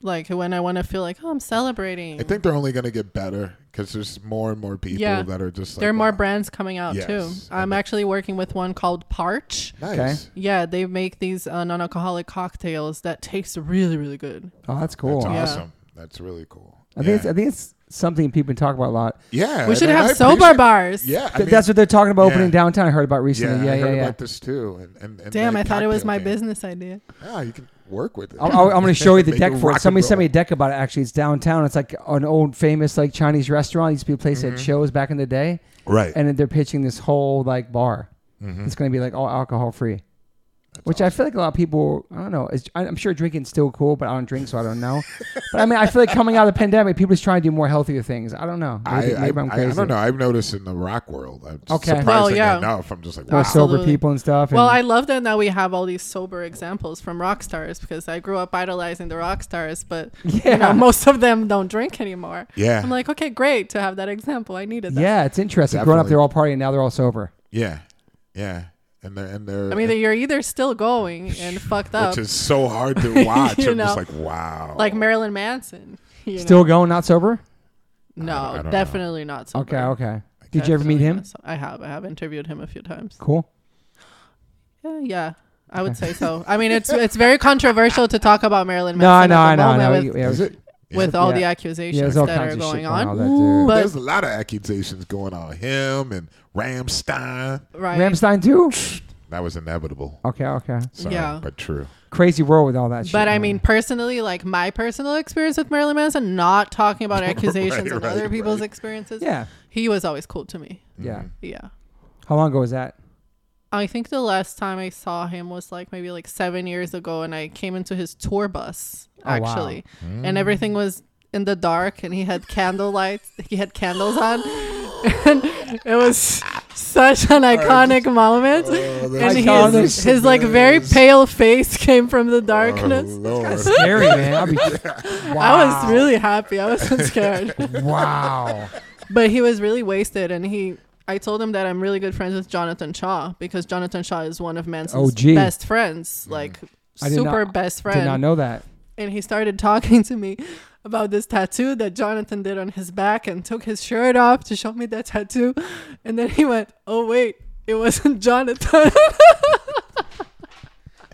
C: Like when I want to feel like, oh, I'm celebrating.
B: I think they're only going to get better because there's more and more people
C: Yeah.
B: that are just like,
C: there are more
B: wow.
C: brands coming out too.
B: Yes.
C: I'm actually working with one called Parch.
B: Nice.
C: Yeah, they make these uh, non-alcoholic cocktails that taste really, really good.
A: Oh, that's cool.
B: That's
C: Yeah.
B: awesome. That's really cool.
A: I think
B: yeah.
A: it's, I think it's something people talk about a lot.
B: yeah.
C: we
B: I
C: should
B: mean, I
C: have sober
B: appreciate-
C: bars.
B: Yeah, I
A: Th-
B: mean,
A: that's what they're talking about opening
B: yeah.
A: downtown. I heard about recently.
B: I
A: Yeah,
B: heard
A: yeah, yeah.
B: about this too. And, and, and
C: Damn,
B: the
C: I thought it was my
B: cocktail thing.
C: business idea.
B: Yeah, you can work with it.
A: I'll, I'll- I'm going to show you the
B: Make
A: deck for
B: rock
A: it.
B: and
A: Somebody sent me
B: roll.
A: a deck about it. Actually, it's downtown. It's like an old famous like Chinese restaurant. It used to be a place
B: Mm-hmm.
A: that had shows back in the day,
B: right.
A: and then they're pitching this whole like bar.
B: Mm-hmm.
A: It's going to be like all alcohol free, which I feel like a lot of people. I don't know. Is, I- I'm sure drinking's still cool, but I don't drink, so I don't know. but I mean, I feel like coming out of the pandemic, people just trying to do more healthier things. I don't know.
B: I,
A: Maybe,
B: I,
A: maybe I'm
B: I-
A: crazy.
B: I don't know. I've noticed in the rock world. I'm just
A: Okay. Well,
B: surprising
C: yeah.
B: enough. I'm just like,
A: More
B: wow.
C: so-
A: sober
C: Absolutely.
A: people and stuff.
C: Well,
A: and-
C: I love that now we have all these sober examples from rock stars because I grew up idolizing the rock stars, but
A: Yeah.
C: you know, most of them don't drink anymore.
B: Yeah.
C: I'm like, okay, great to have that example. I needed that.
A: yeah, it's interesting. Growing up,
B: Definitely.
A: they're all partying. Now they're all sober.
B: yeah, yeah. And they're and they're.
C: I mean, you're either still going and fucked up,
B: which is so hard to watch.
C: You
B: I'm just
C: know.
B: like, wow.
C: like Marilyn Manson. you
A: Still
C: know?
A: going, not sober.
B: I
C: No,
B: don't know.
C: definitely not. Sober.
A: Okay, okay. Did you ever meet
C: Definitely
A: him?
C: not so- I have. I have interviewed him a few times.
A: Cool.
C: Yeah, yeah. I would say so. I mean, it's it's very controversial to talk about Marilyn
A: No,
C: Manson.
A: no,
C: at the
A: no, no.
C: moment
A: Yeah,
C: With,
A: it was-
B: Is it?
C: with all the
A: Yeah. yeah,
C: accusations
A: there's all
C: that
A: kinds
C: are
A: of
C: going
A: shit
C: on.
A: Going on
C: But-
B: There's a lot of accusations going on. Him and Ramstein.
C: right.
A: that dude. Ramstein too.
B: That was inevitable.
A: Okay, okay.
B: Sorry,
C: Yeah.
B: but true.
A: Crazy world with all that shit.
C: But I
A: man.
C: mean, personally, like my personal experience with Marilyn Manson, not talking about accusations
B: Right,
C: and
B: right,
C: other people's
B: right.
C: experiences.
A: yeah,
C: He was always cool to me.
B: Mm-hmm.
A: yeah.
C: Yeah.
A: How long ago was that?
C: I think the last time I saw him was like maybe like seven years ago, and I came into his tour bus
A: Oh, wow.
C: actually, and everything was in the dark, and he had candle lights, he had candles on, and it was such an iconic moment.
B: Oh,
C: and
A: Iconic.
C: his, his like very pale face came from the darkness.
B: Oh, Lord.
A: Scary man. I'll be,
C: I
A: Oh, wow.
C: was really happy. I wasn't scared.
A: wow.
C: but he was really wasted and he I told him that I'm really good friends with Jonathan Shaw because Jonathan Shaw is one of Manson's
A: OG.
C: best friends, like
A: Oh, I did
C: super
A: not-
C: best
A: Did not
C: friend.
A: know that.
C: And he started talking to me about this tattoo that Jonathan did on his back and took his shirt off to show me that tattoo. And then he went, "Oh wait, it wasn't Jonathan."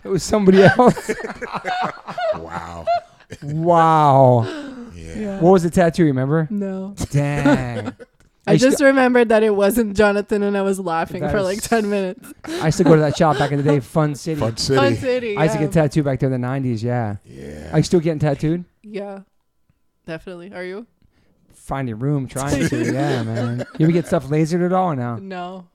A: It was somebody else.
B: Wow.
A: wow.
B: Yeah.
A: What was the tattoo? Remember?
C: no.
A: Dang.
C: I just remembered that it wasn't Jonathan and I was laughing
A: That
C: for
A: is-
C: like 10 minutes.
A: I used to go to that shop back in the day, Fun City.
B: Fun City.
C: Fun City.
A: I used to
C: yeah.
A: get tattooed back there in the '90s. Yeah.
B: Yeah.
A: Are you still getting tattooed?
C: yeah. Definitely. Are you?
A: Find a room, trying to. Yeah, man. You ever get stuff lasered at all or no?
C: No,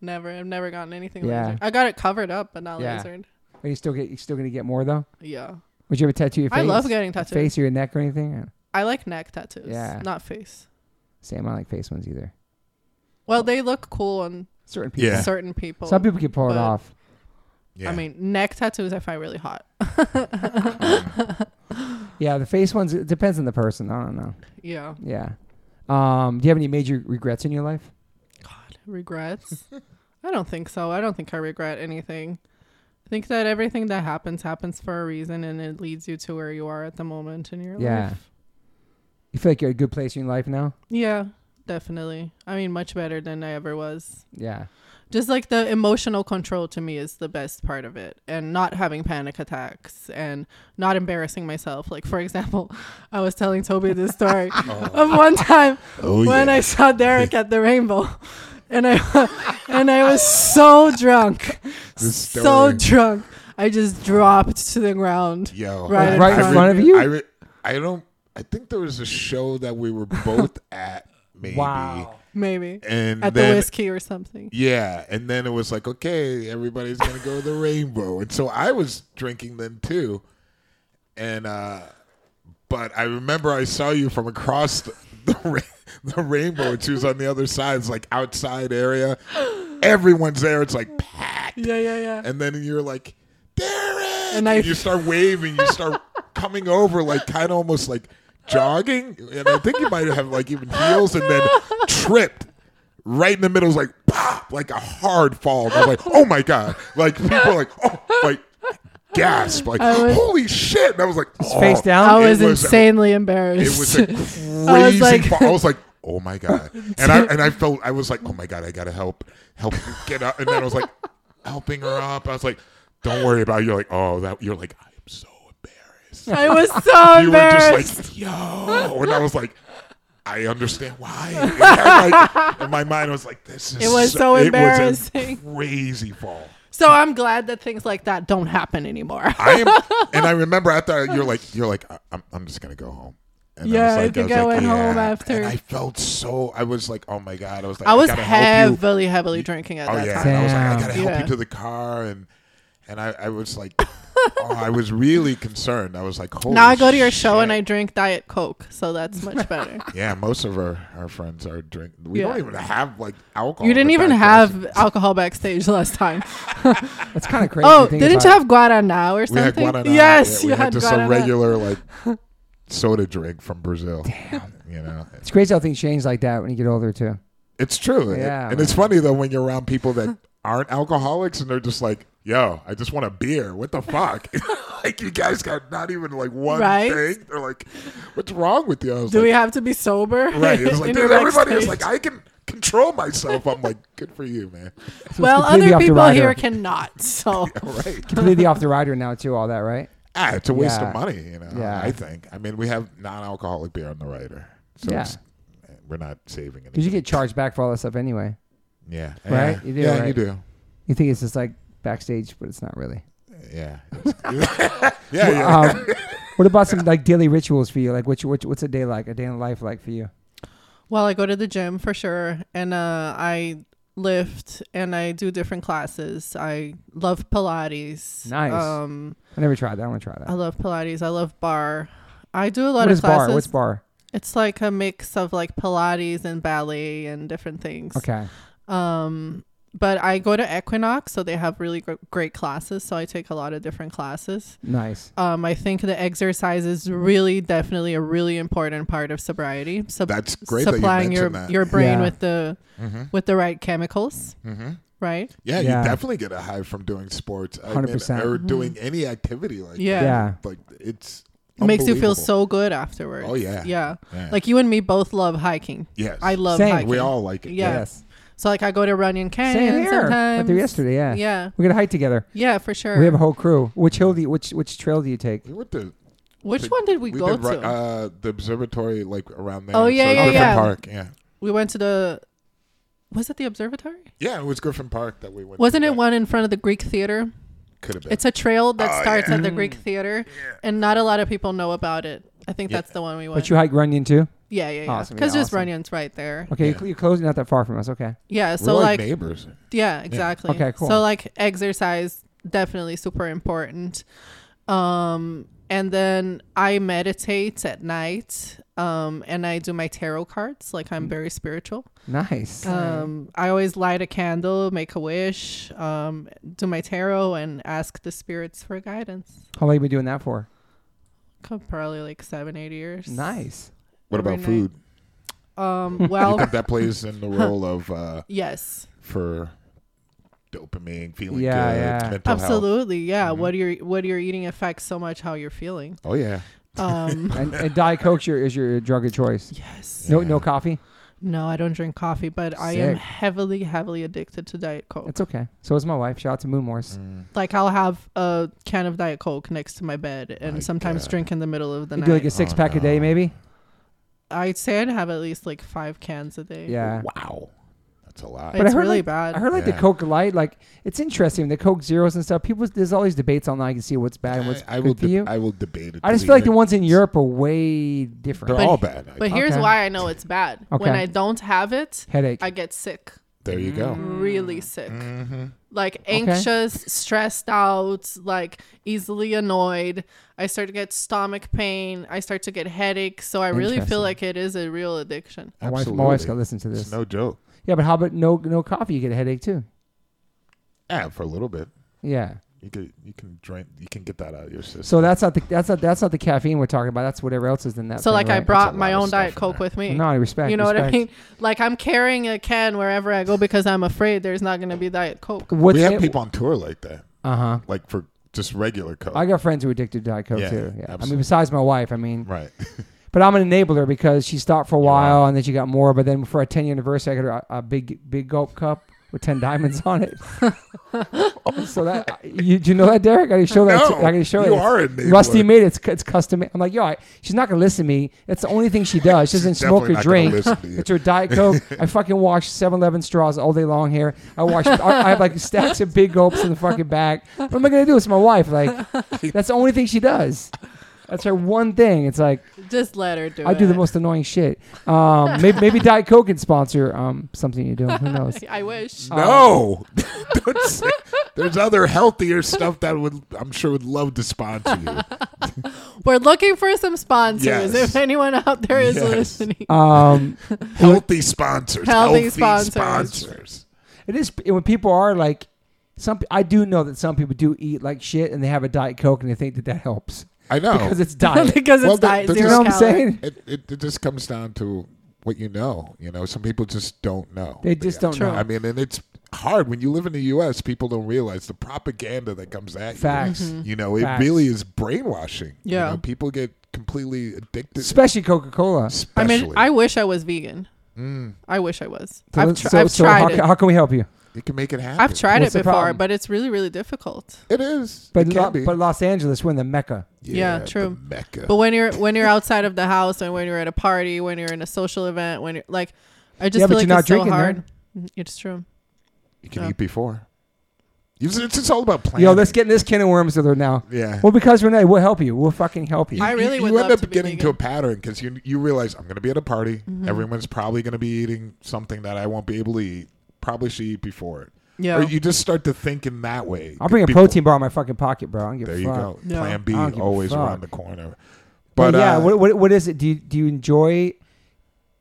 C: never. I've never gotten anything
A: Yeah.
C: lasered. I got it covered up, but not
A: Yeah.
C: lasered.
A: Are you still get? You still gonna get more though?
C: Yeah,
A: Would you ever tattoo your face?
C: I love getting tattoos.
A: Face or your neck or anything?
C: I like neck tattoos,
A: Yeah.
C: not face.
A: Same. I don't like face ones either.
C: Well, they look cool on
A: Certain people.
B: Yeah.
C: certain people.
A: Some people can pull it
C: but-
A: off.
B: yeah.
C: I mean, neck tattoos I find really hot.
A: Yeah, the face ones. It depends on the person. I don't know.
C: Yeah.
A: Yeah. Um, do you have any major regrets in your life?
C: God, regrets? I don't think so. I don't think I regret anything. I think that everything that happens happens for a reason, and it leads you to where you are at the moment in your
A: Yeah.
C: life.
A: You feel like you're at a good place in your life now?
C: Yeah, definitely. I mean, much better than I ever was.
A: Yeah.
C: just like the emotional control to me is the best part of it and not having panic attacks and not embarrassing myself like for example i was telling toby this story of one time
B: Oh,
C: when
B: yeah.
C: i saw derek at the rainbow and i and i was so drunk
B: This
C: so
B: story.
C: drunk i just dropped to the ground
B: Yo,
C: Right in
B: I
C: front of
A: Right in
B: you.
A: you.
B: I, re- I don't. I think there was a show that we were both at, maybe.
A: Wow.
C: maybe
B: And
C: at
B: then,
C: the whiskey or something
B: Yeah, and then it was like, okay, everybody's gonna go to the rainbow, and so I was drinking then too, and uh, but I remember I saw you from across the the, ra- the rainbow, and she was on the other side, it's like outside area, everyone's there, it's like packed,
C: yeah yeah yeah
B: and then you're like, Derek,
C: And
B: and,
C: I-
B: you start waving, you start coming over, like kind of almost like jogging, and I think you might have like even heels, and then tripped right in the middle, it was like pop, like a hard fall. And I was like, oh my god, like people are like, oh, like gasp, like
C: was-
B: holy shit, and I was like, oh.
A: face down?
C: i
B: It
C: was, insanely embarrassed
B: It was a
C: I was
B: crazy.
C: like-
B: fall. I was like. Oh my god! And I and I felt I was like, oh my god, I gotta help, help get up. And then I was like, helping her up. I was like, don't worry about. It. You're like, oh, that. You're like, I'm so embarrassed.
C: I was
B: You
C: so
B: were
C: embarrassed.
B: just like, yo, and I was like, I understand why. And, I'm like- and my mind was like, this is.
C: It was so
B: it was a
C: embarrassing.
B: crazy fall.
C: so I'm glad that things like that don't happen anymore.
B: I am, and I remember after you're like, you're like, "I- I'm, I'm just gonna go home. And
C: Yeah, I
B: was
C: think I went home after.
B: And I felt so. I was like, oh my god. I was like,
C: I was
B: gotta help you."
C: heavily, heavily drinking at
B: oh
C: that
B: yeah.
C: time.
B: And I was like, I
A: Damn.
B: gotta help
C: Yeah.
B: you to the car, and and I, I was like, oh, I was really concerned. I was like, holy
C: Now I go to your show
B: shit.
C: and I drink Diet Coke, so that's much better.
B: Yeah, most of our, our friends are drink. We
C: Yeah.
B: don't even have like alcohol.
C: you didn't
B: but
C: even
B: that
C: have
B: doesn't-
C: alcohol backstage last time.
A: That's kind of crazy.
C: Oh,
A: to think
C: didn't
A: about.
C: you have Guaraná or
B: We had
C: something?
B: Guaraná.
C: yes,
B: Yeah, we
C: you
B: had,
C: had,
B: just
C: Guaraná.
B: a regular like soda drink from Brazil. Damn, you know,
A: It's crazy how things change like that when you get older too.
B: it's true.
A: Yeah,
B: and it's funny though when you're around people that aren't alcoholics and they're just like, "Yo, I just want a beer. What the fuck? like you guys got not even like one
C: Right?
B: thing. They're like, what's wrong with you? I was
C: Do we
B: like,
C: have to be sober?
B: right. It's like
C: in
B: dude,
C: your
B: everybody is
C: backstage?
B: like, "Ah, I can control myself. I'm like, good for you, man.
A: So
C: well,
A: it's completely
C: other
A: off the
C: people
A: rider.
C: here cannot. So
B: All right.
A: completely off the rider now too. All that right?
B: Ah, it's a waste
A: Yeah.
B: of money, you know.
A: Yeah.
B: I think. I mean, we have non-alcoholic beer on the rider, so
A: Yeah.
B: it's, eh, we're not saving anything.
A: Because you get charged back for all that stuff anyway.
B: yeah,
A: Right?
B: Yeah,
A: You do,
B: yeah, you
A: right?
B: do.
A: You think it's just like backstage, but it's not really.
B: Yeah, yeah, yeah.
A: Um, what about some like daily rituals for you? Like, what's your, what's what's a day like? A day in life like for you?
C: Well, I go to the gym for sure, and uh, I lift and I do different classes. I love Pilates.
A: Nice.
C: Um,
A: I never tried that. I want to try that.
C: I love Pilates. I love bar. I do a lot
A: What
C: of
A: is
C: classes.
A: bar? What's bar?
C: It's like a mix of like Pilates and ballet and different things.
A: Okay.
C: Um, but I go to Equinox, so they have really gr- great classes. So I take a lot of different classes.
A: Nice.
C: Um, I think the exercise is really definitely a really important part of sobriety. So
B: That's great that you
C: Supplying your
B: mentioned that. Mm-hmm.
C: your brain
A: Yeah.
C: with the with the right chemicals,
B: hmm
C: right?
B: Yeah,
A: Yeah.
B: you definitely get a high from doing sports. I mean,
A: 100%.
B: or doing any activity like
C: Mm-hmm. Yeah.
A: Yeah.
B: that. like it's
C: It makes you feel
B: unbelievable.
C: so good afterwards.
B: Oh, yeah.
C: yeah.
B: Yeah.
C: Like you and me both love hiking.
B: yes.
C: I love
A: Same.
C: hiking.
B: We all like it.
C: Yeah.
A: Yes.
C: So like I go to Runyon Canyon
A: Same here.
C: sometimes.
A: Went there yesterday. Yeah.
C: Yeah,
A: We're gonna hike together.
C: yeah, for sure.
A: We have a whole crew. Which hill do you, which which trail do you take?
B: We went to
C: Which
B: to-
C: one did we, go
B: did, ri-
C: to?
B: Uh, the observatory, like around there.
C: Oh,
B: It's
C: yeah,
B: like
C: yeah,
B: Griffin
C: yeah.
B: Park. Yeah,
C: we went to the. Was it the observatory?
B: yeah. It was Griffin Park that we went.
C: Wasn't it one in front of the Greek Theater?
B: Could have been.
C: It's a trail that
B: Oh,
C: starts
B: yeah.
C: at the Greek Theater,
B: Yeah.
C: and not a lot of people know about it. I think
B: Yeah.
C: that's the one we went.
A: But you hike Runyon too?
C: yeah, yeah, yeah. Because
A: Awesome, yeah,
C: just
A: awesome.
C: Runyon's right there.
A: Okay,
B: Yeah.
A: you're cl- you're closing not that far from us. Okay.
C: Yeah,
B: We're
C: so like,
B: neighbors.
C: yeah, exactly.
A: Okay, cool.
C: So like exercise definitely super important. Um and then I meditate at night. Um and I do my tarot cards, like
A: Mm.
C: I'm very spiritual.
A: Nice.
C: Um I always light a candle, make a wish, um do my tarot and ask the spirits for guidance.
A: How long you been doing that for?
C: Co- Probably like 7 8 years.
A: Nice.
B: What
C: Every
B: about
C: night.
B: food?
C: Um
B: I
C: well,
B: think that plays in the role of uh,
C: yes.
B: for dopamine, feeling
A: Yeah,
B: good,
A: yeah.
B: mental health.
C: Absolutely. Yeah,
A: Mm-hmm.
C: what you're what you're eating affects so much how you're feeling.
B: Oh yeah.
C: Um
A: And, and Diet Coke your, is your drug of choice.
C: yes.
A: No,
B: Yeah.
A: no coffee.
C: No, I don't drink coffee, but I am
A: Sick.
C: heavily, heavily addicted to Diet Coke.
A: It's okay. So is my wife. Shout out to Moon
B: Mm.
A: Morse.
C: like I'll have a can of Diet Coke next to my bed, and
B: My
C: sometimes
B: God.
C: drink in the middle of the
A: You
C: night.
A: do like a six pack a day,
B: Oh, no.
A: maybe.
C: I'd say I'd have at least like five cans a day.
A: Yeah.
B: Wow, that's a lot.
A: But I
C: it's
A: heard,
C: really
A: like-
C: bad.
A: I heard like the
B: Yeah.
A: Coke Light, like it's interesting the Coke Zeros and stuff. People, there's all these debates online. I can see what's bad and what's
B: I, I
A: good
B: will.
A: for
B: deb-
A: you. I,
B: I will debate it.
A: just
B: till
A: feel like the
B: end.
A: ones in Europe are way
B: They're
A: different.
C: But-
B: all bad. I-
C: but here's
A: Okay.
C: why I know it's bad. When
A: Okay.
C: I don't have it,
A: Headache.
C: I get sick.
B: there you go.
A: Mm.
C: Really sick.
A: Mm-hmm.
B: Mm-hmm.
C: Like anxious, stressed out, like easily annoyed. I start to get stomach pain. I start to get headaches. So I really
A: Interesting.
C: feel like it is a real addiction.
A: my, wife, my wife's
B: Absolutely.
A: got to listen to
B: It's
A: this.
B: no joke.
A: yeah, but how about no no coffee? You get a headache too.
B: Yeah, for a little bit,
A: Yeah.
B: you can you can drink. You can get that out of your system.
A: So that's not the that's not that's not the caffeine we're talking about. That's whatever else is in that.
C: So
A: thing,
C: like I
A: right?
B: That's
C: brought
B: a
C: my
B: lot of
C: own
B: stuff
C: diet
B: in
C: coke
B: there.
C: with me.
A: No, I respect.
C: you know what I
A: respect.
C: mean? Like I'm carrying a can wherever I go because I'm afraid there's not going to be diet coke.
A: What's
B: we have people on tour like that,
A: Uh huh.
B: like for just regular coke.
A: I got friends who are addicted to Diet Coke
B: Yeah,
A: too. Yeah. I mean,
B: absolutely.
A: besides my wife, I mean,
B: right.
A: But I'm an enabler because she stopped for a while and then she got more. But then for our 10 year anniversary, I got her a, a big, big gulp cup with 10 diamonds on it. so that you do you know that Derek? I can show that. to-
B: No,
A: I can show
B: you
A: it.
B: are an
A: Rusty
B: enabler.
A: made it. It's, cu- it's custom. made. I'm like, yo, I, she's not gonna listen to me. That's the only thing she does. She doesn't
B: She's
A: smoke or
B: definitely not gonna
A: drink.
B: listen to you.
A: It's her diet coke. I fucking wash 7-Eleven straws all day long here. I wash. I, I have like stacks of big gulps in the fucking bag. What am I gonna do? It's my wife. Like, that's the only thing she does. That's her one thing. It's like.
C: Just let her do
A: I
C: it.
A: do the most annoying shit. Um, maybe, maybe Diet Coke can sponsor um, something you do. Who knows?
C: I wish.
A: um,
B: No, Don't say- there's other healthier stuff that would I'm sure would love to sponsor you.
C: We're looking for some sponsors.
B: Yes.
C: If anyone out there is
B: Yes.
C: listening,
A: Um,
B: Healthy sponsors,
C: Healthy
B: healthy,
C: sponsors.
B: sponsors.
A: it is when people are like some. I do know that some people do eat like shit and they have a Diet Coke and they think that that helps
B: I know.
A: because it's diet.
C: because it's
B: Well, the-
C: diet
B: the-
A: you
C: zero
A: know what I'm
C: calorie.
A: saying?
B: it, it, it just comes down to what you know. You know, some people just don't know.
A: They just don't
C: True.
A: know.
B: I mean, and it's hard when you live in the U.S. People don't realize the propaganda that comes at you.
A: Facts.
B: You know, it
A: Facts.
B: really is brainwashing. You
C: Mm-hmm. Yeah.
B: know, people get completely addicted.
A: Especially Coca Cola. So,
C: I
B: especially. Mm.
C: mean, I wish I was vegan. I wish I was. I've,
A: let's-
C: tr-
A: so,
C: I've
A: so
C: tried
A: how,
C: it.
A: ca- how can we help you?
B: you can make it happen.
C: I've tried
A: What's
C: it
A: the
C: before,
A: problem?
C: but it's really, really difficult.
B: It is.
A: But
B: it can
A: Lo-
B: be.
A: but Los Angeles, we're in the mecca.
C: Yeah, true.
B: the Mecca.
C: But when you're when you're outside of the house and when you're at a party, when you're in a social event, when you're like, I just
A: Yeah, but
C: feel like
A: you're not
C: it's so
A: drinking there.
C: hard. Mm-hmm. It's true.
B: you can
C: Yeah.
B: eat before. You see, It's, it's all about planning.
A: Yo, let's get in this can of worms with her now.
B: Yeah.
A: Well, because Renee, we'll help you. We'll fucking help you.
C: I really
B: you,
C: would
B: you
C: love
B: end up
C: to be
B: getting into
C: vegan. Mm-hmm.
B: a pattern because you you realize I'm going to be at a party. Everyone's probably going to be eating something that I won't be able to eat. Probably should eat before it.
C: Yeah.
B: Or you just start to think in that way.
A: I'll bring a
B: Before-
A: protein bar in my fucking pocket, bro. I don't give
B: There
A: a
B: you
A: fuck.
B: go.
C: Yeah.
B: Plan B
A: I don't give a
B: always
A: fuck.
B: around the corner.
A: But
B: But
A: yeah,
B: uh,
A: what, what what is it? Do you do you enjoy?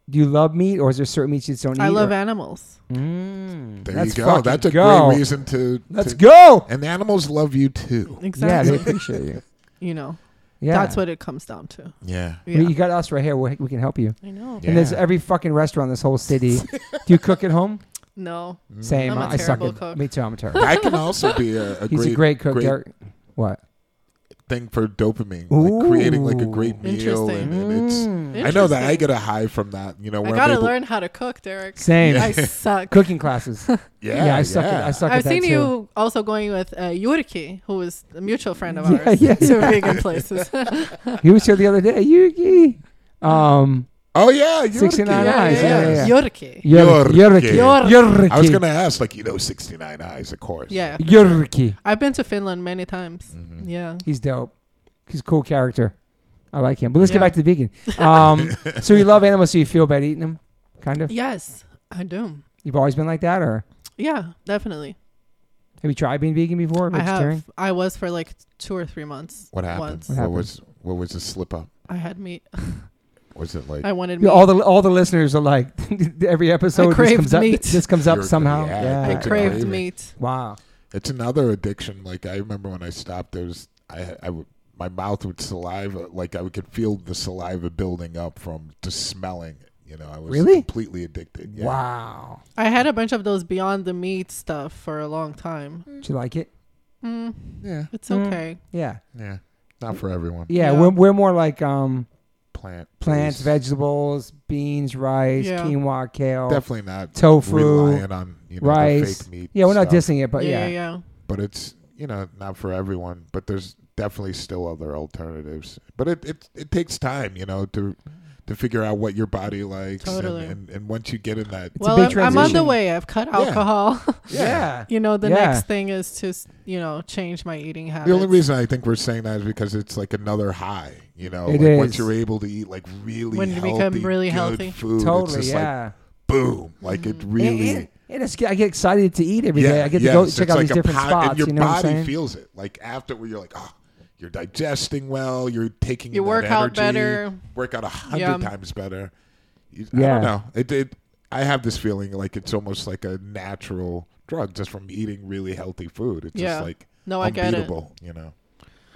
A: Do you love meat, or is there certain meats you just don't eat?
C: I love
A: or-
C: animals.
A: Mm,
B: there you
A: let's
B: go.
A: fucking
B: That's a
A: go.
B: great reason to.
A: Let's
B: to-
A: go.
B: And the animals love you too.
A: Yeah, they
C: Exactly.
A: appreciate you.
C: you know,
A: Yeah,
C: that's what it comes down to.
B: Yeah.
A: I
C: Yeah.
A: mean, you got us right here. We, we can help you.
C: I know.
B: Yeah.
A: And there's every fucking restaurant in this whole city. do you cook at home?
C: No.
A: Same.
C: I'm a
A: I suck
C: terrible
A: at
C: cook.
A: Me too. I'm terrible.
B: I can also be a, a
A: He's
B: great,
A: a great cook.
B: great
A: Derek. What?
B: thing for dopamine, like creating like a great
C: Ooh.
B: meal, and, and it's.
A: Mm.
B: I know that I
C: Interesting.
B: get a high from that. You know,
C: I
B: when I'm
C: gotta
B: able-
C: learn how to cook, Derek.
A: Same.
C: I suck.
A: Cooking classes.
B: Yeah,
A: I suck. At, I suck
C: I've
A: at that
C: seen
A: too.
C: you also going with uh, Yuriki, who is a mutual friend of
A: Yeah,
C: ours,
A: yeah,
C: to
A: yeah.
C: vegan places.
A: He was here the other day. Yuki. Um.
B: Oh yeah, you're
A: 69
B: the kid.
A: eyes, yeah, yeah.
C: Yuriki.
A: Yurki. Yurki.
C: Yorki.
A: Yurki.
B: I was gonna ask, like you know, sixty nine eyes, of course. Mm-hmm.
C: Yeah.
A: Yurki.
C: I've been to Finland many times.
A: Mm-hmm.
C: Yeah.
A: He's dope. He's a cool character. I like him. But let's get
C: Yeah.
A: back to the vegan. Um, so you love animals, so you feel bad eating them, kind of.
C: Yes, I do.
A: You've always been like that, or
C: Yeah, definitely.
A: have you tried being vegan before?
C: I
A: Vegetarian?
C: have. I was for like two or three months.
B: What happened?
C: Once.
A: What
B: What,
A: happened?
B: was what was the slip up?
C: I had meat.
B: Was it like
C: I wanted
A: Yeah,
C: meat.
A: All the all the listeners are like, every episode this
C: craved
A: comes up.
C: meat.
A: This comes up
B: You're-
A: somehow.
B: yeah,
A: Yeah.
C: I
B: It's a
C: craved
B: craving.
C: meat.
A: Wow.
B: it's another addiction? Like I remember when I stopped, there was I I would my mouth would saliva like I could feel the saliva building up from just smelling. it. You know, I was
A: Really?
B: completely addicted. Yeah.
A: Wow.
C: I had a bunch of those Beyond the Meat stuff for a long time.
A: Did you like it?
C: Mm,
B: Yeah.
C: it's
A: Mm.
C: okay.
A: Yeah.
B: Yeah. Not for everyone.
A: Yeah.
C: Yeah.
A: We're, we're more like um,
B: plant.
A: Plants,
B: based.
A: vegetables, beans, rice,
C: Yeah.
A: quinoa, kale,
B: Definitely not
A: Tofu,
B: relying on you know, the
A: rice.
B: fake meat
A: yeah, we're not
B: stuff.
A: dissing it, but yeah,
C: yeah, yeah.
B: but it's you know not for everyone but there's definitely still other alternatives but it it, it takes time you know to to figure out what your body likes
C: Totally.
B: and, and, and once you get in that
A: It's a
C: well,
A: big
C: I'm- I'm on the
A: transition.
C: way. I've cut
B: Yeah.
C: alcohol.
A: yeah.
C: you know, the
A: Yeah.
C: next thing is to s- you know change my eating habits.
B: the only reason I think we're saying that is because it's like another high, you know.
A: It
B: like
A: is.
B: Once you're able to eat like really
C: When you
B: healthy,
C: become really
B: good
C: healthy. Mm.
B: food, it's
A: Totally,
B: just like
A: yeah.
B: boom, like it really.
A: And, and, and it's, I get excited to eat every day. I get to
B: yes,
A: go
B: it's
A: check out
B: like
A: these
B: a
A: different
B: pot,
A: spots.
B: And your
A: you know what I'm
B: body
A: saying?
B: feels it. Like after, where you're like, oh, you're digesting well. You're taking.
C: You
B: that
C: work out
B: energy,
C: better.
B: Work out a hundred
C: Yeah.
B: times better. You, I
A: Yeah.
B: don't know. It, it. I have this feeling like it's almost like a natural drug just from eating really healthy food. It's
C: Yeah.
B: just like
C: No, I get it.
B: unbeatable. You know.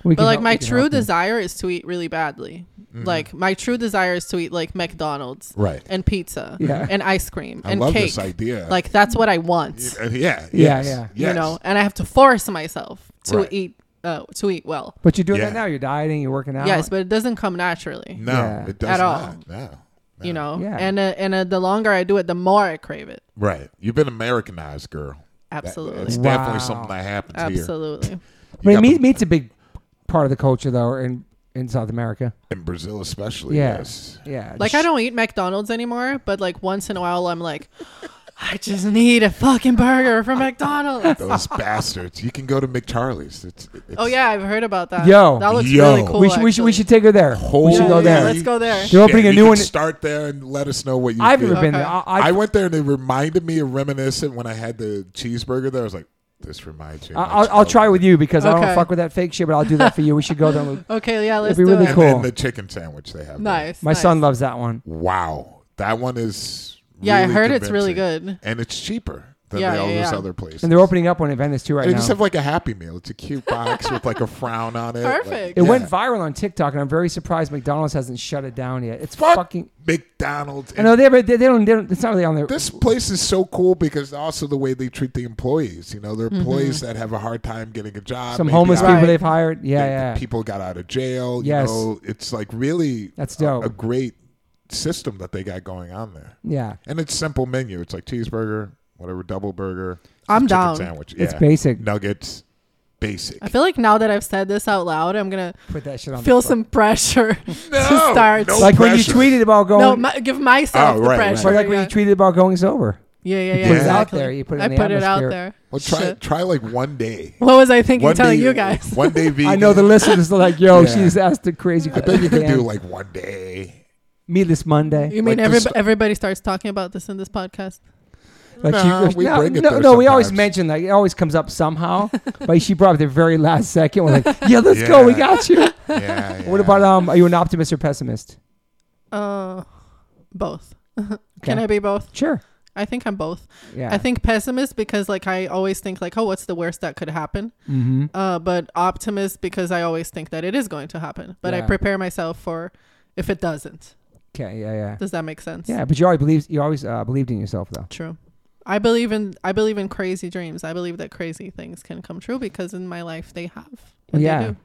A: We
C: But
A: can
C: like
A: help-
C: my
A: we can
C: true
A: help you.
C: desire is to eat really badly. Like my true desire is to eat like McDonald's
B: Mm. Right.
C: and pizza
A: Yeah.
C: and ice cream
B: I
C: and
B: love
C: cake.
B: this idea.
C: Like that's what I want.
B: Uh, yeah.
A: Yeah,
B: yes,
A: yeah.
B: Yes.
C: You know, and I have to force myself to
B: Right.
C: eat uh, to eat well.
A: But you're doing
B: Yeah.
A: that now. You're dieting. You're working out.
C: Yes, but it doesn't come naturally.
B: No,
A: Yeah.
B: it does
C: At all.
B: not. No. no.
C: You know,
A: Yeah.
C: and uh, and uh, the longer I do it, the more I crave it.
B: Right. You've been Americanized, girl. That-
C: Absolutely,
B: It's
A: Wow.
B: definitely something that happens here.
C: absolutely.
A: I
B: You
A: mean,
B: got
A: meat,
B: the-
A: meat's a big part of the culture though in in South America.
B: in Brazil, especially.
A: Yeah.
B: Yes.
A: Yeah,
C: Like I don't eat McDonald's anymore, but like once in a while, I'm like, I just need a fucking burger from McDonald's.
B: Those bastards. You can go to McCharlie's. It's, it's
C: Oh yeah, I've heard about that.
A: Yo.
C: that looks
B: Yo.
C: really cool.
A: we should we should we should take her there. we should
C: Yeah,
A: go
C: yeah,
A: there.
C: let's go there.
A: They're opening
B: shit.
A: a new
B: You can
A: one-
B: Start there and let us know what you.
A: I've
B: think.
A: never been
C: Okay.
A: there. I,
B: I,
A: I, I,
B: went there and it reminded me of reminiscent when I had the cheeseburger there. I was like, this reminds me. of my
A: I'll, I'll try
B: childhood.
A: with you because I don't
C: Okay.
A: fuck with that fake shit. But I'll do that for you. We should go there. and-
C: Okay, yeah, let's
A: be
C: do
A: really
C: it.
B: And
A: cool.
B: then the chicken sandwich they have. there.
C: Nice.
A: My
C: nice.
A: son loves that one.
B: Wow, that one is.
C: Yeah, I
B: really
C: heard it's really
B: convincing.
C: good.
B: and it's cheaper than
C: Yeah,
B: the- all
C: yeah,
B: those
C: yeah.
B: other places.
A: And they're opening up one in Venice too right
B: They
A: now.
B: just have like a Happy Meal. It's a cute box with like a frown on it. Like,
C: Perfect.
A: it
B: yeah.
A: went viral on TikTok, and I'm very surprised McDonald's hasn't shut it down yet. It's
B: Fuck
A: fucking.
B: McDonald's.
A: I know they, but they, they don't. They don't. It's not really on their.
B: this place is so cool because also the way they treat the employees. You know,
C: Mm-hmm.
B: they're employees that have a hard time getting a job.
A: Some
B: maybe
A: homeless
B: out-
A: people
C: Right.
A: they've hired.
B: the-
A: Yeah,
B: the
A: yeah.
B: People got out of jail. You
A: Yes.
B: know, it's like really
A: That's
B: a-
A: dope.
B: A, great system that they got going on there.
A: yeah.
B: And it's simple menu. It's like cheeseburger, whatever, double burger.
C: I'm
B: chicken
C: down.
B: Sandwich.
A: It's
B: yeah.
A: basic.
B: Nuggets. Basic.
C: I feel like now that I've said this out loud, I'm gonna
A: Put that shit on.
C: feel
A: the-
C: some pressure to
B: No,
C: start.
B: no.
A: Like when you
B: pressure.
A: tweeted about going.
C: No, my, give myself
B: Oh,
C: the
B: right,
C: pressure.
A: Or like when
C: yeah.
A: you tweeted about going's over.
C: yeah, yeah, yeah.
B: put it out
C: exactly.
A: there, you put it
C: I
A: in the
C: put it out
A: atmosphere.
C: there.
B: Well, try
C: Shit.
B: try like one day.
C: What was I thinking?
B: One
C: Telling
B: day,
C: you guys.
B: One day vegan.
A: I know the listeners are like, yo,
B: Yeah.
A: she just asked the crazy.
B: I bet you could do like one day.
A: Meatless Monday.
C: You
B: Like
C: mean
B: the
C: every,
B: sto-
C: everybody starts talking about this in this podcast?
A: Like
B: Nah,
A: she,
B: we
A: no,
B: bring it
A: no,
B: there
A: no, we always
B: sometimes.
A: mention like it always comes up somehow. but she brought up the very last second. We're like, yeah, let's go,
B: Yeah.
A: we got you.
B: Yeah,
A: What about um? Are you an optimist or pessimist?
C: Uh, both. Can
A: Okay.
C: I be both?
A: Sure.
C: I think I'm both.
A: Yeah.
C: I think pessimist because like I always think like, oh, what's the worst that could happen?
A: Mm-hmm.
C: Uh, but optimist because I always think that it is going to happen. But I
A: Yeah.
C: prepare myself for if it doesn't.
A: Okay. Yeah. Yeah.
C: Does that make sense?
A: Yeah, but you always believed you always uh, believed in yourself though.
C: True. I believe in I believe in crazy dreams. I believe that crazy things can come true because in my life they have. And they
A: Yeah.
C: do.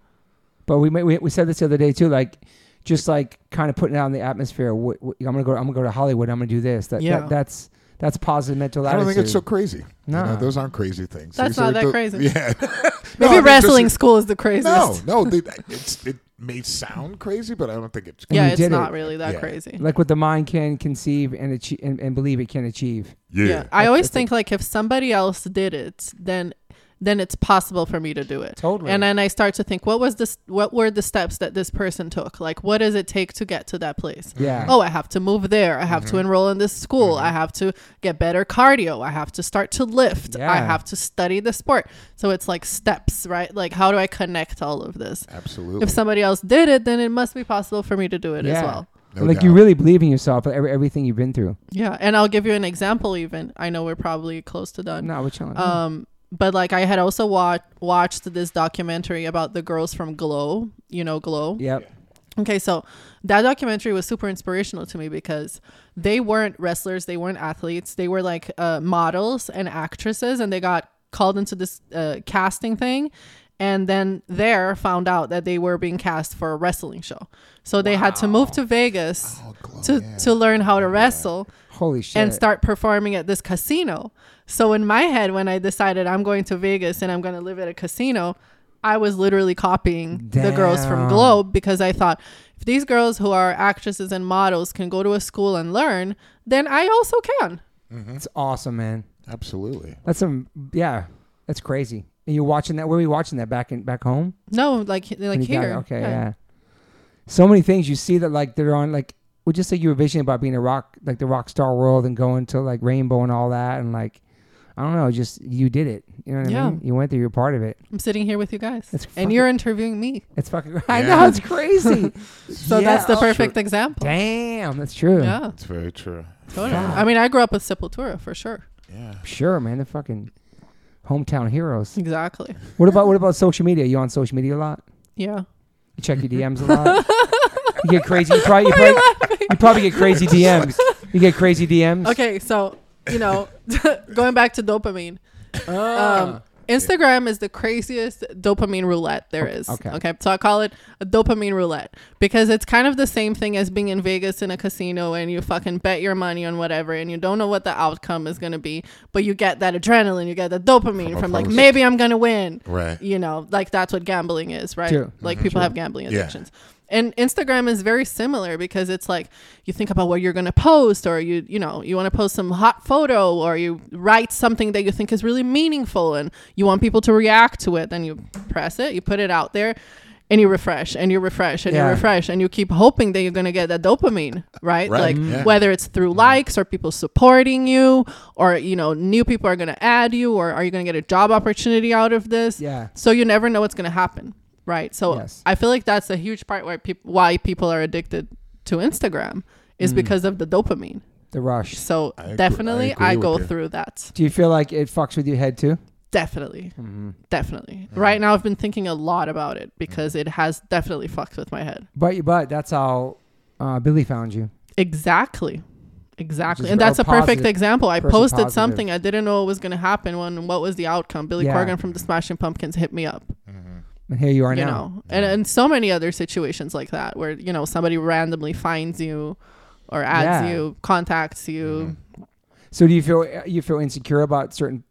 A: But we, ma- we we said this the other day too, like just like kind of putting it out in the atmosphere. wh- wh- I'm gonna go. I'm gonna go to Hollywood. I'm gonna do this. That,
C: Yeah.
A: that that's that's positive mental
B: I
A: attitude.
B: don't think it's so crazy. No,
A: Nah.
B: those aren't crazy things.
C: That's
B: These
C: not
B: are
C: that
B: the-
C: crazy.
B: Yeah. No, I
C: Maybe
B: mean,
C: wrestling school is the craziest.
B: Just, no, no, they, it's it may sound crazy, but I don't think it's.
A: And
C: yeah,
A: you
C: it's
A: did
C: not
A: it.
C: really that
B: Yeah.
C: crazy.
A: like what the mind can conceive and achieve and, and believe it can achieve.
C: Yeah. I
A: That's-
C: always
A: that's
C: think like if somebody else did it, then then it's possible for me to do it.
A: Totally.
C: And then I start to think, what was this? What were the steps that this person took? Like, what does it take to get to that place?
A: Yeah.
C: Oh, I have to move there. I have
A: Mm-hmm.
C: to enroll in this school. I have to get better cardio. I have to start to lift. I
A: Yeah.
C: have to study the sport. So it's like steps, right? Like, how do I connect all of this?
B: absolutely.
C: If somebody else did it, then it must be possible for me to do it
A: Yeah.
C: as well.
B: No
A: like
B: doubt.
A: you really believe in yourself, like, every, everything you've been through.
C: Yeah. And I'll give you an example, even. I know we're probably close to done.
A: No, we're chilling.
C: Um, but like I had also wa- watched this documentary about the girls from Glow. You know Glow.
A: yep.
C: Okay, so that documentary was super inspirational to me because they weren't wrestlers, they weren't athletes, they were like uh, models and actresses, and they got called into this uh, casting thing. and then there found out that they were being cast for a wrestling show. So they had to move to Vegas
B: Glow,
C: to,
B: Oh, yeah.
C: to learn how to wrestle
A: Holy shit.
C: and start performing at this casino. So in my head, when I decided I'm going to Vegas and I'm going to live at a casino, I was literally copying the girls
A: Damn.
C: from Globe because I thought if these girls who are actresses and models can go to a school and learn, then I also can.
B: Mm-hmm.
A: That's awesome, man.
B: Absolutely.
A: That's some yeah. That's crazy. And you're watching that. Where were you watching that back in back home?
C: No, like like
A: When you got it?
C: here.
A: okay, yeah. So many things you see that like they're on like well just like you were visioning about being a rock like the rock star world and going to like Rainbow and all that and like I don't know, just you did it. You know what I
C: Yeah.
A: mean? You went there. You're part of it.
C: I'm sitting here with you guys,
A: That's fucking-
C: and you're interviewing me.
A: It's fucking. I
B: Yeah.
A: know it's crazy.
C: So
A: Yeah.
C: that's the
A: Oh,
C: perfect example.
A: Damn, that's true.
C: Yeah,
B: It's very true.
C: totally.
A: Yeah.
C: I mean, I grew up with Sepultura for sure.
B: Yeah.
A: Sure, man. They're fucking hometown heroes.
C: Exactly.
A: What about what about social media? You on social media a lot?
C: Yeah.
A: You check your DMs a lot. you get crazy. You probably you probably, you probably get crazy DMs. You get crazy DMs.
C: Okay, so you know, going back to dopamine, um, Instagram is the craziest dopamine roulette there is.
A: okay.
C: Okay. so I call it a dopamine roulette because it's kind of the same thing as being in Vegas in a casino and you fucking bet your money on whatever and you don't know what the outcome is gonna be, but you get that adrenaline, you get the dopamine
B: From a
C: from, like
B: post.
C: maybe I'm gonna win.
B: Right.
C: You know, like that's what gambling is, right?
A: True.
C: Like people have gambling
B: Yeah.
C: addictions. And Instagram is very similar because it's like you think about what you're going to post or you you know, you want to post some hot photo or you write something that you think is really meaningful and you want people to react to it, then you press it, you put it out there and you refresh and you refresh and
A: Yeah.
C: you refresh and you keep hoping that you're going to get that dopamine,
B: Right,
C: right? Like
B: yeah.
C: whether it's through likes or people supporting you or you know, new people are going to add you or are you going to get a job opportunity out of this?
A: Yeah.
C: So you never know what's going to happen, right? So
A: Yes.
C: I feel like that's a huge part where people why people are addicted to Instagram is
A: Mm.
C: because of the dopamine.
A: The rush.
C: So
B: I agree- I
C: definitely
B: agree
C: I,
B: with
C: go
B: you.
C: through that.
A: Do you feel like it fucks with your head too?
C: Definitely.
B: Mm-hmm.
C: Definitely.
A: Mm.
C: Right now I've been thinking a lot about it because it has definitely fucked with my head.
A: But but that's how uh, Billy found you.
C: Exactly. Exactly.
A: Just
C: And
A: a
C: that's a perfect
A: positive-
C: example. I
A: person
C: posted
A: positive.
C: something I didn't know what was going to happen when what was the outcome. Billy
A: Yeah.
C: Corgan from the Smashing Pumpkins hit me up.
A: And here you are
C: you
A: now.
C: know and, and so many other situations like that where you know somebody randomly finds you or adds
A: Yeah. Mm-hmm.
C: you contacts you
A: So do you feel you feel insecure about certain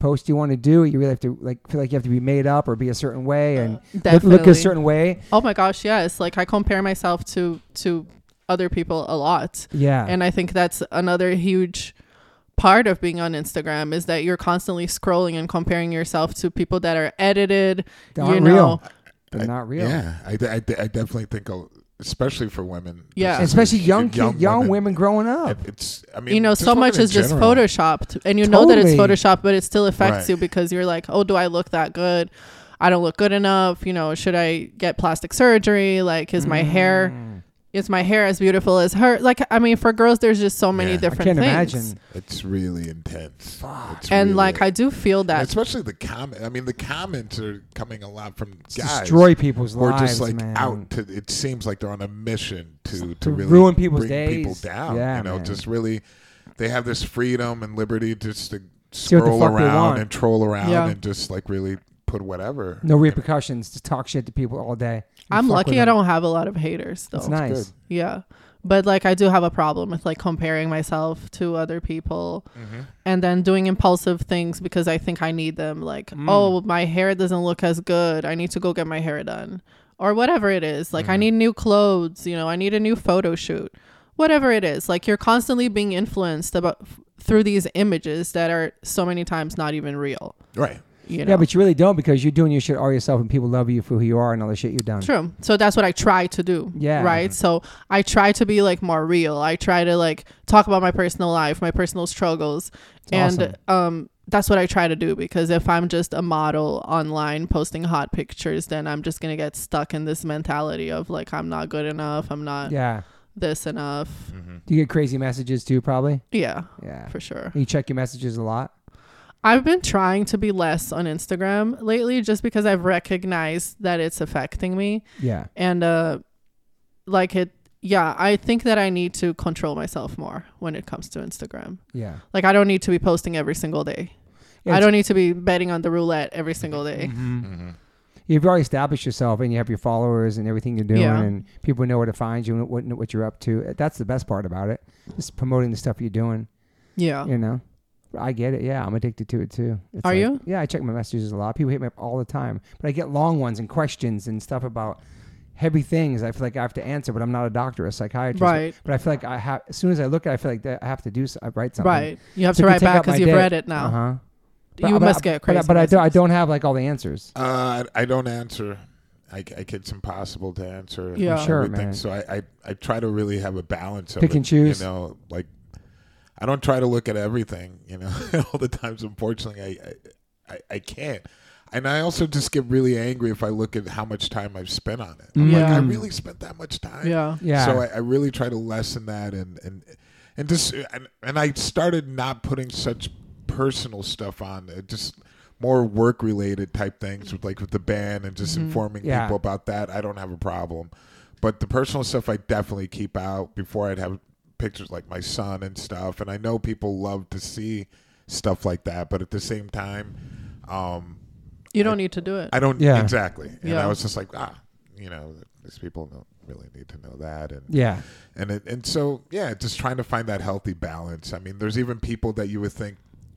A: posts you want to do? You really have to like feel like you have to be made up or be a certain way and look,
C: definitely
A: look a certain way.
C: oh my gosh yes like i compare myself to to other people a lot
A: Yeah.
C: and i think that's another huge part of being on instagram is that you're constantly scrolling and comparing yourself to people that are edited
A: They
C: you
A: aren't
C: know
A: real. They're not real.
B: Yeah. I, de- I, de- I definitely think, a- especially for women.
C: Yeah.
B: this is-
A: Especially young kid, young,
B: women.
A: women growing up.
B: It- It's. I mean,
C: you know
B: just
C: so
B: women
C: much
B: in
C: is just
B: general.
C: photoshopped and you know that it's
A: Totally.
C: photoshopped but it still affects
B: Right.
C: you because you're like oh do i look that good i don't look good enough you know should i get plastic surgery like is my
B: Mm.
C: hair is my hair as beautiful as her like i mean for girls there's just so many
B: Yeah. I
A: I
C: different
A: can't
C: things
A: imagine.
B: It's really intense. It's
C: and
B: really-
C: like i do feel
B: and
C: that
B: especially the comment. I mean, the comments are coming a lot from guys.
A: Destroy people's
B: We're
A: lives,
B: just like
A: man.
B: out to. It seems like they're on a mission to to
A: To
B: really
A: ruin people's
B: bring people
A: days.
B: down.
A: Yeah,
B: you know,
A: man.
B: just really, they have this freedom and liberty just to
A: See what the
B: scroll
A: fuck they want.
B: around and troll around
C: Yeah.
B: and just like really put whatever.
A: No repercussions. Just talk shit to people all day. and
C: i'm
A: fuck with
C: lucky i
A: them.
C: don't have a lot of haters though
A: That's nice.
B: good.
C: yeah but like i do have a problem with like comparing myself to other people
B: Mm-hmm.
C: and then doing impulsive things because I think I need them. Like,
A: Mm.
C: oh, my hair doesn't look as good. I need to go get my hair done, or whatever it is. Like,
A: Mm-hmm.
C: I need new clothes. You know, I need a new photo shoot. Whatever it is, like you're constantly being influenced about f- through these images that are so many times not even real.
B: Right.
C: You know,
A: Yeah, but you really don't because you're doing your shit all yourself and people love you for who you are and all the shit you've done.
C: True. So that's what I try to do.
A: Yeah.
C: Right. So I try to be like more real. I try to like talk about my personal life, my personal struggles. and um that's what I try to do because if I'm just a model online posting hot pictures, then I'm just gonna get stuck in this mentality of like I'm not good enough, I'm not
A: Yeah.
C: this enough.
B: Mm-hmm.
A: Do you get crazy messages too, probably?
C: Yeah,
A: Yeah.
C: for sure.
A: You check your messages a lot.
C: I've been trying to be less on Instagram lately just because I've recognized that it's affecting me.
A: Yeah.
C: and uh like it yeah i think that i need to control myself more when it comes to instagram
A: Yeah.
C: like i don't need to be posting every single day
A: Yeah,
C: Eh.
B: Mm-hmm.
C: i don't need to be betting on the roulette every single day
A: you've already established yourself and you have your followers and everything you're doing
C: Yeah.
A: and people know where to find you and what, what you're up to. That's the best part about it. Just promoting the stuff you're doing,
C: Yeah.
A: you know. I get it. Yeah, I'm addicted to it too. It's
C: Oh. Are
A: like-
C: you?
A: Yeah, I check my messages a lot. People hit me up all the time, but I get long ones and questions and stuff about heavy things. I feel like I have to answer, but I'm not a doctor, a psychiatrist.
C: Right.
A: But I feel like I have. As soon as I look at, it, I feel like that I have to do. So, I write something.
C: Right. You have
A: So
C: to
A: it could
C: write
A: take
C: back
A: up my
C: because you've
A: day.
C: read it now.
A: Uh huh.
C: You must get crazy.
A: But, I, don't, I
C: messages.
A: don't have like all the answers.
B: Uh, I I don't answer. I, I it's impossible to answer.
C: Yeah.
A: Sure,
B: everything.
A: man.
B: So I, I I try to really have a balance. Of
A: Pick
B: it,
A: and choose.
B: You know, like I don't try to look at everything. You know, all the times. Unfortunately, I, I I I can't. And I also just get really angry if I look at how much time I've spent on it. I'm Mm. like,
C: Yeah.
B: I
A: Mm.
B: really spent that much time.
C: Yeah.
A: Yeah.
B: So I, I really try to lessen that and and and just and, and I started not putting such personal stuff on uh, just more work related type things with like with the band and just informing
A: Mm-hmm. Yeah.
B: people about that. I don't have a problem. But the personal stuff I definitely keep out before I'd have pictures like my son and stuff and I know people love to see stuff like that, but at the same time um
C: You don't need to do it.
B: I don't
A: Yeah.
B: exactly. And
C: Yeah.
B: I was just like, ah, you know, these people don't really need to know that and
A: yeah.
B: and it, and so yeah, just trying to find that healthy balance. I mean, there's even people that you would think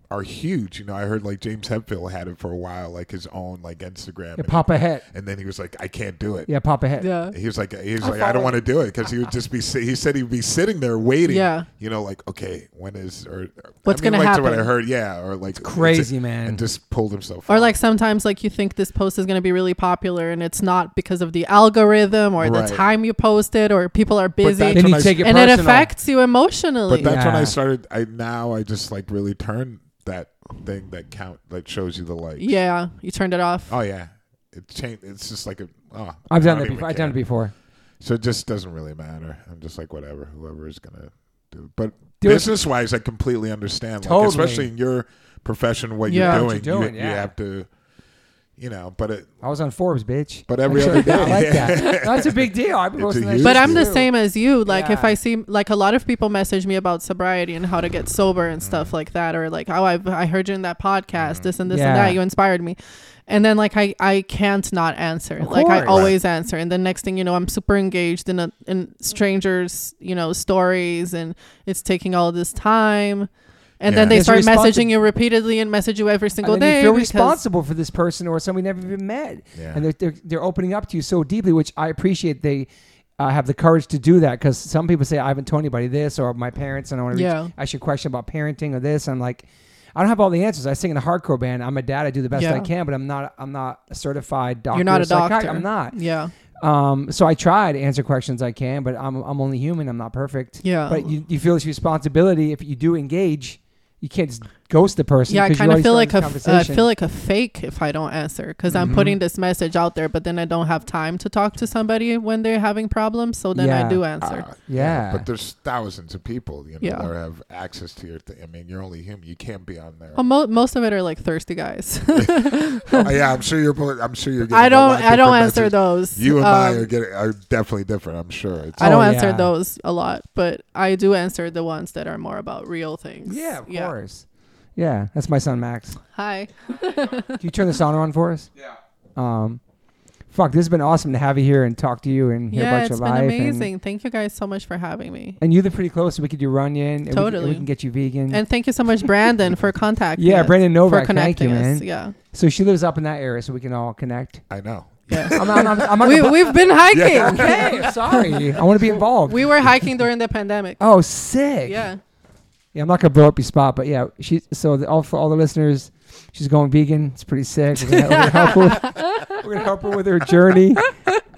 B: are huge. You know, I heard like James Hetfield had it for a while, like his own like Instagram,
A: yeah.
B: and,
A: Pop ahead.
B: and then he was like, I can't do it.
A: Yeah, pop ahead.
C: yeah.
B: He was like, he was
A: I
B: like, I don't
A: follow-
B: want to do it because he would just be. si- He said he'd be sitting there waiting.
C: Yeah.
B: You know, like okay, when is or or-
C: What's
B: I mean,
C: gonna
B: like, to What I
C: happen?
B: heard, yeah, or like it's
A: crazy, man.
B: and just pulled himself.
C: Or
B: out.
C: like sometimes like you think this post is going to be really popular and it's not because of the algorithm or
B: Right.
C: the time you posted or people are busy
B: that's
A: Then
B: when
A: you
B: I-
A: take it
C: and it
A: personal.
C: affects you emotionally.
B: But that's when
A: Yeah.
B: I started. I now I just like really turn that thing that count that shows you the light.
C: yeah, you turned it off.
B: Oh yeah, it changed. It's just like a. Oh,
A: I've done that
B: I don't even
A: before. I've done it
B: care.
A: before.
B: So it just doesn't really matter. I'm just like whatever, whoever is gonna do. it. But
A: Do it.
B: business wise, I completely understand.
A: Totally.
B: Like, especially in your profession, what
C: Yeah.
B: you're
A: What
B: doing,
A: you're doing,
B: you,
A: yeah.
B: you have to, you know. But it,
A: I was on Forbes, bitch.
B: But every
A: That's
B: other
A: right. I
B: day.
A: like that. That's a big deal. I've been
B: It's a
A: posting that
B: huge
A: shit
C: But I'm the
A: too.
C: same as you. Like if
A: Yeah.
C: I see like a lot of people message me about sobriety and how to get sober and
A: Mm.
C: stuff like that, or like oh I I heard you in that podcast, this and this and
A: Yeah.
C: that, you inspired me, and then like I I can't not answer.
A: Of
C: like I
A: course.
C: always answer, and the next thing you know I'm super engaged in a, in strangers you know stories, and it's taking all this time. And then
B: Yeah.
C: they
A: It's
C: start
A: responsi-
C: messaging you repeatedly and message you every single
A: And then
C: day.
A: you feel
C: because-
A: responsible for this person or someone you never even met,
B: Yeah.
A: and they're, they're they're opening up to you so deeply, which I appreciate. They uh, have the courage to do that because some people say I haven't told anybody this or my parents, and I want to.
C: Yeah.
A: I should question about parenting or this. I'm like, I don't have all the answers. I sing in a hardcore band. I'm a dad. I do the best
C: Yeah.
A: I can, but I'm not. I'm not a certified doctor.
C: You're not
A: or
C: a doctor.
A: psychiatrist. I'm not.
C: Yeah.
A: Um, so I try to answer questions I can, but I'm I'm only human. I'm not perfect.
C: Yeah.
A: But you, you feel this responsibility if you do engage, you can't just ghost the person.
C: Yeah, I
A: 'cause you
C: kind of
A: already
C: feel
A: started
C: like a
A: this
C: f- I
A: conversation. Mm-hmm.
C: feel like a fake if I don't answer because I'm putting this message out there, but then I don't have time to talk to somebody when they're having problems. So then
A: Yeah.
C: I do answer.
B: uh,
A: Yeah.
B: But there's thousands of people, you know,
C: Yeah.
B: that have access to your thing. I mean, you're only human. You can't be on there.
C: Well, mo- most of it are like thirsty guys.
B: Oh, yeah, I'm sure you're. poli- I'm sure you're. Getting
C: I
B: a
C: don't
B: lot of
C: I don't
B: different
C: answer
B: messages.
C: those.
B: You and I
C: Um,
B: are getting are definitely different. I'm sure. It's
C: I don't
A: Oh,
C: answer
A: yeah.
C: those a lot, but I do answer the ones that are more about real things.
A: yeah, of course. Yeah, that's my son Max.
C: Hi.
A: Can you turn the sauna on for us? Yeah. Um, fuck, this has been awesome to have you here and talk to you and hear
C: Yeah,
A: about
C: it's
A: your
C: been
A: life. and-
C: amazing. Thank you guys so much for having me.
A: And, you're the pretty close. So we could do Runyon. And we could- and We
C: Totally.
A: can get you vegan.
C: And thank you so much, Brandon, for contacting
A: yeah,
C: us,
A: Brandon
C: for
A: Novak. Thank you,
C: connecting us.
A: man.
C: Yeah.
A: So she lives up in that area, so we can all connect.
B: I know.
C: yeah.
A: I'm, I'm, I'm, I'm not
C: we,
A: gonna-
C: we've been hiking.
A: okay, sorry. I want to be involved.
C: We were hiking during the pandemic.
A: oh, sick.
C: Yeah.
A: Yeah, I'm not gonna blow up your spot, but yeah, she. So the, all for all the listeners, she's going vegan. It's pretty sick. We're gonna, we're gonna help, her with, we're gonna help her with her journey.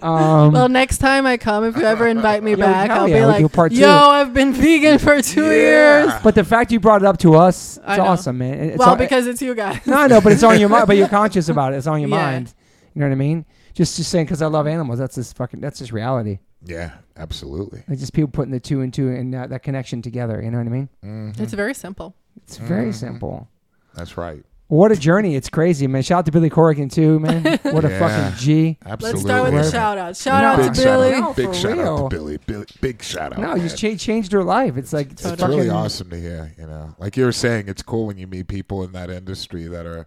A: Um,
C: Well, next time I come, if you ever invite me
A: Yeah,
C: back,
A: hell
C: I'll
A: yeah, we'll
C: be
A: do
C: like,
A: part two.
C: yo, I've been vegan for two years.
A: but the fact you brought it up to us,
C: I
A: it's
C: know.
A: awesome, man. And It's
C: well,
A: all-
C: because it's you guys.
A: no, I know, but it's on your mind. But you're conscious about it. It's on your
C: Yeah.
A: mind. You know what I mean? Just just saying, because I love animals. That's just fucking. That's just reality.
B: Yeah, absolutely.
A: Like just people putting the two and two and uh, that connection together. You know what I mean?
B: Mhm.
C: It's very simple.
A: It's very
C: Mm-hmm.
B: Mhm.
A: simple.
B: That's right.
A: What a journey! It's crazy, man. Shout out to Billy Corrigan too, man. What a
B: Yeah.
A: fucking G.
B: Absolutely.
C: Let's start with
A: Absolutely.
C: a shout out. Shout
A: No,
C: out
B: Big
C: to
B: shout
C: Billy.
A: No,
B: out. Big
A: for
B: shout
A: real.
B: out to Billy. Billy. Big shout out.
A: No, you
B: man.
A: cha- changed her life. It's like it's,
B: It's
C: Totally.
B: really
A: fucking-
B: awesome to hear. You know, like you were saying, it's cool when you meet people in that industry that are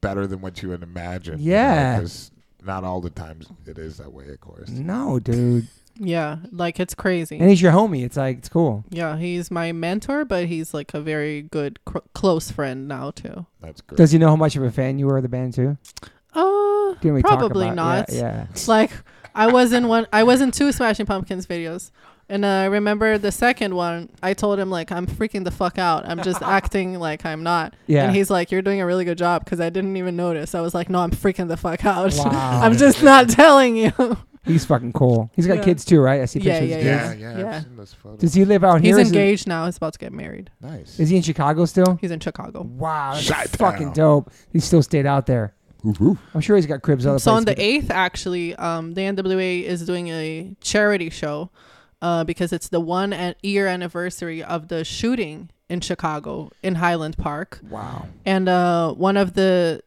B: better than what you had imagined. you know,
A: Yeah.
B: 'cause not all the times it is that way, of course.
A: No, dude.
C: Yeah, like it's crazy.
A: And he's your homie. It's like it's cool.
C: yeah, he's my mentor, but he's like a very good cr- close friend now too.
B: That's great.
A: Does he know how much of a fan you were of the band too?
C: Uh,
A: Didn't we talk
C: probably
A: about-
C: not.
A: Yeah, yeah.
C: like I was in one I was in two Smashing Pumpkins videos. And uh, I remember the second one, I told him like I'm freaking the fuck out. I'm just acting like I'm not.
A: Yeah.
C: And he's like, "You're doing a really good job," because I didn't even notice. I was like, "No, I'm freaking the fuck out.
A: Wow.
C: I'm just not telling you."
A: He's fucking cool. He's got
C: Yeah.
A: kids too, right? I see
C: Yeah,
A: pictures.
C: yeah,
A: of
B: yeah,
A: kids.
B: yeah,
C: Yeah.
B: I've seen those photos.
A: Does he live out
C: he's
A: here? Is he-
C: engaged now. He's about to get married.
B: nice.
A: Is he in Chicago still?
C: He's in Chicago.
A: Wow, that's
B: Shut
A: fucking
B: down.
A: dope. He still stayed out there.
B: Oof, oof.
A: I'm sure he's got cribs other
C: So on
A: places,
C: the eighth, actually, um, the NWA is doing a charity show uh, because it's the one an- year anniversary of the shooting in Chicago in Highland Park,
A: but- Wow.
C: and uh, one of the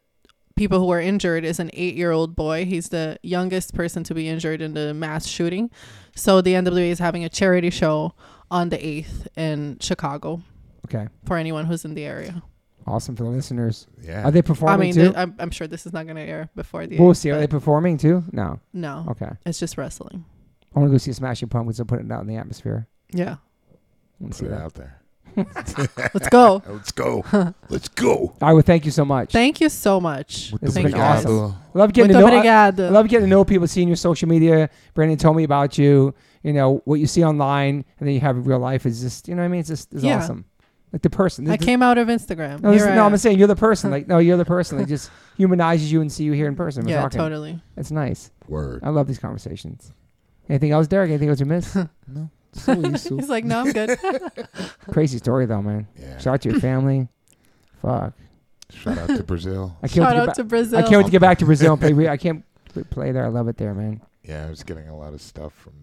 C: people who were injured is an eight-year-old boy. He's the youngest person to be injured in the mass shooting. So the NWA is having a charity show on the eighth in Chicago
A: Okay.
C: for anyone who's in the area.
A: Awesome for the listeners.
B: Yeah.
A: Are they
C: I
A: performing
C: mean, uh,
A: too?
C: th- I'm, I'm sure this is not going to air before the.
A: we'll
C: 8th,
A: see. Oh. Are
C: but
A: they performing too? No.
C: no,
A: Okay.
C: it's just wrestling.
A: I want to go see Smashing Pumpkins and put it out in the atmosphere. I
C: Yeah.
A: wanna
B: Put
A: see
B: it
A: that.
B: out there.
C: Let's go.
B: Let's go. Let's go.
A: I would thank you so much.
C: Thank you so much.
A: This has
C: Thank
A: been
C: you.
A: awesome.
B: Obrigado.
A: love getting to
C: Muito
A: know. I,
C: obrigada.
A: I love getting to know people, seeing your social media. Brandon told me about you. You know what you see online, and then you have in real life is just you know what I mean. It's just it's
C: Yeah.
A: awesome. Like the person.
C: I
A: This-
C: came out of Instagram.
A: No, this,
C: Here I
A: no, I'm
C: am.
A: saying you're the person. Like, no, you're the person. Like, just humanizes you and see you here in person. We're
C: yeah,
A: talking.
C: totally.
A: It's nice.
B: Word.
A: I love these conversations. Anything else, Derek? Anything else we missed?
B: No. So isso.
C: He's like, no, I'm good.
A: Crazy story though, man.
B: Yeah.
A: Shout out to your family. Fuck.
B: Shout out to Brazil.
A: I can't. wait to
C: Shout
A: get
C: out
A: back-
C: to Brazil.
A: I can't wait to get back to Brazil and play. re- I can't play there. I love it there, man.
B: Yeah, I was getting a lot of stuff from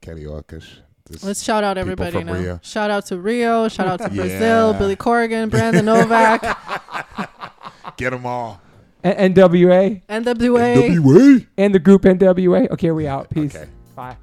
B: Cariocas. This-
C: Let's shout out
B: People
C: everybody
B: from
C: now.
B: Rio.
C: Shout out to Rio. Shout out to
B: Yeah.
C: Brazil. Billy Corgan, Brandon Novak,
B: Get them all.
A: N- NWA
C: NWA.
B: NWA.
A: and the group NWA. Okay, we out. Peace.
B: Okay.
A: Bye.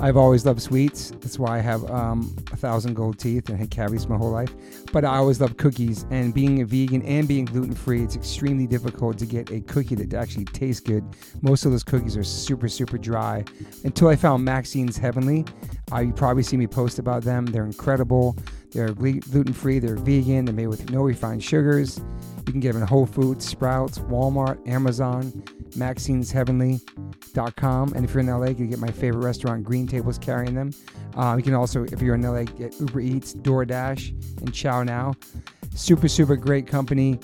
A: I've always loved sweets. That's why I have um, a thousand gold teeth and had cavities my whole life. But I always loved cookies. And being a vegan and being gluten free, it's extremely difficult to get a cookie that actually tastes good. Most of those cookies are super, super dry. Until I found Maxine's Heavenly, uh, you probably see me post about them. They're incredible. They're gluten free. They're vegan. They're made with no refined sugars. You can get them in Whole Foods, Sprouts, Walmart, Amazon, Maxine'sHeavenly.com. And if you're in LA, you can get my favorite restaurant, Green Tables, carrying them. Um, you can also, if you're in LA, get Uber Eats, DoorDash, and Chow Now. Super, super great company.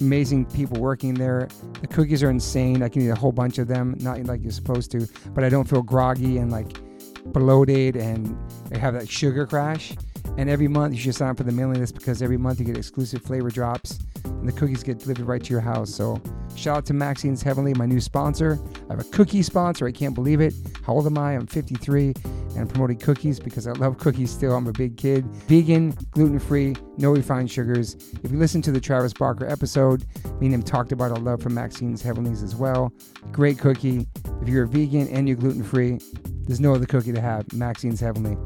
A: Amazing people working there. The cookies are insane. I can eat a whole bunch of them, not like you're supposed to, but I don't feel groggy and like bloated and they have that sugar crash. And every month you should sign up for the mailing list because every month you get exclusive flavor drops and the cookies get delivered right to your house. So shout out to Maxine's Heavenly, my new sponsor. I have a cookie sponsor. I can't believe it. How old am I? I'm 53 and I'm promoting cookies because I love cookies still. I'm a big kid. Vegan, gluten free, no refined sugars. If you listen to the Travis Barker episode, me and him talked about our love for Maxine's Heavenlies as well. Great cookie. If you're a vegan and you're gluten free, there's no other cookie to have. Maxine's Heavenly.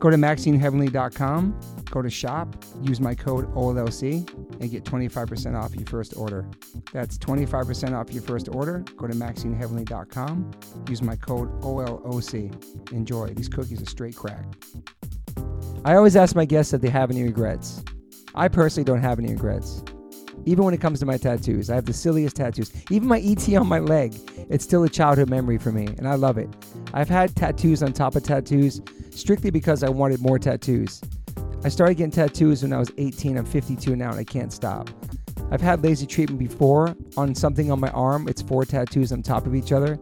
A: Go to maxineheavenly.com, go to shop, use my code OLLC, and get 25% off your first order. That's 25% off your first order. Go to maxineheavenly.com, use my code OLOC. Enjoy. These cookies are straight crack. I always ask my guests if they have any regrets. I personally don't have any regrets. Even when it comes to my tattoos, I have the silliest tattoos. Even my ET on my leg, it's still a childhood memory for me, and I love it. I've had tattoos on top of tattoos strictly because I wanted more tattoos. I started getting tattoos when I was 18. I'm 52 now and I can't stop. I've had laser treatment before on something on my arm. It's four tattoos on top of each other.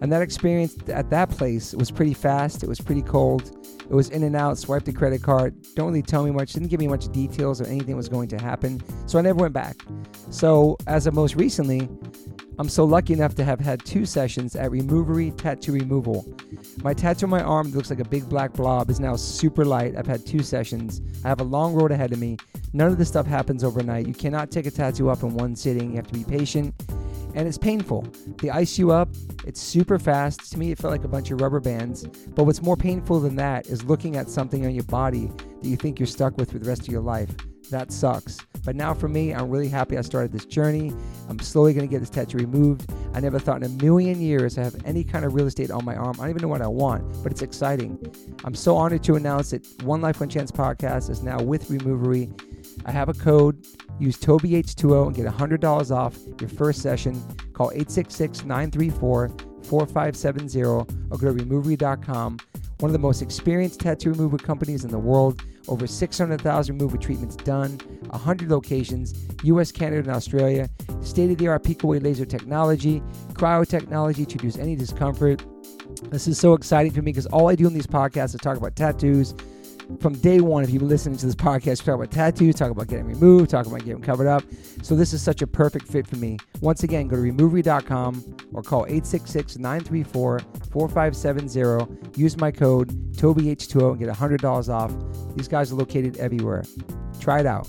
A: And that experience at that place was pretty fast. It was pretty cold. It was in and out, swiped the credit card. Don't really tell me much, didn't give me much details of anything that was going to happen. So I never went back. So, as of most recently, I'm so lucky enough to have had two sessions at Removery Tattoo Removal. My tattoo on my arm that looks like a big black blob is now super light. I've had two sessions. I have a long road ahead of me. None of this stuff happens overnight. You cannot take a tattoo up in one sitting. You have to be patient. And it's painful. They ice you up. It's super fast. To me, it felt like a bunch of rubber bands. But what's more painful than that is looking at something on your body that you think you're stuck with for the rest of your life. that sucks. But now for me, I'm really happy I started this journey. I'm slowly going to get this tattoo removed. I never thought in a million years I have any kind of real estate on my arm. I don't even know what I want, but it's exciting. I'm so honored to announce that One Life One Chance podcast is now with Removery. I have a code. Use TobyH20 and get $100 off your first session. Call 866 934 4570 or go to removery.com. One of the most experienced tattoo removal companies in the world. Over 600,000 removal treatments done, 100 locations, US, Canada, and Australia. State of the art peak away laser technology, cryo technology to reduce any discomfort. This is so exciting for me because all I do in these podcasts is talk about tattoos. From day one, if you've been listening to this podcast, we talk about tattoos, talk about getting removed, talk about getting covered up. So this is such a perfect fit for me. Once again, go to removery.com or call 866-934-4570. Use my oh code TobyH20 and get $100 off. These guys are located everywhere. Try it out.